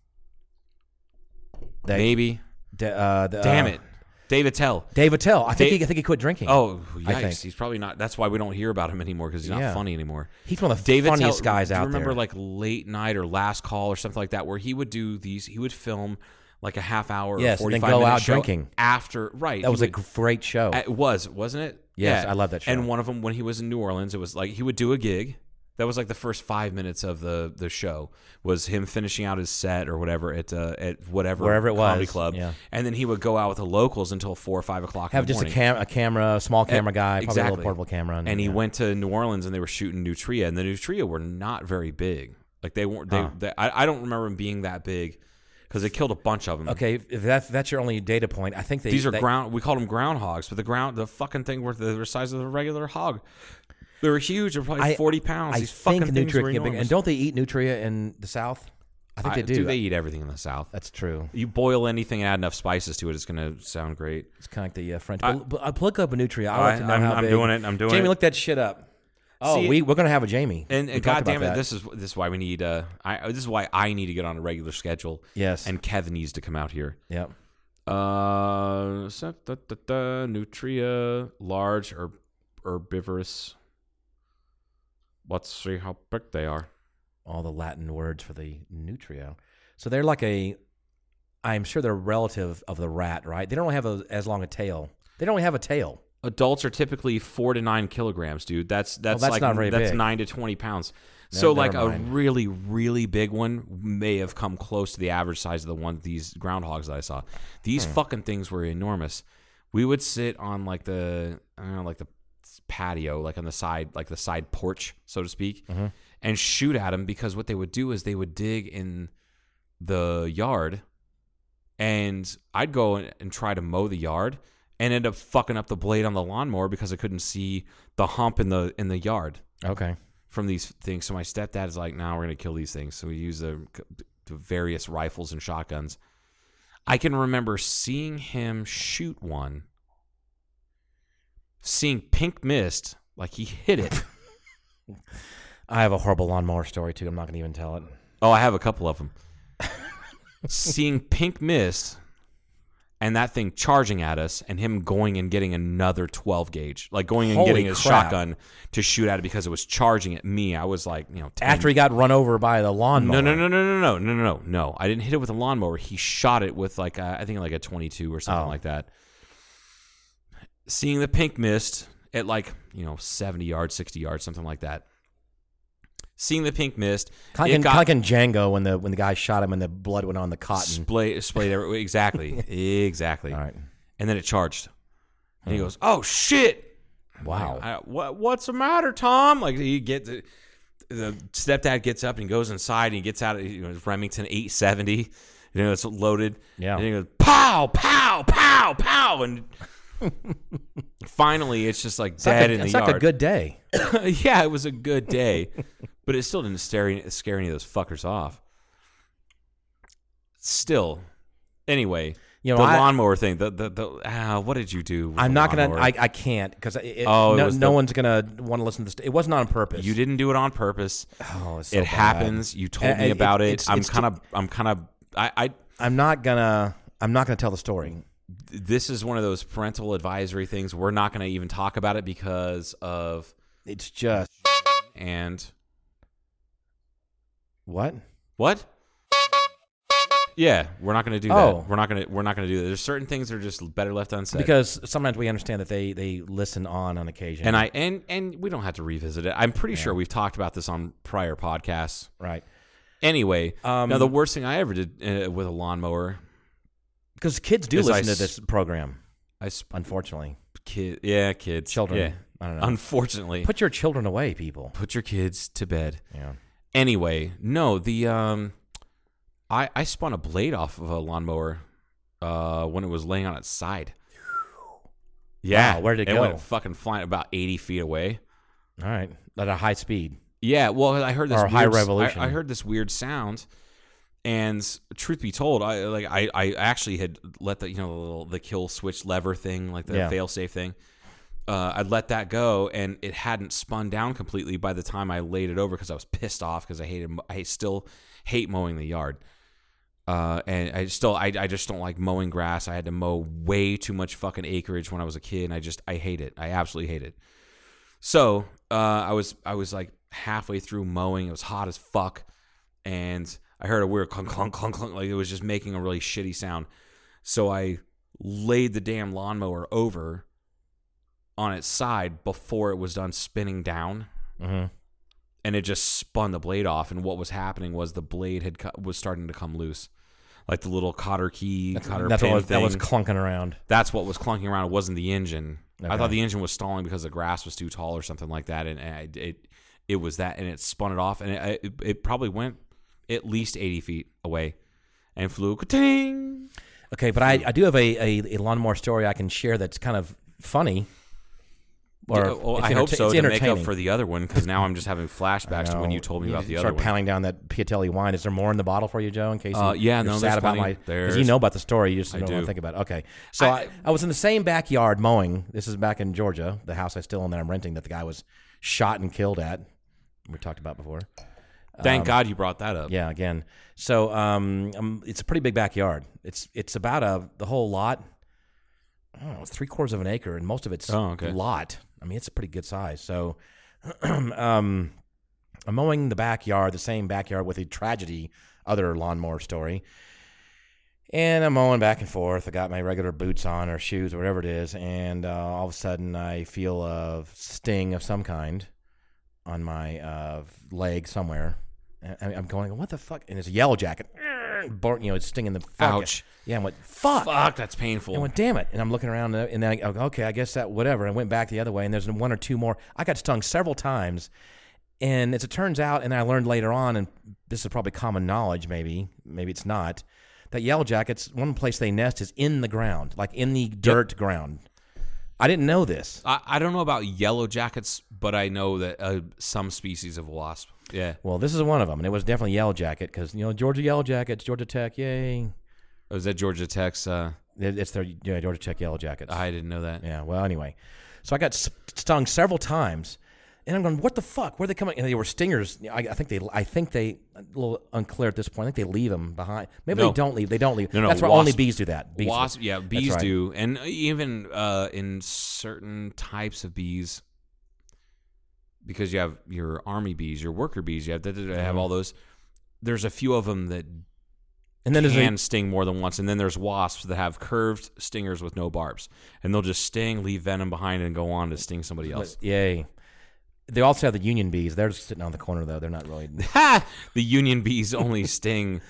Speaker 6: They-
Speaker 5: maybe
Speaker 6: D- uh, the,
Speaker 5: damn
Speaker 6: uh,
Speaker 5: it Dave Attell.
Speaker 6: Dave Attell. I think
Speaker 5: Da-
Speaker 6: he, I think he quit drinking.
Speaker 5: Oh
Speaker 6: I think.
Speaker 5: yikes! He's probably not. That's why we don't hear about him anymore because he's not
Speaker 6: Yeah.
Speaker 5: funny anymore.
Speaker 6: he's one of the
Speaker 5: David
Speaker 6: funniest
Speaker 5: Tell-
Speaker 6: guys
Speaker 5: do you
Speaker 6: out
Speaker 5: remember
Speaker 6: there.
Speaker 5: like late night or last call or something like that, where he would do these. He would film like a half hour,
Speaker 6: Yes,
Speaker 5: or
Speaker 6: and then
Speaker 5: 45
Speaker 6: go
Speaker 5: minute
Speaker 6: out
Speaker 5: show
Speaker 6: drinking.
Speaker 5: after. Right,
Speaker 6: that was
Speaker 5: he
Speaker 6: a
Speaker 5: would-
Speaker 6: great show.
Speaker 5: It was, wasn't it?
Speaker 6: Yes, I love that show.
Speaker 5: And one of them, when he was in New Orleans, it was like he would do a gig. That was like the first five minutes of the the show was him finishing out his set or whatever at uh, at whatever
Speaker 6: Wherever it
Speaker 5: comedy
Speaker 6: was,
Speaker 5: club,
Speaker 6: yeah.
Speaker 5: and then he would go out with the locals until four or five o'clock. in
Speaker 6: Have
Speaker 5: the
Speaker 6: just a
Speaker 5: morning. Eh,
Speaker 6: cam a camera, a small camera guy, probably a
Speaker 5: Exactly.
Speaker 6: little portable camera,
Speaker 5: And,
Speaker 6: and,
Speaker 5: he
Speaker 6: yeah.
Speaker 5: went to New Orleans and they were shooting Nutria, and the Nutria were not very big. Like they weren't. They, they- I, I don't remember them being that big because they killed a bunch of them.
Speaker 6: Okay, if if that's that's your only data point, I think they,
Speaker 5: These are
Speaker 6: they-
Speaker 5: ground. We called them groundhogs, but the ground, the fucking thing were the, the size of a regular hog. They were huge. They're probably
Speaker 6: I-
Speaker 5: forty pounds.
Speaker 6: I
Speaker 5: These
Speaker 6: think
Speaker 5: fucking things
Speaker 6: nutria
Speaker 5: were
Speaker 6: can get big,
Speaker 5: enormous.
Speaker 6: and don't they eat nutria in the South? I think
Speaker 5: I-
Speaker 6: they do.
Speaker 5: They eat everything in the south.
Speaker 6: That's true.
Speaker 5: You boil anything and add enough spices to it, it's gonna sound great.
Speaker 6: It's kind of like the uh, French. I, but, but, uh, look up a nutria. I, want to know
Speaker 5: I'm-
Speaker 6: how
Speaker 5: I'm
Speaker 6: big.
Speaker 5: doing it, I'm doing
Speaker 6: Jamie,
Speaker 5: it.
Speaker 6: look that shit up. Oh,
Speaker 5: See-
Speaker 6: we we're gonna have a Jamie.
Speaker 5: And,
Speaker 6: We
Speaker 5: and
Speaker 6: talked
Speaker 5: God
Speaker 6: about
Speaker 5: damn it,
Speaker 6: that.
Speaker 5: this is this is why we need. Uh, I this is why I need to get on a regular schedule.
Speaker 6: Yes.
Speaker 5: and Kev needs to come out here.
Speaker 6: Yep.
Speaker 5: Uh, sa- da- da- da, nutria, large or herbivorous. Let's see how big they are.
Speaker 6: all the Latin words for the nutria. So they're like a, I'm sure they're relative of the rat, right? They don't have a, as long a tail. They don't have a tail.
Speaker 5: Adults are typically four to nine kilograms, dude. That's that's,
Speaker 6: Oh, that's
Speaker 5: like
Speaker 6: not very
Speaker 5: that's
Speaker 6: big.
Speaker 5: nine to twenty pounds. so
Speaker 6: never
Speaker 5: like a
Speaker 6: mind.
Speaker 5: really really big one may have come close to the average size of the one these groundhogs that I saw. These
Speaker 6: Hmm.
Speaker 5: fucking things were enormous. We would sit on like the I don't know like the patio, like on the side, like the side porch, so to speak,
Speaker 6: Mm-hmm.
Speaker 5: and shoot at them because what they would do is they would dig in the yard, and I'd go and, and try to mow the yard and end up fucking up the blade on the lawnmower because I couldn't see the hump in the in the yard
Speaker 6: Okay.
Speaker 5: from these things. So my stepdad is like, "Now we're gonna kill these things." So we use the, the various rifles and shotguns. I can remember seeing him shoot one, seeing pink mist, like he hit it.
Speaker 6: I have a horrible lawnmower story too. I'm not going to even tell it.
Speaker 5: oh, I have a couple of them. seeing pink mist, and that thing charging at us, and him going and getting another 12 gauge, like going and
Speaker 6: Holy
Speaker 5: getting his
Speaker 6: crap.
Speaker 5: shotgun to shoot at it because it was charging at me. I was like, you know, 10,
Speaker 6: After he got run over by the lawnmower.
Speaker 5: No, no, no, no, no, no, no, no, no, no. I didn't hit it with a lawnmower. He shot it with like a, I think like a 22 or something
Speaker 6: Oh.
Speaker 5: like that. Seeing the pink mist at like you know 70 yards, 60 yards, something like that. Seeing the pink mist,
Speaker 6: Kind
Speaker 5: it
Speaker 6: of
Speaker 5: got
Speaker 6: like in Django when the when the guy shot him and the blood went on the cotton.
Speaker 5: splay, splayed everywhere. Exactly, exactly.
Speaker 6: All right. Uh-huh.
Speaker 5: And then it charged, and he goes, "Oh shit!"
Speaker 6: Wow.
Speaker 5: I- what what's the matter, Tom? Like he get the, the stepdad gets up and he goes inside and he gets out. You know, his Remington eight seventy. You know, it's loaded.
Speaker 6: Yeah.
Speaker 5: And he goes pow, pow, pow, pow, and finally it's just like
Speaker 6: it's
Speaker 5: dead
Speaker 6: like a,
Speaker 5: in the
Speaker 6: it's like
Speaker 5: yard.
Speaker 6: a good day.
Speaker 5: yeah, it was a good day, but it still didn't scare any, scare any of those fuckers off. Still, anyway,
Speaker 6: You know,
Speaker 5: the
Speaker 6: I-
Speaker 5: lawnmower thing. The the, the ah, what did you do? with
Speaker 6: I'm
Speaker 5: the
Speaker 6: not gonna.
Speaker 5: lawnmower?
Speaker 6: I, I can't because
Speaker 5: Oh,
Speaker 6: oh,
Speaker 5: it
Speaker 6: no,
Speaker 5: was
Speaker 6: no
Speaker 5: the-
Speaker 6: one's gonna want to listen to this. It wasn't on purpose.
Speaker 5: You didn't do it on purpose.
Speaker 6: Oh, it's so
Speaker 5: it
Speaker 6: bad.
Speaker 5: happens. You told
Speaker 6: And-
Speaker 5: me
Speaker 6: and
Speaker 5: about
Speaker 6: it-
Speaker 5: it.
Speaker 6: it's-
Speaker 5: I'm
Speaker 6: it's
Speaker 5: kind of. I'm kind of. I, I.
Speaker 6: I'm not gonna. I'm not gonna tell the story.
Speaker 5: This is one of those parental advisory things. We're not going to even talk about it because of
Speaker 6: It's just
Speaker 5: and
Speaker 6: what?
Speaker 5: what. Yeah, we're not going to do
Speaker 6: Oh.
Speaker 5: that. We're not going to. We're not going to do that. There's certain things that are just better left unsaid.
Speaker 6: Because sometimes we understand that they they listen on on occasion.
Speaker 5: and I and and we don't have to revisit it. I'm pretty sure we've talked about this on prior podcasts.
Speaker 6: right
Speaker 5: Anyway,
Speaker 6: Um,
Speaker 5: now the worst thing I ever did uh, with a lawnmower,
Speaker 6: because kids do
Speaker 5: Is I
Speaker 6: listen to
Speaker 5: s-
Speaker 6: this program.
Speaker 5: I sp-
Speaker 6: Unfortunately,
Speaker 5: kid, yeah, kids,
Speaker 6: children.
Speaker 5: yeah.
Speaker 6: I don't know.
Speaker 5: Unfortunately,
Speaker 6: Put your children away, people.
Speaker 5: put your kids to bed.
Speaker 6: Yeah.
Speaker 5: Anyway, no, the um, I I spun a blade off of a lawnmower, uh, when it was laying on its side. Yeah,
Speaker 6: Wow, where'd it go?
Speaker 5: went fucking flying about eighty feet away.
Speaker 6: All right, at a high speed.
Speaker 5: Yeah, well, I heard this
Speaker 6: Or
Speaker 5: weird,
Speaker 6: high revolution.
Speaker 5: I, I heard this weird sound, and truth be told, I like I, I actually had let the you know the, little, the kill switch lever thing, like the
Speaker 6: Yeah.
Speaker 5: fail safe thing. Uh, I'd let that go, and it hadn't spun down completely by the time I laid it over because I was pissed off because I hated I still hate mowing the yard. Uh, and I still I, I just don't like mowing grass. I had to mow way too much fucking acreage when I was a kid, and I just I hate it. I absolutely hate it. So uh, I was I was like halfway through mowing. It was hot as fuck, and I heard a weird clunk clunk clunk clunk. Like it was just making a really shitty sound. So I laid the damn lawnmower over on its side before it was done spinning down,
Speaker 6: Mm-hmm.
Speaker 5: and it just spun the blade off. And what was happening was the blade had cut, was starting to come loose, like the little cotter key, cotter
Speaker 6: That's
Speaker 5: pin
Speaker 6: what was,
Speaker 5: thing.
Speaker 6: that was clunking around.
Speaker 5: That's what was clunking around. It wasn't the engine. I
Speaker 6: Okay.
Speaker 5: thought the engine was stalling because the grass was too tall or something like that, and, and it, it it was that, and it spun it off, and it it, it probably went at least eighty feet away, and flew. Ka-ting!
Speaker 6: Okay, but I, I do have a, a, a lawnmower story I can share that's kind of funny. Or
Speaker 5: Yeah, well,
Speaker 6: it's
Speaker 5: I hope
Speaker 6: enter-
Speaker 5: so
Speaker 6: it's
Speaker 5: to make up
Speaker 6: entertaining.
Speaker 5: for the other one because now I'm just having flashbacks to when
Speaker 6: know.
Speaker 5: you told me
Speaker 6: You
Speaker 5: about the
Speaker 6: start
Speaker 5: other one.
Speaker 6: pounding down that Piatelli wine. Is there more in the bottle for you, Joe? In case you,
Speaker 5: Uh, yeah,
Speaker 6: you're
Speaker 5: no, there's
Speaker 6: sad about
Speaker 5: plenty.
Speaker 6: my because you
Speaker 5: There's-
Speaker 6: know about the story, you just
Speaker 5: I
Speaker 6: don't want
Speaker 5: do.
Speaker 6: to think about. It. Okay, so I, I, was in the same backyard mowing. This is back in Georgia, the house I still own that I'm renting that the guy was shot and killed at. We talked about before.
Speaker 5: Thank God you brought that up.
Speaker 6: um, Yeah, again. So um, um, it's a pretty big backyard. It's it's about a the whole lot. I don't know, it's three quarters of an acre, and most of it's
Speaker 5: Oh, okay.
Speaker 6: lot. I mean, it's a pretty good size. So um, I'm mowing the backyard, the same backyard with a tragedy, other lawnmower story. And I'm mowing back and forth. I got my regular boots on or shoes or whatever it is, and uh, all of a sudden I feel a sting of some kind on my uh, leg somewhere. And I- I'm going, what the fuck? And it's a yellow jacket. Bart, you know, it's stinging the fuck.
Speaker 5: Ouch.
Speaker 6: Yeah, I went, fuck.
Speaker 5: Fuck, that's
Speaker 6: I
Speaker 5: painful.
Speaker 6: went, damn it. And I'm looking around, uh, and then I go, okay, I guess that, whatever. And I went back the other way, and there's one or two more. I got stung several times. And as it turns out, and I learned later on, and this is probably common knowledge, maybe, maybe it's not, that yellow jackets, one place they nest is in the ground, like in the dirt ground. I didn't know this.
Speaker 5: I, I don't know about yellow jackets, but I know that uh, some species of wasp. Yeah,
Speaker 6: Well, this is one of them, and it was definitely yellow jacket because you know Georgia yellow jackets, Georgia Tech, yay!
Speaker 5: it was at Georgia Tech's. Uh,
Speaker 6: It- It's their yeah, Georgia Tech yellow jackets.
Speaker 5: I didn't know that.
Speaker 6: Yeah. Well, anyway, so I got s- stung several times, and I'm going, "What the fuck? Where are they coming?" And they were stingers. I, I think they, I think they, a little unclear at this point. I think they leave them behind. Maybe
Speaker 5: No.
Speaker 6: they don't leave. They don't leave.
Speaker 5: No, no,
Speaker 6: That's why only
Speaker 5: wasp-
Speaker 6: bees do that. Bees do-
Speaker 5: Wasp, yeah,
Speaker 6: That's
Speaker 5: bees
Speaker 6: right.
Speaker 5: do, and even uh, in certain types of bees, because you have your army bees, your worker bees, you have that
Speaker 6: Mm-hmm.
Speaker 5: have all those. There's a few of them that
Speaker 6: And then there's a,
Speaker 5: can sting more than once, and then there's wasps that have curved stingers with no barbs, and they'll just sting, leave venom behind, and go on to sting somebody else.
Speaker 6: yay. They also have the union bees. They're just sitting on the corner though. They're not really.
Speaker 5: Ha! The union bees only sting.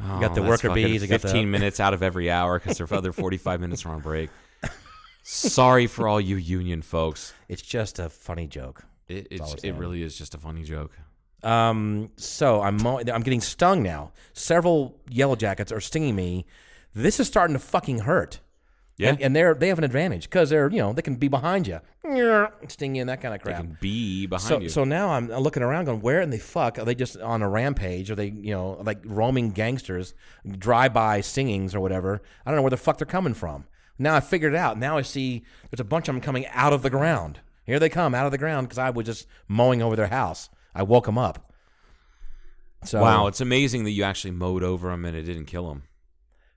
Speaker 5: Oh,
Speaker 6: got the
Speaker 5: that's
Speaker 6: worker
Speaker 5: fucking
Speaker 6: bees, you got the-
Speaker 5: Fifteen minutes out of every hour because their other forty-five minutes are on break. Sorry for all you union folks.
Speaker 6: It's just a funny joke.
Speaker 5: It
Speaker 6: all
Speaker 5: it's,
Speaker 6: we're
Speaker 5: it
Speaker 6: saying.
Speaker 5: really is just a funny joke.
Speaker 6: Um, so I'm mo- I'm getting stung now. Several yellow jackets are stinging me. This is starting to fucking hurt.
Speaker 5: Yeah.
Speaker 6: and, and they're they have an advantage because they're you know they can be behind you, sting you and that kind of crap.
Speaker 5: Bee behind
Speaker 6: So
Speaker 5: you.
Speaker 6: so now I'm looking around, going, where in the fuck are they? Just on a rampage? Are they you know like roaming gangsters, drive by stingings or whatever? I don't know where the fuck they're coming from. Now I figured it out. Now I see there's a bunch of them coming out of the ground. Here they come out of the ground because I was just mowing over their house. I woke them up. So
Speaker 5: wow, it's amazing that you actually mowed over them and it didn't kill them.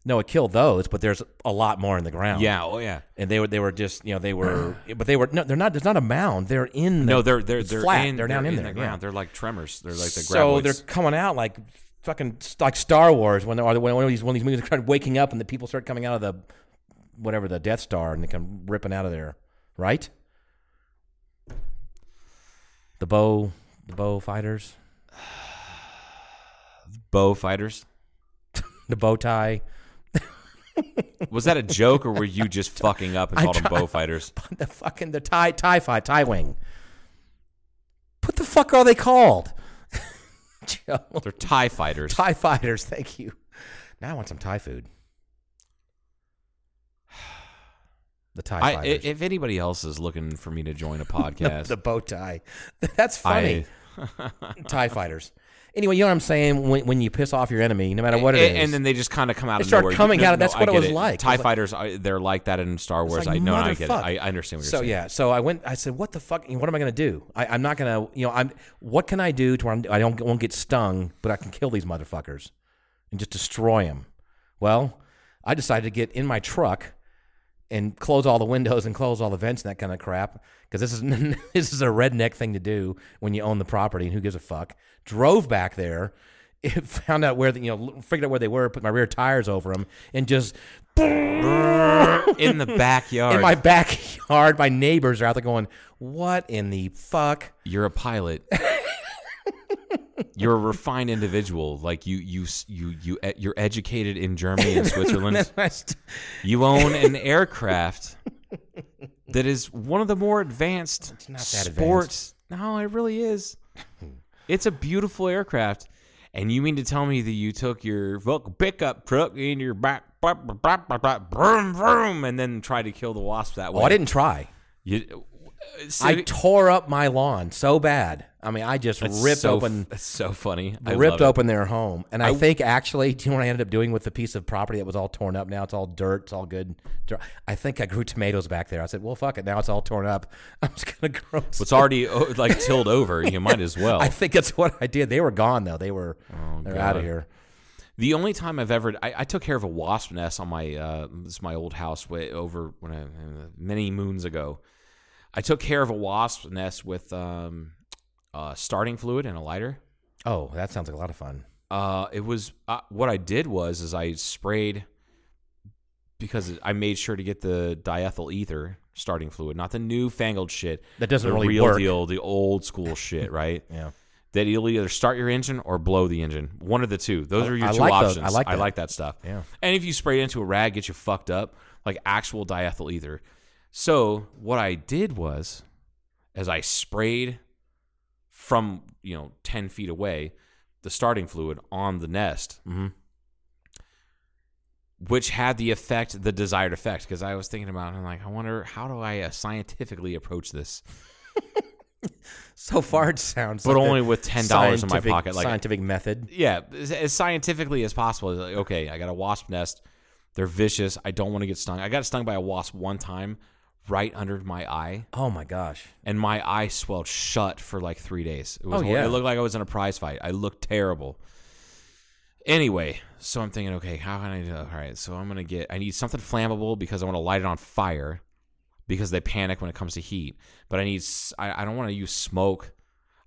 Speaker 6: no, it killed those, but there's a lot more in the ground.
Speaker 5: Yeah, oh yeah.
Speaker 6: and they were they were just you know they were but they were no they're not there's not a mound they're in the,
Speaker 5: No, they're they're
Speaker 6: it's
Speaker 5: they're
Speaker 6: flat
Speaker 5: in
Speaker 6: they're down in,
Speaker 5: in
Speaker 6: there
Speaker 5: the ground.
Speaker 6: yeah.
Speaker 5: They're like tremors. They're like the
Speaker 6: so
Speaker 5: graboids.
Speaker 6: they're coming out like fucking like Star Wars when they're when one of these one of these movies start waking up and the people start coming out of the whatever the Death Star and they come ripping out of there right the bow the bow fighters
Speaker 5: bow fighters.
Speaker 6: the bow tie
Speaker 5: Was that a joke or were you just fucking up and
Speaker 6: I
Speaker 5: called them
Speaker 6: tried-
Speaker 5: bow fighters?
Speaker 6: the fucking the tie tie fight tie wing what the fuck are they called Joe.
Speaker 5: They're tie fighters.
Speaker 6: Thai fighters, thank you. Now I want some Thai food. The
Speaker 5: I,
Speaker 6: Thai
Speaker 5: i-
Speaker 6: fighters.
Speaker 5: if anybody else is looking for me to join a podcast,
Speaker 6: the bow tie. That's funny. Thai fighters. Anyway, you know what I'm saying? When, when you piss off your enemy, no matter what it
Speaker 5: and,
Speaker 6: is.
Speaker 5: and then they just kind of come out
Speaker 6: They
Speaker 5: of
Speaker 6: start
Speaker 5: nowhere. You-
Speaker 6: coming
Speaker 5: no,
Speaker 6: out of-
Speaker 5: no,
Speaker 6: that's
Speaker 5: I
Speaker 6: what it
Speaker 5: get
Speaker 6: was like.
Speaker 5: Tie
Speaker 6: It's like-
Speaker 5: fighters, are, they're like that in Star
Speaker 6: It's
Speaker 5: Wars.
Speaker 6: like,
Speaker 5: I know, and I get it.
Speaker 6: motherfuck.
Speaker 5: I, I understand what you're
Speaker 6: so,
Speaker 5: saying.
Speaker 6: yeah, so I went. I said, "What the fuck? What am I going to do? I, I'm not going to. You know, I'm. What can I do to where I'm, I don't won't get stung, but I can kill these motherfuckers and just destroy them?" Well, I decided to get in my truck and close all the windows and close all the vents and that kind of crap because this is this is a redneck thing to do when you own the property and who gives a fuck. Drove back there, it found out where the, you know figured out where they were, put my rear tires over them, and just
Speaker 5: in the backyard.
Speaker 6: in my backyard. My neighbors are out there going, "What in the fuck?"
Speaker 5: you're a pilot. you're a refined individual. Like you, you, s- you, you. e- You're educated in Germany and Switzerland. you own an aircraft that is one of the more advanced
Speaker 6: not that
Speaker 5: sports. No, it really is. It's a beautiful aircraft. And you mean to tell me that you took your fuck pickup truck in your back, bop, bop, bop, bop, bop, vroom, vroom, and then tried to kill the wasp that way?
Speaker 6: Well, I didn't oh, try.
Speaker 5: You,
Speaker 6: I tore up my lawn so bad. I mean, I just
Speaker 9: That's
Speaker 6: ripped
Speaker 9: so,
Speaker 6: open
Speaker 9: That's so funny. I
Speaker 6: ripped
Speaker 9: love it.
Speaker 6: open their home. And I, think actually, do you know what I ended up doing with the piece of property that was all torn up? Now it's all dirt. It's all good. dirt. I think I grew tomatoes back there. I said, well, fuck it. Now it's all torn up. I'm just going to grow. some-
Speaker 9: It's already oh, like tilled over. You might as well.
Speaker 6: I think that's what I did. They were gone though. They were they're out
Speaker 9: Oh, God.
Speaker 6: of here.
Speaker 5: The only time I've ever I, I took care of a wasp nest on my uh, this is my old house way over when I, many moons ago. I took care of a wasp nest with um, uh, starting fluid and a lighter.
Speaker 6: Oh, that sounds like a lot of fun.
Speaker 5: Uh, it was uh, what I did was is I sprayed because I made sure to get the diethyl ether starting fluid, not the new fangled shit
Speaker 6: That doesn't
Speaker 5: the
Speaker 6: really
Speaker 5: real
Speaker 6: work.
Speaker 5: deal, the old school shit, right?
Speaker 6: Yeah.
Speaker 5: That you'll either start your engine or blow the engine. One of the two. Those
Speaker 6: I-
Speaker 5: are your
Speaker 6: I
Speaker 5: two
Speaker 6: like those.
Speaker 5: options.
Speaker 6: I like
Speaker 5: I
Speaker 6: that.
Speaker 5: like that stuff.
Speaker 6: Yeah.
Speaker 5: And if you spray it into a rag, get you fucked up, like actual diethyl ether. So what I did was, as I sprayed from you know ten feet away, the starting fluid on the nest,
Speaker 6: Mm-hmm.
Speaker 5: which had the effect, the desired effect. Because I was thinking about, it, I'm like, I wonder how do I uh, scientifically approach this.
Speaker 6: So far, it sounds.
Speaker 5: But
Speaker 6: like
Speaker 5: only
Speaker 6: the
Speaker 5: with $10 in my
Speaker 6: scientific-
Speaker 5: pocket, like-
Speaker 6: scientific method.
Speaker 5: yeah, as, as scientifically as possible. It's Like, okay, I got a wasp nest. They're vicious. I don't want to get stung. I got stung by a wasp one time, right under my eye,
Speaker 6: Oh my gosh!
Speaker 5: and my eye swelled shut for like three days. It was
Speaker 6: Oh,
Speaker 5: hor-
Speaker 6: yeah.
Speaker 5: it looked like I was in a prize fight. I looked terrible. Anyway, so I'm thinking, okay, how can I do? All right, so I'm gonna get. I need something flammable because I want to light it on fire, because they panic when it comes to heat. But I need. s- I, I don't want to use smoke.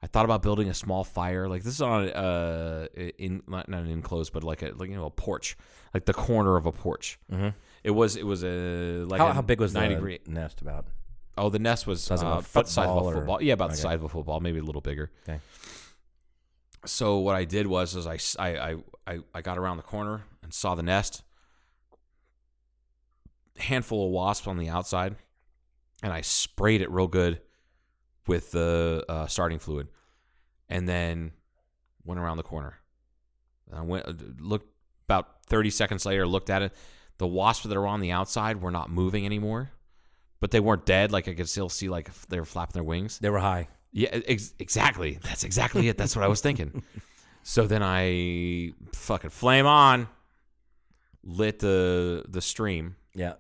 Speaker 5: I thought about building a small fire. Like this is on uh in not not an enclosed, but like a like you know a porch, like the corner of a porch. Mm-hmm. It was it was a like
Speaker 6: How,
Speaker 5: a
Speaker 6: how big was the
Speaker 5: 90 degree
Speaker 6: nest? About
Speaker 5: Oh, the nest was
Speaker 6: Size of a
Speaker 5: uh, about the size of
Speaker 6: football
Speaker 5: a
Speaker 6: or-
Speaker 5: football. Yeah, about the
Speaker 6: okay.
Speaker 5: size of a football, maybe a little bigger.
Speaker 6: Okay.
Speaker 5: So what I did was, is I, s- I- I- I- I got around the corner and saw the nest, handful of wasps on the outside, and I sprayed it real good with the uh, starting fluid, and then went around the corner. And I went looked about thirty seconds later, looked at it. The wasps that were on the outside were not moving anymore but they weren't dead. Like I could still see like f- they were flapping their wings.
Speaker 6: they were high.
Speaker 5: Yeah, ex- exactly. That's exactly it. That's what I was thinking. So then I fucking flame on, lit the the stream
Speaker 6: Yeah.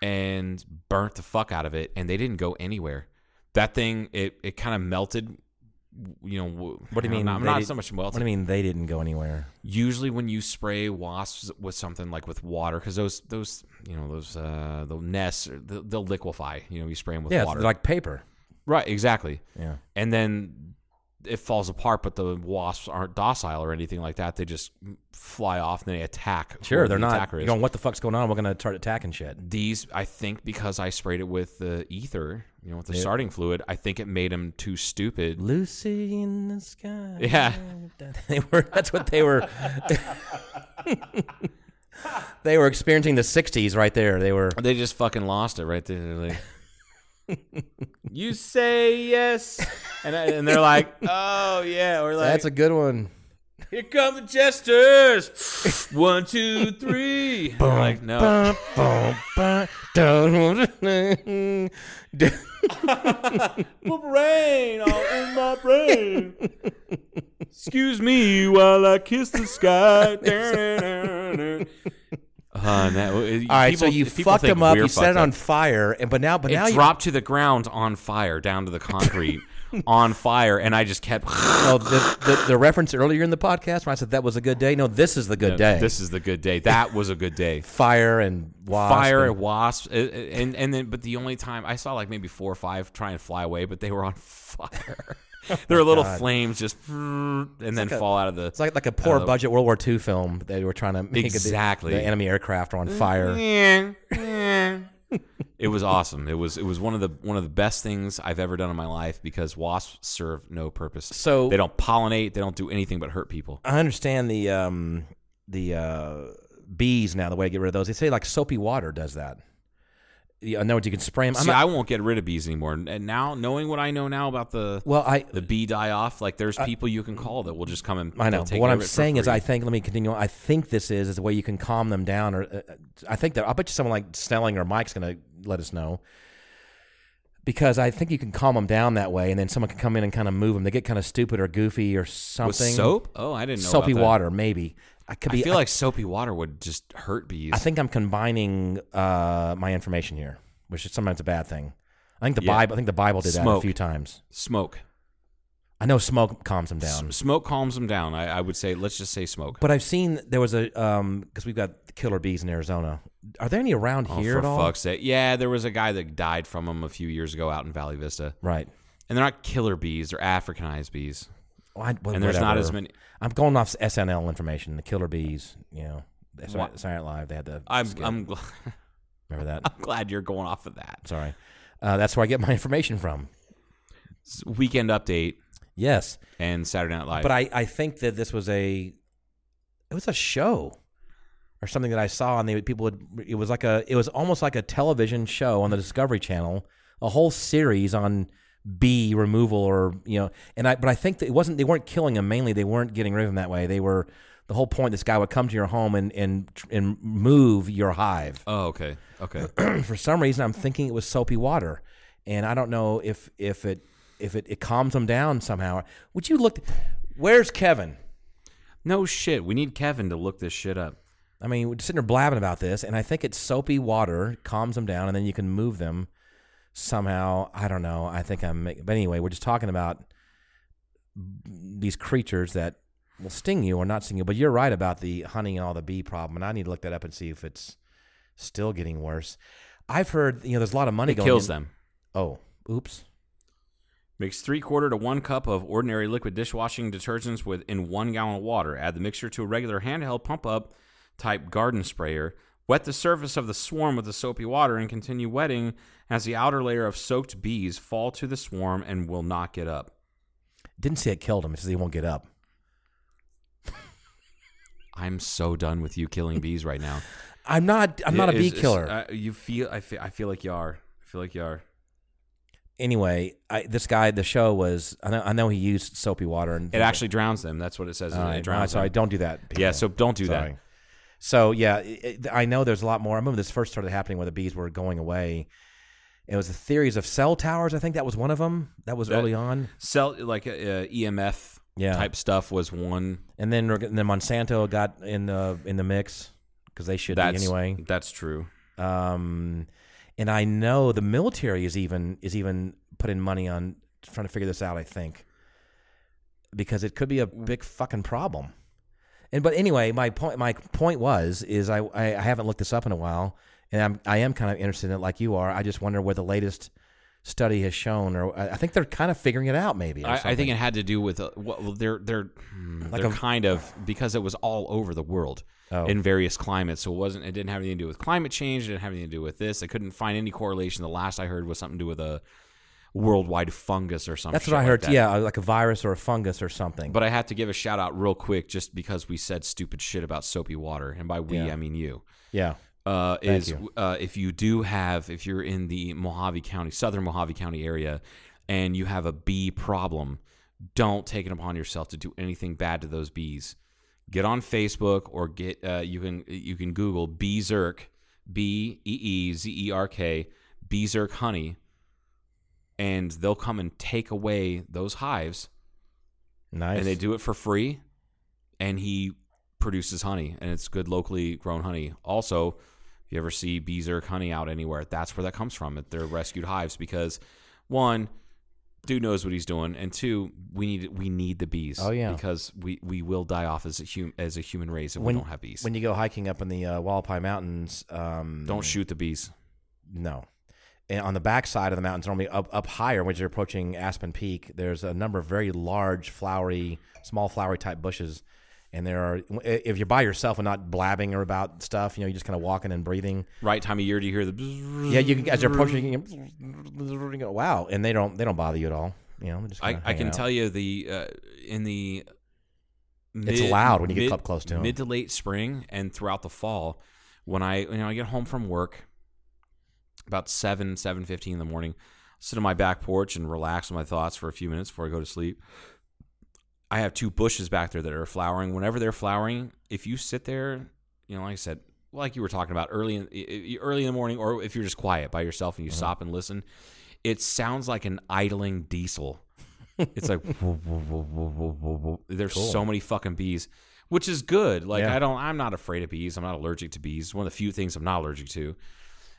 Speaker 5: and burnt the fuck out of it, and they didn't go anywhere. That thing it it kind of melted. You know w-
Speaker 6: What do you mean?
Speaker 5: I'm
Speaker 6: they
Speaker 5: not
Speaker 6: did-
Speaker 5: so much
Speaker 6: What
Speaker 5: melted.
Speaker 6: do you mean they didn't go anywhere?
Speaker 5: Usually when you spray wasps with something like with water, because those those you know those uh the nests are- they'll, they'll liquefy. You know you spray them with
Speaker 6: yeah, it's
Speaker 5: water.
Speaker 6: like paper.
Speaker 5: Right, exactly.
Speaker 6: Yeah.
Speaker 5: And then it falls apart, but the wasps aren't docile or anything like that. They just fly off and they attack.
Speaker 6: Sure,
Speaker 5: whoever
Speaker 6: they're
Speaker 5: the
Speaker 6: not.
Speaker 5: attacker
Speaker 6: You're
Speaker 5: is.
Speaker 6: going, what the fuck's going on? We're going to start attacking shit.
Speaker 5: These, I think, because I sprayed it with the ether, you know, with the starting fluid, I think it made them too stupid.
Speaker 6: Lucy in the sky.
Speaker 5: Yeah.
Speaker 6: They were. That's what they were. they were experiencing the '60s right there. They were.
Speaker 5: They just fucking lost it right there. They're like, you say yes, and, I, and they're like, oh yeah, or like,
Speaker 6: That's a good one.
Speaker 5: here come the jesters, one, two, three. They're like, no, brain all in my brain. Excuse me while I kiss the sky. Uh, that, it,
Speaker 6: All right, so
Speaker 5: people-
Speaker 6: you
Speaker 5: people
Speaker 6: fucked
Speaker 5: think
Speaker 6: them up.
Speaker 5: we're
Speaker 6: You set
Speaker 5: fucked
Speaker 6: it on
Speaker 5: up.
Speaker 6: fire, and but now, but now
Speaker 5: It
Speaker 6: you
Speaker 5: dropped to the ground on fire, down to the concrete, on fire, and I just kept.
Speaker 6: Oh, the, the, the reference earlier in the podcast when I said that was a good day. No, this is the good day.
Speaker 5: This is the good day. That was a good day.
Speaker 6: fire and wasp
Speaker 5: fire
Speaker 6: and-
Speaker 5: and wasps, uh, uh, and and then but the only time I saw like maybe four or five try and fly away, but they were on fire. Their little flames just and then fall out of the.
Speaker 6: it's like like a poor budget World War II film. They were trying to make it the-
Speaker 5: Exactly.
Speaker 6: the, enemy aircraft are on fire.
Speaker 5: it was awesome. It was it was one of the one of the best things I've ever done in my life because wasps serve no purpose.
Speaker 6: So-
Speaker 5: they don't pollinate. They don't do anything but hurt people.
Speaker 6: I understand the um the uh, bees now. The way to get rid of those, they say like soapy water does that. Yeah, in other words, you can spray them.
Speaker 5: See, I won't get rid of bees anymore. And now, knowing what I know now about the
Speaker 6: well, I
Speaker 5: the bee die off, like there's people you can call that will just come and
Speaker 6: I know.
Speaker 5: they'll
Speaker 6: But
Speaker 5: Take
Speaker 6: what
Speaker 5: care
Speaker 6: I'm
Speaker 5: of it for
Speaker 6: saying is,
Speaker 5: free.
Speaker 6: I think. Let me continue. on. I think this is is the way you can calm them down. uh, Or uh, I think that I bet you someone like Snelling or Mike's going to let us know. because I think you can calm them down that way, and then someone can come in and kind of move them. They get kind of stupid or goofy or something.
Speaker 5: With soap? Oh, I didn't know.
Speaker 6: soapy
Speaker 5: about that.
Speaker 6: water, maybe. I could
Speaker 5: I
Speaker 6: be.
Speaker 5: feel like soapy water would just hurt bees.
Speaker 6: I think I'm combining uh, my information here, which is sometimes a bad thing. I think the
Speaker 5: Yeah.
Speaker 6: Bible. I think the Bible did that a
Speaker 5: Smoke.
Speaker 6: few times.
Speaker 5: smoke.
Speaker 6: I know smoke calms them
Speaker 5: S-
Speaker 6: down,
Speaker 5: smoke calms them down. I, I would say let's just say smoke.
Speaker 6: but I've seen there was a um because we've got killer bees in Arizona. Are there any around
Speaker 5: Oh,
Speaker 6: here
Speaker 5: for
Speaker 6: at all?
Speaker 5: fuck's sake! Yeah, there was a guy that died from them a few years ago out in Valley Vista,
Speaker 6: Right.
Speaker 5: and they're not killer bees; they're Africanized bees.
Speaker 6: Well, I- well,
Speaker 5: And there's not
Speaker 6: whatever.
Speaker 5: as many-
Speaker 6: I'm going off SNL information. The Killer Bees, you know, that's
Speaker 5: Wha-
Speaker 6: Saturday Night Live. They had the.
Speaker 5: I'm
Speaker 6: skit.
Speaker 5: I'm, gl-
Speaker 6: remember that.
Speaker 5: I'm glad you're going off of that.
Speaker 6: Sorry, uh, that's where I get my information from.
Speaker 5: It's Weekend Update
Speaker 6: Yes,
Speaker 5: and Saturday Night Live.
Speaker 6: but I, I think that this was a it was a show or something that I saw and they people would it was like a it was almost like a television show on the Discovery Channel, a whole series on bee removal or you know and I but I think that it wasn't they weren't killing them mainly they weren't getting rid of them that way they were the whole point this guy would come to your home and and and move your hive
Speaker 5: oh, okay, okay.
Speaker 6: for some reason I'm thinking it was soapy water, and I don't know if if it if it, it calms them down somehow. Would you look? Where's Kevin?
Speaker 5: no shit. We need Kevin to look this shit up.
Speaker 6: I mean, we're sitting there blabbing about this, and I think it's soapy water calms them down, and then you can move them somehow. I don't know. I think I'm. But anyway, we're just talking about these creatures that will sting you or not sting you. But you're right about the hunting and all the bee problem, and I need to look that up and see if it's still getting worse. I've heard, you know, there's a lot of money
Speaker 5: It
Speaker 6: going
Speaker 5: kills
Speaker 6: in-
Speaker 5: them.
Speaker 6: Oh, oops.
Speaker 5: Mix three quarter to one cup of ordinary liquid dishwashing detergents with in one gallon of water. Add the mixture to a regular handheld pump up type garden sprayer. Wet the surface of the swarm with the soapy water and continue wetting as the outer layer of soaked bees fall to the swarm and will not get up.
Speaker 6: Didn't say it killed him. It says he won't get up.
Speaker 5: I'm so done with you killing bees right now.
Speaker 6: I'm not. I'm not a
Speaker 5: It
Speaker 6: bee
Speaker 5: is-
Speaker 6: killer.
Speaker 5: it's- uh, you feel I, feel I feel like you are. I feel like you are.
Speaker 6: anyway, I, this guy, the show was. I know, I know he used soapy water, and uh,
Speaker 5: It actually drowns them. That's what it says.
Speaker 6: All right,
Speaker 5: it drowns.
Speaker 6: sorry,
Speaker 5: them.
Speaker 6: don't do that.
Speaker 5: Yeah,
Speaker 6: people.
Speaker 5: so don't do
Speaker 6: Sorry.
Speaker 5: that.
Speaker 6: So yeah, it, it- I know there's a lot more. I remember this first started happening where the bees were going away. It was the theories of cell towers. I think that was one of them. That was
Speaker 5: That-
Speaker 6: early on,
Speaker 5: Cell like uh, uh, EMF
Speaker 6: Yeah.
Speaker 5: type stuff was one
Speaker 6: and then we're getting- then Monsanto got in the in the mix because they should be
Speaker 5: That's
Speaker 6: anyway.
Speaker 5: That's true.
Speaker 6: Um, and I know the military is even is even putting money on trying to figure this out. I think because it could be a big fucking problem. And but anyway, my point my point was is I I, I haven't looked this up in a while, and I'm I am kind of interested in it like you are. I just wonder where the latest study has shown, or I I think they're kind of figuring it out maybe. or
Speaker 5: I, I think
Speaker 6: something.
Speaker 5: it had to do with uh, well, they're they're hmm,
Speaker 6: Like
Speaker 5: they're
Speaker 6: a-
Speaker 5: kind of because it was all over the world
Speaker 6: Oh.
Speaker 5: in various climates. So it wasn't it didn't have anything to do with climate change. It didn't have anything to do with this. I couldn't find any correlation. The last I heard was something to do with a worldwide fungus or something.
Speaker 6: that's what I heard. yeah, like a virus or a fungus or something.
Speaker 5: But I have to give a shout out real quick just because we said stupid shit about soapy water, and by we
Speaker 6: Yeah.
Speaker 5: I mean you.
Speaker 6: yeah,
Speaker 5: uh,
Speaker 6: Thank
Speaker 5: is
Speaker 6: you.
Speaker 5: Uh, if you do have, if you're in the Mojave County, southern Mojave County area, and you have a bee problem, don't take it upon yourself to do anything bad to those bees. Get on Facebook or get uh, you can you can Google Beezerk, B E E Z E R K, Beezerk honey, and they'll come and take away those hives,
Speaker 6: nice.
Speaker 5: and they do it for free. And he produces honey, and it's good locally grown honey. Also, if you ever see bees or honey out anywhere, that's where that comes from. They're rescued hives because one, dude knows what he's doing, and two, we need we need the bees.
Speaker 6: Oh, yeah.
Speaker 5: because we we will die off as a hum, as a human race if we don't have bees.
Speaker 6: When you go hiking up in the uh, Walpi Mountains, um,
Speaker 5: don't shoot the bees.
Speaker 6: No. And on the back side of the mountains, normally up, up higher, when you're approaching Aspen Peak, there's a number of very large, flowery, small flowery type bushes. And there are, if you're by yourself and not blabbing or about stuff, you know, you're just kind of walking and breathing.
Speaker 5: Right time of year, do you hear the? bzzz?
Speaker 6: Yeah, you can, as you're approaching, you can, go, wow. And they don't, they don't bother you at all. You know, just
Speaker 5: I, I can tell you the uh, in the
Speaker 6: It's loud when you get up close to 'em.
Speaker 5: mid to late spring and throughout the fall when I you know I get home from work about seven seven fifteen in the morning sit on my back porch and relax with my thoughts for a few minutes before I go to sleep. I have two bushes back there that are flowering. Whenever they're flowering, if you sit there, you know, like I said, e,
Speaker 6: Mm-hmm.
Speaker 5: like you were talking about early in i- i- early in the morning, or if you're just quiet by yourself and you stop and listen, it sounds like an idling diesel. It's like woo, woo, woo, woo, woo, woo, woo. there's so many fucking bees, which is good. Like
Speaker 6: Yeah.
Speaker 5: I don't, I'm not afraid of bees. I'm not allergic to bees. It's one of the few things I'm not allergic to.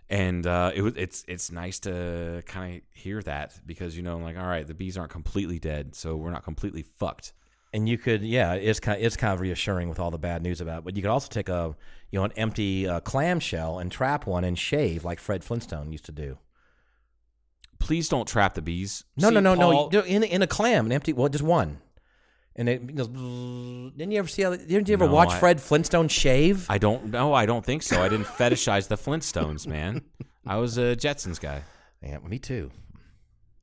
Speaker 5: And uh, it was it's it's nice to kind of hear that because you know I'm like all right the bees aren't completely dead so we're not completely fucked.
Speaker 6: And you could, yeah, it's kind, it's kind of reassuring with all the bad news about. It. But you could also take a, you know, an empty uh, clamshell and trap one and shave like Fred Flintstone used to do.
Speaker 5: Please don't trap the bees.
Speaker 6: No,
Speaker 5: See,
Speaker 6: no, no,
Speaker 5: Paul-
Speaker 6: no. you do- In in a clam, an empty, well, just one. And it goes. Didn't you ever see? How, didn't you ever
Speaker 5: No,
Speaker 6: watch
Speaker 5: I-
Speaker 6: Fred Flintstone shave?
Speaker 5: I don't know. I don't think so. I didn't fetishize the Flintstones, man. I was a Jetsons guy.
Speaker 6: yeah, me too.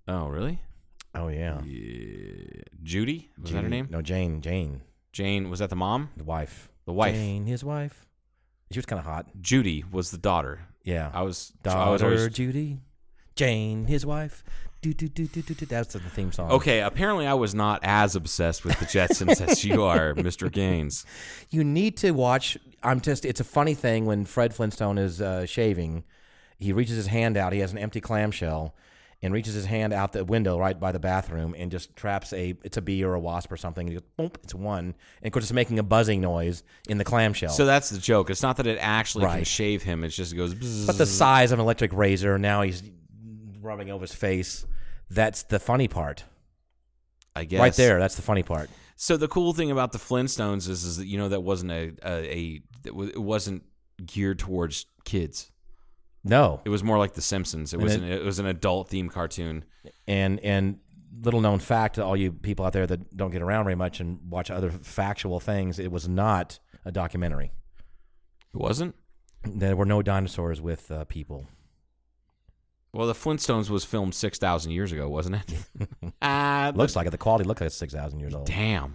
Speaker 5: Oh, really?
Speaker 6: Oh yeah.
Speaker 5: Judy was that her name?
Speaker 6: No, Jane. Jane,
Speaker 5: Jane was that the mom?
Speaker 6: the wife.
Speaker 5: The wife.
Speaker 6: Jane, his wife. She was kind of hot.
Speaker 5: Judy was the daughter.
Speaker 6: Yeah.
Speaker 5: I was. I was
Speaker 6: Daughter
Speaker 5: always,
Speaker 6: Judy, Jane, his wife. Do do do do do do. That's the theme song.
Speaker 5: okay. Apparently, I was not as obsessed with the Jetsons as you are, Mr. Gaines.
Speaker 6: You need to watch. I'm just. It's a funny thing when Fred Flintstone is uh, shaving. He reaches his hand out. He has an empty clamshell, and reaches his hand out the window right by the bathroom, and just traps a. It's a bee or a wasp or something. And he goes, boom, it's one. And of course, it's making a buzzing noise in the clamshell.
Speaker 5: So that's the joke. It's not that it actually can
Speaker 6: Right.
Speaker 5: shave him. It just goes. bzzz.
Speaker 6: but the size of an electric razor. Now he's rubbing over his face. That's the funny part.
Speaker 5: I guess
Speaker 6: Right there. That's the funny part.
Speaker 5: So the cool thing about the Flintstones is, is that you know that wasn't a a, a it wa- it wasn't geared towards kids.
Speaker 6: No.
Speaker 5: It was more like The Simpsons. It
Speaker 6: And
Speaker 5: was
Speaker 6: it-
Speaker 5: an, it was an adult themed cartoon.
Speaker 6: and and little known fact to all you people out there that don't get around very much and watch other factual things it was not a documentary
Speaker 5: It wasn't.
Speaker 6: there were no dinosaurs with uh, people
Speaker 5: Well, The Flintstones was filmed six thousand years ago, wasn't it? Ah,
Speaker 6: looks like it the quality looks like it's 6000 years old
Speaker 5: damn.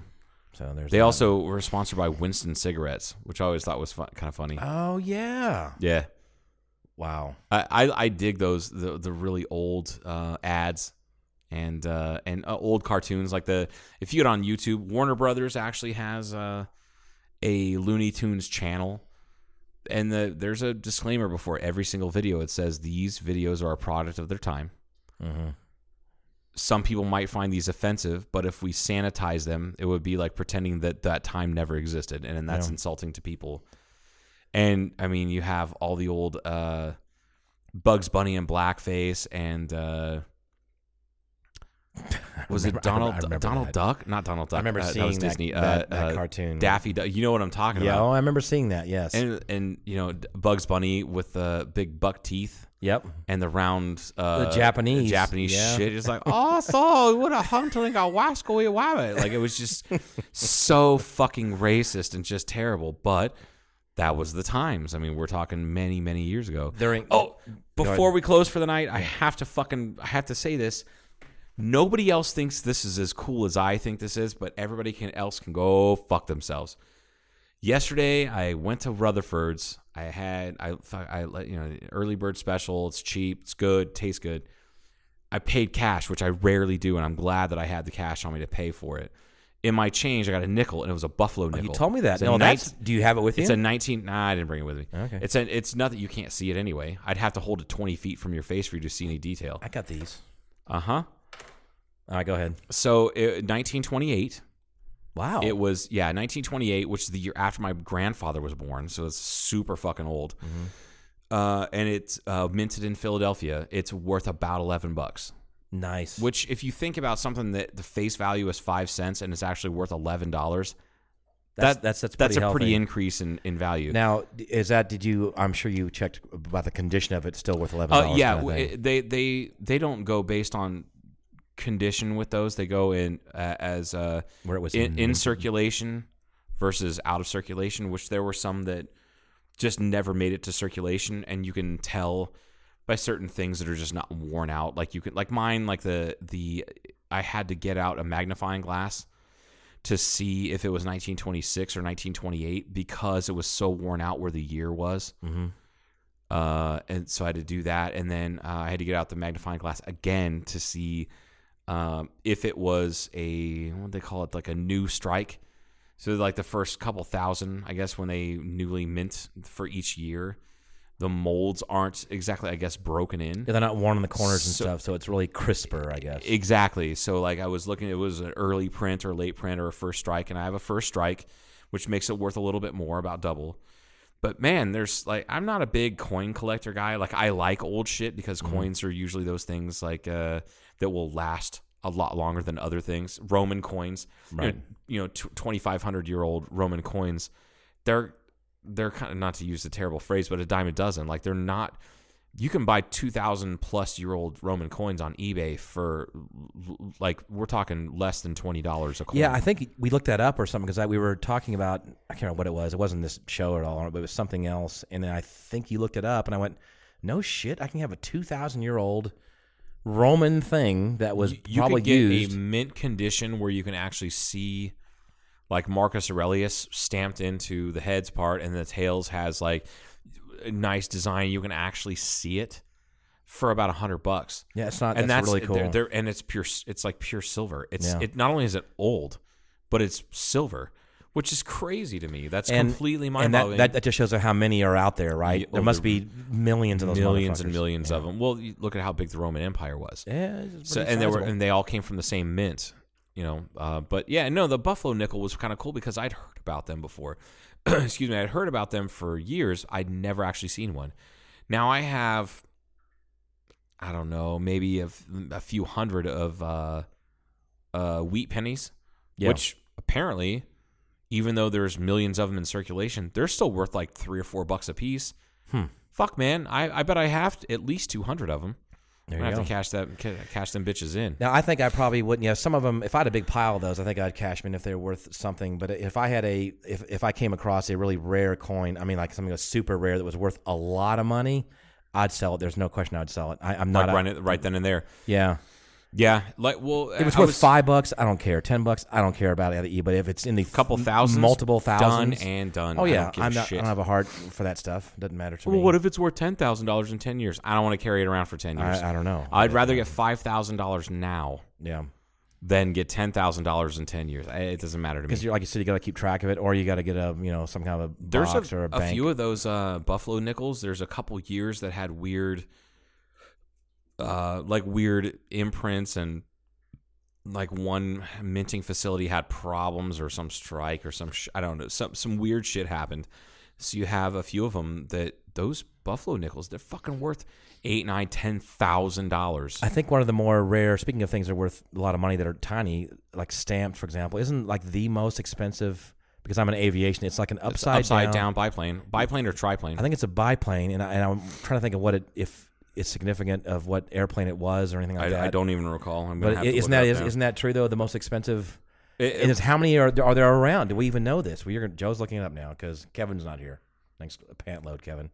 Speaker 6: so there's
Speaker 5: They
Speaker 6: that.
Speaker 5: also were sponsored by Winston cigarettes, which I always thought was fun, kind of funny.
Speaker 6: oh yeah
Speaker 5: Yeah,
Speaker 6: wow
Speaker 5: I, I I dig those the the really old uh, ads and uh, and uh, old cartoons like the if you get on YouTube, Warner Brothers actually has uh, a Looney Tunes channel. And the, there's a disclaimer before every single video. It says these videos are a product of their time.
Speaker 6: Mm-hmm.
Speaker 5: Some people might find these offensive, but if we sanitize them, it would be like pretending that that time never existed, and, and that's insulting to people. And I mean, you have all the old uh, Bugs Bunny in blackface, and uh, was
Speaker 6: remember-
Speaker 5: it
Speaker 6: I remember-
Speaker 5: Donald
Speaker 6: I remember
Speaker 5: Donald
Speaker 6: that.
Speaker 5: Duck? Not Donald Duck.
Speaker 6: I remember
Speaker 5: uh, that
Speaker 6: seeing
Speaker 5: was
Speaker 6: that-
Speaker 5: Disney.
Speaker 6: that-
Speaker 5: uh,
Speaker 6: that
Speaker 5: uh,
Speaker 6: cartoon.
Speaker 5: Daffy Duck. You know what I'm talking
Speaker 6: yeah oh,
Speaker 5: about.
Speaker 6: i remember seeing that yes
Speaker 5: And and you know D- Bugs Bunny with the big buck teeth
Speaker 6: yep
Speaker 5: and the round uh,
Speaker 6: The Japanese,
Speaker 5: Japanese
Speaker 6: yeah.
Speaker 5: shit. It's like oh so what a hunting a wasco wabbit. Like it was just so fucking racist and just terrible. But that was the times. I mean, we're talking many many years ago.
Speaker 6: During-
Speaker 5: oh before
Speaker 6: ahead.
Speaker 5: we close for the night, I have to fucking I have to say this. Nobody else thinks this is as cool as I think this is, but everybody can else can go fuck themselves. Yesterday, I went to Rutherford's. I had I I let you know early bird special. It's cheap. It's good. Tastes good. I paid cash, which I rarely do, and I'm glad that I had the cash on me to pay for it. In my change, I got a nickel, and it was a buffalo nickel.
Speaker 6: Oh, you told me that
Speaker 5: It's a
Speaker 6: no
Speaker 5: nice-
Speaker 6: that's do you have it with you
Speaker 5: it's a 19. Nah, I didn't bring it with me.
Speaker 6: Okay.
Speaker 5: It's a, it's not that you can't see it anyway. I'd have to hold it 20 feet from your face for you to see any detail.
Speaker 6: i got these
Speaker 5: Uh huh.
Speaker 6: all right go ahead
Speaker 5: So it, 1928.
Speaker 6: wow
Speaker 5: It was yeah, 1928, which is the year after my grandfather was born, so it's super fucking old.
Speaker 6: Mm-hmm.
Speaker 5: Uh, and it's uh, minted in Philadelphia. It's worth about 11 bucks.
Speaker 6: nice
Speaker 5: Which, if you think about something that the face value is five cents and it's actually worth eleven dollars,
Speaker 6: that's that's that's,
Speaker 5: that's
Speaker 6: pretty
Speaker 5: a pretty
Speaker 6: healthy.
Speaker 5: increase in, in value.
Speaker 6: now d- is that did you i'm sure you checked about the condition of it still worth 11
Speaker 5: Uh, yeah, w-
Speaker 6: kinda thing.
Speaker 5: it- they they they don't go based on condition with those. They go in uh, as uh,
Speaker 6: Where it was
Speaker 5: in, in
Speaker 6: min-
Speaker 5: circulation versus out of circulation. Which there were some that just never made it to circulation, and you can tell by certain things that are just not worn out. Like you can like mine, like the the I had to get out a magnifying glass to see if it was 1926 or 1928 because it was so worn out where the year was.
Speaker 6: Mm-hmm.
Speaker 5: Uh, and so I had to do that, and then uh, I had to get out the magnifying glass again to see um, if it was a what do they call it, like a new strike. So like the first couple thousand, I guess, when they newly mint for each year, the molds aren't exactly, I guess, broken in.
Speaker 6: Yeah, they're not worn on the corners and stuff, so it's really crisper, I guess.
Speaker 5: Exactly. So like I was looking, it was an early print or late print or a first strike, and I have a first strike, which makes it worth a little bit more, about double. But man, there's like I'm not a big coin collector guy. Like I like old shit because coins are usually those things like uh, that will last a lot longer than other things. Roman coins,
Speaker 6: Right.
Speaker 5: You know, tw 2,500 year old Roman coins. They're they're kind of not to use the terrible phrase, but a dime a dozen. Like they're not. You can buy two thousand plus year old Roman coins on eBay for like we're talking less than twenty dollars a coin.
Speaker 6: Yeah, I think we looked that up or something because we were talking about I can't remember what it was. It wasn't this show at all, but it was something else. And then I think you looked it up, and I went, "No shit, I can have a two thousand year old Roman thing that was
Speaker 5: you
Speaker 6: probably
Speaker 5: could get
Speaker 6: used."
Speaker 5: a mint condition where you can actually see like Marcus Aurelius stamped into the heads part, and the tails has like a nice design. You can actually see it for about a hundred bucks.
Speaker 6: yeah, it's not.
Speaker 5: and
Speaker 6: Uh, that's,
Speaker 5: that's,
Speaker 6: really
Speaker 5: they're-
Speaker 6: cool.
Speaker 5: they're- and it's pure. s- It's like pure silver. It's
Speaker 6: Yeah.
Speaker 5: it. Not only is it old, but it's silver, which is crazy to me. That's
Speaker 6: and,
Speaker 5: completely mind
Speaker 6: and
Speaker 5: blowing.
Speaker 6: that, that, that just shows how many are out there, right?
Speaker 5: Yeah,
Speaker 6: there
Speaker 5: oh,
Speaker 6: must
Speaker 5: there-
Speaker 6: be millions of those
Speaker 5: millions and
Speaker 6: motherfuckers.
Speaker 5: millions of 'em. of them. Well, you look at how big the Roman Empire was.
Speaker 6: Yeah, it's pretty
Speaker 5: so and they were
Speaker 6: sizable.
Speaker 5: and they all came from the same mint you know uh, but yeah no the buffalo nickel was kind of cool because i'd heard about them before excuse me i'd heard about them for years i'd never actually seen one now i have i don't know maybe a, f- a few hundred of uh, uh, wheat pennies
Speaker 6: Yeah.
Speaker 5: which apparently even though there's millions of them in circulation they're still worth like three or four bucks a piece fuck man I, I bet i have at least 200 of them
Speaker 6: There
Speaker 5: I
Speaker 6: you
Speaker 5: have
Speaker 6: go.
Speaker 5: to cash that, ca- cash them bitches in.
Speaker 6: Now, I think I probably wouldn't. Yeah, some of them. If I had a big pile of those, I think I'd cash them in if they were worth something. But if I had a, if if I came across a really rare coin, I mean, like something that's super rare that was worth a lot of money, I'd sell it. There's no question, I'd sell it. I, I'm not.
Speaker 5: like
Speaker 6: a-
Speaker 5: right, it right then and there.
Speaker 6: yeah,
Speaker 5: Yeah, like well,
Speaker 6: if it's
Speaker 5: I
Speaker 6: worth
Speaker 5: was-
Speaker 6: five bucks, I don't care. Ten bucks, I don't care about it. E, But if it's in the
Speaker 5: Couple
Speaker 6: th-
Speaker 5: thousands,
Speaker 6: multiple
Speaker 5: done
Speaker 6: thousands,
Speaker 5: and done.
Speaker 6: Oh
Speaker 5: I
Speaker 6: yeah,
Speaker 5: don't give a
Speaker 6: I'm not.
Speaker 5: shit.
Speaker 6: I don't have a heart for that stuff. Doesn't matter to
Speaker 5: well,
Speaker 6: me.
Speaker 5: what if it's worth ten thousand dollars in ten years? I don't want to carry it around for ten years.
Speaker 6: I- I don't know.
Speaker 5: I'd rather get five thousand dollars now
Speaker 6: yeah.
Speaker 5: than get ten thousand dollars in ten years. I- It doesn't matter to me.
Speaker 6: Because you're like you said, you got to keep track of it, or you got to get a you know some kind of a
Speaker 5: There's
Speaker 6: box
Speaker 5: a,
Speaker 6: or a,
Speaker 5: a
Speaker 6: bank.
Speaker 5: few of those uh, Buffalo nickels. There's a couple years that had weird, uh, like weird imprints and like one minting facility had problems or some strike or some sh- I don't know some some weird shit happened. So you have a few of them that those Buffalo nickels they're fucking worth eight nine ten thousand dollars.
Speaker 6: I think one of the more rare, speaking of things that are worth a lot of money that are tiny, like stamped, for example, isn't like the most expensive because I'm in aviation. It's like an upside,
Speaker 5: Upside down. biplane, biplane or triplane.
Speaker 6: I think it's a biplane, and, I, and I'm trying to think of what it if it's significant of what airplane it was or anything like that.
Speaker 5: I, I don't even recall. I'm gonna
Speaker 6: But
Speaker 5: have
Speaker 6: i-
Speaker 5: to
Speaker 6: isn't
Speaker 5: look
Speaker 6: that
Speaker 5: it
Speaker 6: is,
Speaker 5: up now.
Speaker 6: isn't that true though? The most expensive.
Speaker 5: It-
Speaker 6: and it's how many are there, are there around? Do we even know this? Well, you're gonna, Joe's looking it up now because Kevin's not here. Thanks, pant load, Kevin.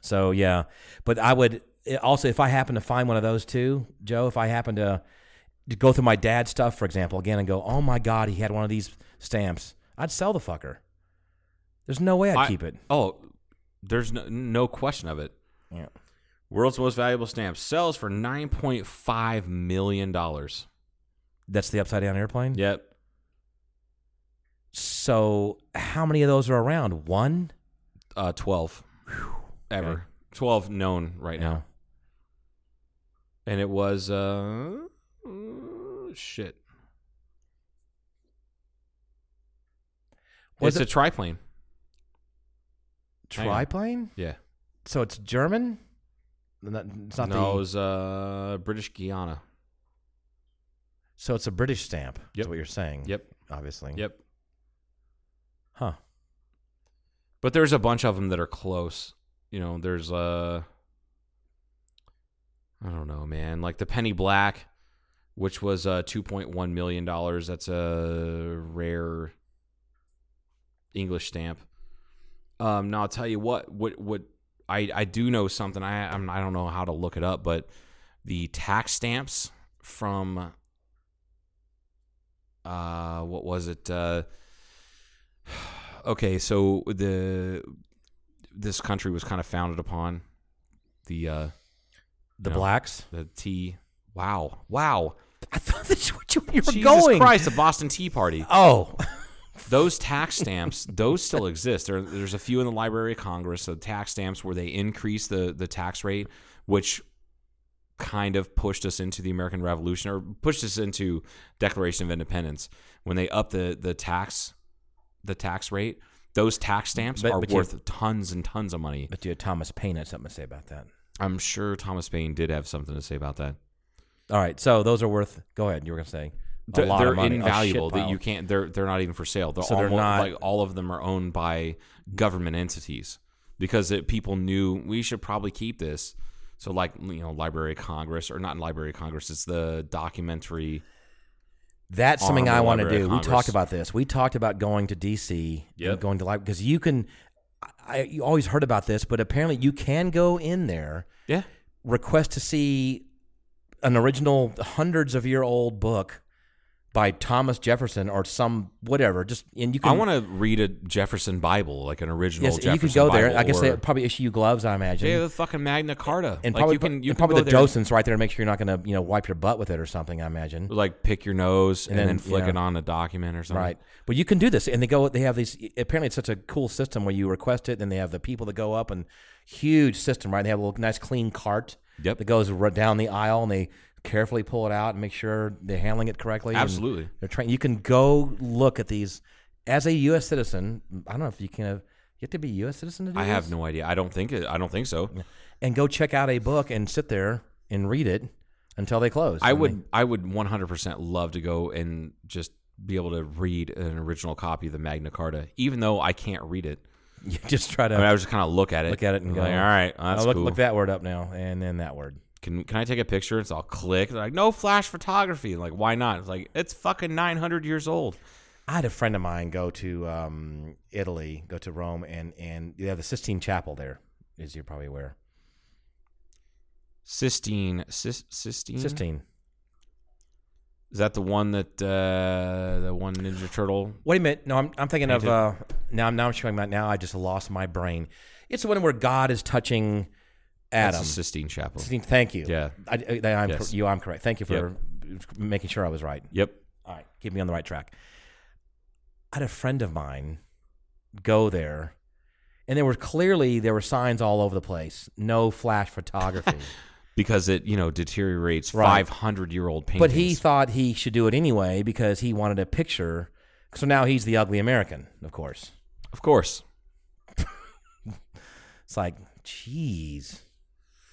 Speaker 6: so yeah, but I would it- also if I happen to find one of those too, Joe. If I happen to to go through my dad's stuff, for example, again and go, oh my god, he had one of these stamps. I'd sell the fucker. There's no way I'd
Speaker 5: I-
Speaker 6: keep it.
Speaker 5: Oh, there's no, no question of it.
Speaker 6: Yeah.
Speaker 5: World's most valuable stamp sells for nine point five million dollars.
Speaker 6: That's the upside down airplane.
Speaker 5: Yep.
Speaker 6: So how many of those are around? One.
Speaker 5: Uh, twelve. Ever.
Speaker 6: Okay.
Speaker 5: Twelve known right
Speaker 6: Yeah.
Speaker 5: now. And it was uh mm, shit.
Speaker 6: Was
Speaker 5: it's
Speaker 6: it-
Speaker 5: a triplane. Hang on.
Speaker 6: Triplane.
Speaker 5: Yeah.
Speaker 6: So it's German. Not- It's not
Speaker 5: no,
Speaker 6: the.
Speaker 5: it was uh British Guiana.
Speaker 6: So it's a British stamp. Is
Speaker 5: Yep.
Speaker 6: what you're saying.
Speaker 5: Yep.
Speaker 6: Obviously.
Speaker 5: Yep.
Speaker 6: Huh.
Speaker 5: But there's a bunch of them that are close. You know, there's uh I don't know, man. Like the Penny Black, which was uh 2.1 million dollars. That's a rare English stamp. Um now I'll tell you what what what I I do know something. I I'm, I don't know how to look it up, but the tax stamps from uh what was it uh okay, so the this country was kind of founded upon the uh
Speaker 6: The
Speaker 5: No.
Speaker 6: blacks.
Speaker 5: the tea. Wow, wow!
Speaker 6: I thought that's what you, you were
Speaker 5: Jesus
Speaker 6: going.
Speaker 5: Christ, the Boston Tea Party.
Speaker 6: Oh.
Speaker 5: Those tax stamps, those still exist. There, there's a few in the Library of Congress. The tax stamps where they increase the the tax rate, which kind of pushed us into the American Revolution or pushed us into Declaration of Independence when they upped the the tax the tax rate. Those tax stamps
Speaker 6: But-
Speaker 5: are
Speaker 6: but you-
Speaker 5: worth tons and tons of money.
Speaker 6: But dude, Thomas Paine had something to say about that.
Speaker 5: I'm sure Thomas Paine did have something to say about that.
Speaker 6: All right, so those are worth. Go ahead. You were gonna say a
Speaker 5: They're,
Speaker 6: lot
Speaker 5: they're
Speaker 6: of money. a
Speaker 5: invaluable.
Speaker 6: shit
Speaker 5: That
Speaker 6: pile.
Speaker 5: you can't. They're they're not even for sale. They're,
Speaker 6: So they're
Speaker 5: almost,
Speaker 6: not-
Speaker 5: like all of them are owned by government entities because it, people knew we should probably keep this. So like you know, Library of Congress or not Library of Congress. It's the documentary.
Speaker 6: That's something
Speaker 5: Arm
Speaker 6: I
Speaker 5: the
Speaker 6: want to
Speaker 5: Library
Speaker 6: do.
Speaker 5: of
Speaker 6: We
Speaker 5: Congress.
Speaker 6: talked about this. We talked about going to DC and
Speaker 5: Yep.
Speaker 6: going to library because you can. I you always heard about this, but apparently you can go in there
Speaker 5: Yeah,
Speaker 6: request to see an original hundreds of year old book by Thomas Jefferson or some whatever. Just and you can
Speaker 5: I want to read a Jefferson Bible, like an original.
Speaker 6: yes,
Speaker 5: Jefferson
Speaker 6: you could go there.
Speaker 5: Bible
Speaker 6: I guess
Speaker 5: or,
Speaker 6: they probably issue you gloves. I imagine.
Speaker 5: yeah, the fucking Magna Carta,
Speaker 6: and
Speaker 5: Like,
Speaker 6: probably
Speaker 5: you can you can
Speaker 6: and probably
Speaker 5: go
Speaker 6: the
Speaker 5: there and,
Speaker 6: docents right there to make sure you're not going to you know wipe your butt with it or something. I imagine.
Speaker 5: like pick your nose and,
Speaker 6: And
Speaker 5: then,
Speaker 6: then,
Speaker 5: flick
Speaker 6: yeah.
Speaker 5: it on a document or something.
Speaker 6: Right. But you can do this. And they go, they have these, apparently it's such a cool system where you request it and they have the people that go up and huge system, right? They have a little nice clean cart
Speaker 5: Yep.
Speaker 6: that goes r- down the aisle and they carefully pull it out and make sure they're handling it correctly. and
Speaker 5: Absolutely.
Speaker 6: They're trained. You can go look at these as a U.S. citizen. I don't know if you can have, you have to be a U.S. citizen to do
Speaker 5: I
Speaker 6: this?
Speaker 5: have no idea. I don't think it. I don't think so.
Speaker 6: And go check out a book and sit there and read it until they close.
Speaker 5: I
Speaker 6: And
Speaker 5: would I would 100% love to go and just be able to read an original copy of the Magna Carta, even though I can't read it.
Speaker 6: they- you just try to
Speaker 5: I mean, I would just kind of look at it,
Speaker 6: look at it and go,
Speaker 5: like, all right, oh, that's
Speaker 6: "Oh, look,
Speaker 5: cool.
Speaker 6: look that word up now and then that word.
Speaker 5: Can can I take a picture? It's all click. They're like, no flash photography. like, why not? It's like it's fucking 900 years old.
Speaker 6: I had a friend of mine go to um, Italy, go to Rome, and and they have the Sistine Chapel there, as you're probably aware.
Speaker 5: Sistine, Sis, Sistine,
Speaker 6: Sistine.
Speaker 5: Is that the one that uh, the one Ninja Turtle?
Speaker 6: Wait a minute. No, I'm, I'm thinking of
Speaker 5: Painted.
Speaker 6: uh, now. I'm- Now I'm showing my now. I just lost my brain. It's the one where God is touching
Speaker 5: That's
Speaker 6: Adam.
Speaker 5: the Sistine Chapel.
Speaker 6: Sistine. Thank you.
Speaker 5: Yeah.
Speaker 6: I, I, I'm,
Speaker 5: Yes.
Speaker 6: You, I'm correct. Thank you for making sure I was right.
Speaker 5: Yep.
Speaker 6: All right, keep me on the right track. I had a friend of mine go there, and there were clearly there were signs all over the place. No flash photography.
Speaker 5: Because it you know deteriorates
Speaker 6: Right.
Speaker 5: 500 year old paintings.
Speaker 6: But he thought he should do it anyway because he wanted a picture. So now he's the ugly American, of course.
Speaker 5: of course.
Speaker 6: It's like, jeez.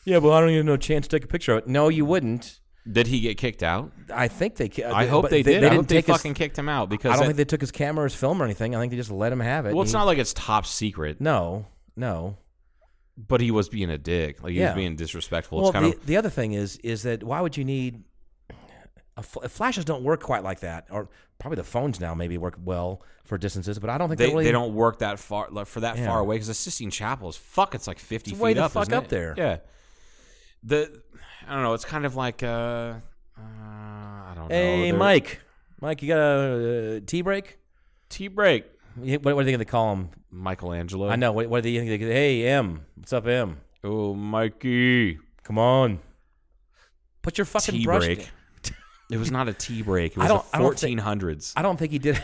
Speaker 6: Yeah, well, I don't even know a chance to take a picture of it. No, you wouldn't.
Speaker 5: Did he get kicked out?
Speaker 6: I think Uh, they. ca-
Speaker 5: I hope
Speaker 6: but
Speaker 5: they did. I
Speaker 6: didn't
Speaker 5: hope they
Speaker 6: take his-
Speaker 5: fucking kicked him out because
Speaker 6: I don't
Speaker 5: that-
Speaker 6: think they took his camera, or his film, or anything. I think they just let him have it.
Speaker 5: well, it's
Speaker 6: He-
Speaker 5: not like it's top secret,
Speaker 6: No, no.
Speaker 5: but he was being a dick. Like he
Speaker 6: Yeah.
Speaker 5: was being disrespectful.
Speaker 6: Well,
Speaker 5: it's kind
Speaker 6: the,
Speaker 5: of
Speaker 6: the other thing is, is that why would you need? A fl- flashes don't work quite like that, or probably the phones now maybe work well for distances, but I don't think
Speaker 5: they,
Speaker 6: really
Speaker 5: they don't work that far like, for that
Speaker 6: Yeah.
Speaker 5: far away because the Sistine Chapel is fuck. It's like fifty
Speaker 6: It's
Speaker 5: feet
Speaker 6: way the
Speaker 5: up.
Speaker 6: fuck
Speaker 5: isn't
Speaker 6: up
Speaker 5: it?
Speaker 6: there.
Speaker 5: Yeah. The I don't know. It's kind of like uh, uh I don't know.
Speaker 6: Hey,
Speaker 5: They're-
Speaker 6: Mike. Mike, you got a uh, tea break?
Speaker 5: tea break.
Speaker 6: Yeah, What, what are they going to call him?
Speaker 5: Michelangelo.
Speaker 6: I know. What, what are they going to Hey, M. What's up, M?
Speaker 5: Oh, Mikey.
Speaker 6: Come on. Put your fucking
Speaker 5: Tea
Speaker 6: brush
Speaker 5: break. It was not a tea break. It
Speaker 6: I
Speaker 5: was
Speaker 6: don't-
Speaker 5: the
Speaker 6: I don't think-
Speaker 5: 1400s.
Speaker 6: I don't think he did.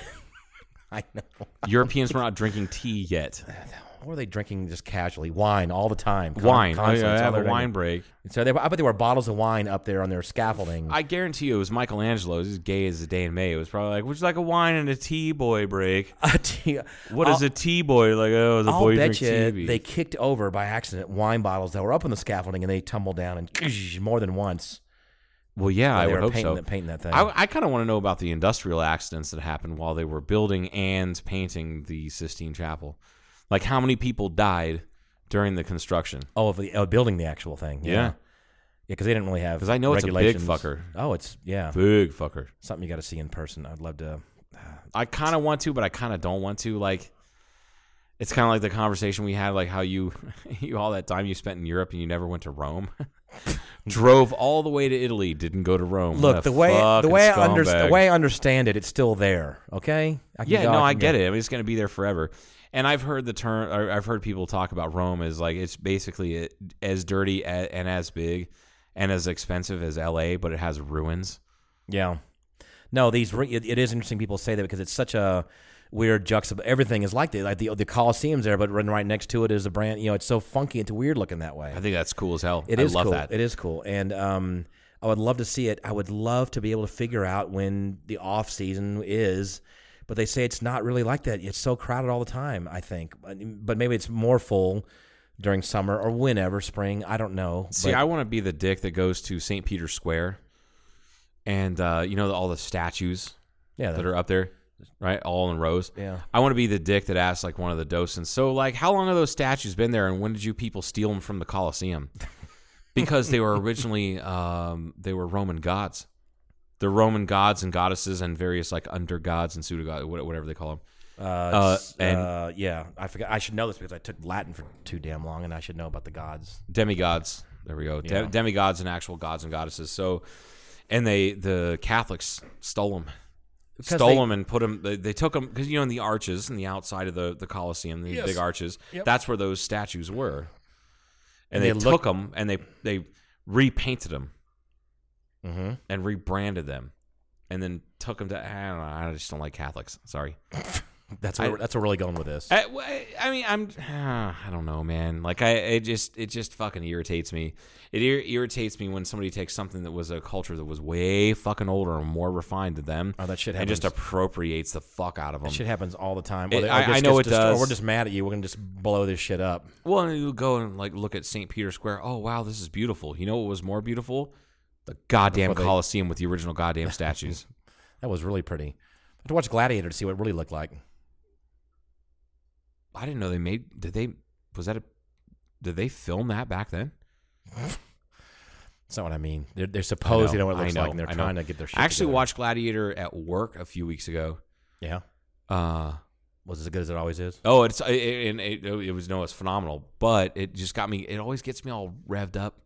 Speaker 6: I know.
Speaker 5: Europeans were not drinking tea yet.
Speaker 6: What were they drinking just casually? Wine all the time. Con-
Speaker 5: Wine. Oh, I, I
Speaker 6: constantly. That's all
Speaker 5: had
Speaker 6: they
Speaker 5: a
Speaker 6: were
Speaker 5: wine
Speaker 6: drinking.
Speaker 5: break.
Speaker 6: So there, were- I bet there were bottles of wine up there on their scaffolding.
Speaker 5: I guarantee you it was Michelangelo. He's gay as the day in May. It was probably like, would you like a wine and a tea boy break? What is a tea boy? Like, oh, it's a
Speaker 6: I'll
Speaker 5: boy
Speaker 6: bet
Speaker 5: drink
Speaker 6: you
Speaker 5: tea.
Speaker 6: they kicked over by accident wine bottles that were up on the scaffolding and they tumbled down and more than once.
Speaker 5: well, yeah, I
Speaker 6: they
Speaker 5: would
Speaker 6: were
Speaker 5: hope
Speaker 6: painting,
Speaker 5: so.
Speaker 6: that, painting that thing.
Speaker 5: I, I kind of want to know about the industrial accidents that happened while they were building and painting the Sistine Chapel. Like, how many people died during the construction?
Speaker 6: Oh, of the, oh, building the actual thing. Yeah.
Speaker 5: Yeah.
Speaker 6: Yeah, because they didn't really have.
Speaker 5: 'Cause I know it's a big
Speaker 6: regulations.
Speaker 5: fucker.
Speaker 6: Oh, it's yeah,
Speaker 5: Big fucker.
Speaker 6: something you got to see in person. I'd love to.
Speaker 5: I kind of want to, but I kind of don't want to. Like, it's kind of like the conversation we had, like how you, you all that time you spent in Europe and you never went to Rome, drove all the way to Italy, didn't go to Rome. What a
Speaker 6: Look the way the
Speaker 5: fucking
Speaker 6: way I under, the
Speaker 5: scumbag.
Speaker 6: way I understand it, it's still there. Okay. I can
Speaker 5: Yeah,
Speaker 6: go-
Speaker 5: no,
Speaker 6: can
Speaker 5: I get
Speaker 6: go.
Speaker 5: it. I mean, it's going to be there forever. And I've heard the term, or I've heard people talk about Rome as like it's basically a- as dirty a- and as big and as expensive as L.A., but it has ruins.
Speaker 6: Yeah. No, these re- it, it is interesting. People say that because it's such a weird juxtap. Everything is like that. Like the the Coliseum's there, but run right next to it is a brand. You know, it's so funky. It's weird looking that way.
Speaker 5: I think that's cool as hell.
Speaker 6: It
Speaker 5: I
Speaker 6: is
Speaker 5: love
Speaker 6: cool.
Speaker 5: that.
Speaker 6: It is cool, and um, I would love to see it. I would love to be able to figure out when the off season is, but they say it's not really like that. It's so crowded all the time. I think, But- but maybe it's more full during summer or whenever spring. I don't know.
Speaker 5: See,
Speaker 6: but
Speaker 5: I want to be the dick that goes to St. Peter's Square, and uh, you know all the statues
Speaker 6: yeah,
Speaker 5: that are up there, right? All in rows.
Speaker 6: Yeah.
Speaker 5: I want to be the dick that asks like one of the docents. So like, how long have those statues been there, and when did you people steal them from the Colosseum? Because they were originally um, they were Roman gods. They're Roman gods and goddesses and various like under gods and pseudo gods, whatever they call them.
Speaker 6: uh, s-
Speaker 5: and-
Speaker 6: uh, yeah, I forgot. I should know this because I took Latin for too damn long, and I should know about the gods.
Speaker 5: demigods. There we go. De- demigods and actual gods and goddesses. So, and they the Catholics stole them, stole
Speaker 6: they-
Speaker 5: them and put them. They, they took them because you know in the arches and the outside of the the Colosseum, the big arches. That's where those statues were, and,
Speaker 6: And
Speaker 5: they,
Speaker 6: they
Speaker 5: took
Speaker 6: look-
Speaker 5: them and they they repainted them
Speaker 6: Mhm.
Speaker 5: and rebranded them, and then took them to. I don't know. I just don't like Catholics. Sorry.
Speaker 6: That's where,
Speaker 5: I-
Speaker 6: that's where we're really going with this.
Speaker 5: I, w- I mean, I'm. I don't know, man. Like, I it just it just fucking irritates me. It ir- irritates me when somebody takes something that was a culture that was way fucking older and more refined than them.
Speaker 6: Oh, that shit
Speaker 5: And just
Speaker 6: happens.
Speaker 5: appropriates the fuck out of them.
Speaker 6: Shit happens all the time.
Speaker 5: It-
Speaker 6: they-
Speaker 5: I-
Speaker 6: just
Speaker 5: I know
Speaker 6: gets
Speaker 5: it
Speaker 6: dist- or
Speaker 5: does.
Speaker 6: We're just mad at you. We're gonna just blow this shit up.
Speaker 5: Well, and you go and like look at St. Peter's Square. Oh wow, this is beautiful. You know what was more beautiful? The goddamn
Speaker 6: Before they-
Speaker 5: Colosseum with the original goddamn statues.
Speaker 6: That was really pretty. I had to watch Gladiator to see what it really looked like.
Speaker 5: I didn't know they made. Did they? Was that a? Did they film that back then?
Speaker 6: That's not what I mean. They're, they're supposed
Speaker 5: I
Speaker 6: they know
Speaker 5: know,
Speaker 6: what it
Speaker 5: I
Speaker 6: looks
Speaker 5: know,
Speaker 6: like, and they're
Speaker 5: I know.
Speaker 6: trying to get their shit
Speaker 5: I actually
Speaker 6: together.
Speaker 5: watched Gladiator at work a few weeks ago.
Speaker 6: Yeah.
Speaker 5: Uh,
Speaker 6: Was as good as it always is?
Speaker 5: Oh, it's it, it, and it, it was no, it's phenomenal, but it just got me. It always gets me all revved up.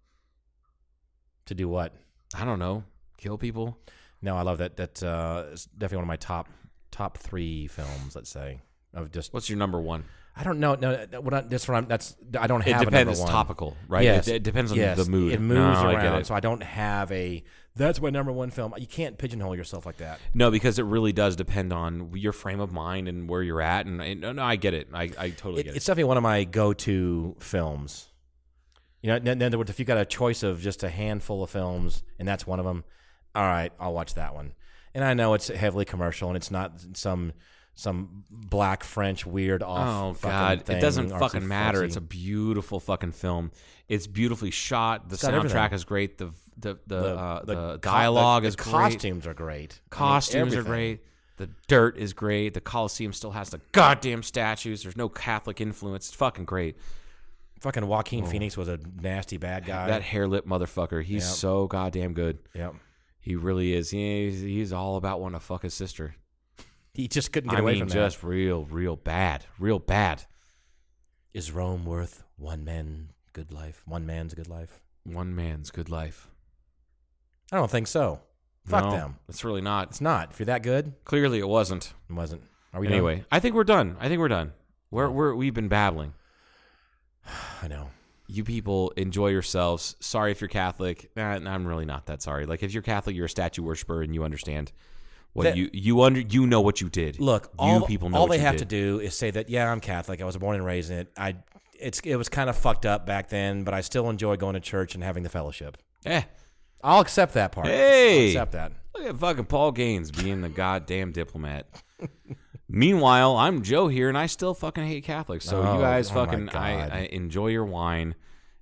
Speaker 6: To do what?
Speaker 5: I don't know, kill people.
Speaker 6: No, I love that. That's uh, it's definitely one of my top top three films. Let's say of just
Speaker 5: What's your number one?
Speaker 6: I don't know. No, that- what I, that's what I'm. That's I don't
Speaker 5: It
Speaker 6: have. a
Speaker 5: depends.
Speaker 6: number
Speaker 5: It's
Speaker 6: one.
Speaker 5: topical, right?
Speaker 6: Yes.
Speaker 5: It, it depends on
Speaker 6: Yes.
Speaker 5: the mood.
Speaker 6: It moves
Speaker 5: No, I
Speaker 6: around,
Speaker 5: get it.
Speaker 6: so I don't have a. That's my number one film. You can't pigeonhole yourself like that.
Speaker 5: no, because it really does depend on your frame of mind and where you're at. And, and no, no, I get it. I, I totally
Speaker 6: It,
Speaker 5: get it.
Speaker 6: it's definitely one of my go-to films. You know, in in other words, if you got a choice of just a handful of films, and that's one of them, all right, I'll watch that one. And I know it's heavily commercial, and it's not some some black French weird
Speaker 5: Oh
Speaker 6: off. fucking
Speaker 5: God!
Speaker 6: thing
Speaker 5: It doesn't
Speaker 6: artsy
Speaker 5: fucking matter.
Speaker 6: fartsy.
Speaker 5: It's a beautiful fucking film. It's beautifully shot. The
Speaker 6: got everything.
Speaker 5: soundtrack is great. The the the, uh, the,
Speaker 6: co-
Speaker 5: dialogue
Speaker 6: the,
Speaker 5: is
Speaker 6: the
Speaker 5: great.
Speaker 6: costumes are great. I mean,
Speaker 5: Costumes are
Speaker 6: everything.
Speaker 5: great. The dirt is great. The Coliseum still has the goddamn statues. There's no Catholic influence. It's fucking great.
Speaker 6: Fucking Joaquin Phoenix was a nasty bad guy.
Speaker 5: Oh. that hair lip motherfucker. He's
Speaker 6: Yep.
Speaker 5: so goddamn good.
Speaker 6: yep.
Speaker 5: He really is. He- He's, he's all about wanting to fuck his sister.
Speaker 6: He just couldn't get
Speaker 5: I
Speaker 6: away
Speaker 5: mean,
Speaker 6: from
Speaker 5: just real, real bad. Real bad.
Speaker 6: that. Is Rome worth one man good life? One man's good life?
Speaker 5: One man's good life.
Speaker 6: I don't think so. Fuck
Speaker 5: No,
Speaker 6: them.
Speaker 5: It's really not.
Speaker 6: It's not. If you're that good,
Speaker 5: Clearly, it wasn't.
Speaker 6: it wasn't. Are we done?
Speaker 5: anyway, I think we're done. I think we're done. We're, we're we've been babbling.
Speaker 6: I know.
Speaker 5: you people enjoy yourselves. Sorry if you're Catholic. Nah, nah, I'm really not that sorry. Like if you're Catholic, you're a statue worshiper and you understand what
Speaker 6: That-
Speaker 5: you you under you know what you did.
Speaker 6: Look,
Speaker 5: you
Speaker 6: all
Speaker 5: people know
Speaker 6: all
Speaker 5: what
Speaker 6: they
Speaker 5: you
Speaker 6: have
Speaker 5: did.
Speaker 6: to do is say that yeah, I'm Catholic. I was born and raised in it. I it's it was kind of fucked up back then, but I still enjoy going to church and having the fellowship.
Speaker 5: Eh,
Speaker 6: I'll accept that part.
Speaker 5: Hey!
Speaker 6: I'll accept that.
Speaker 5: look at fucking Paul Gaines being the goddamn diplomat. Meanwhile, I'm Joe here, and I still fucking hate Catholics. So
Speaker 6: Oh,
Speaker 5: you guys
Speaker 6: oh my
Speaker 5: fucking,
Speaker 6: God.
Speaker 5: I, I enjoy your wine,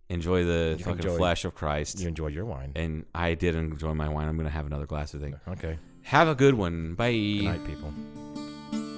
Speaker 5: enjoy the fucking
Speaker 6: enjoy-
Speaker 5: flesh of Christ,
Speaker 6: You enjoy your wine.
Speaker 5: and I did enjoy my wine. I'm gonna have another glass of thing.
Speaker 6: Okay.
Speaker 5: Have a good one. Bye.
Speaker 6: Good night, people.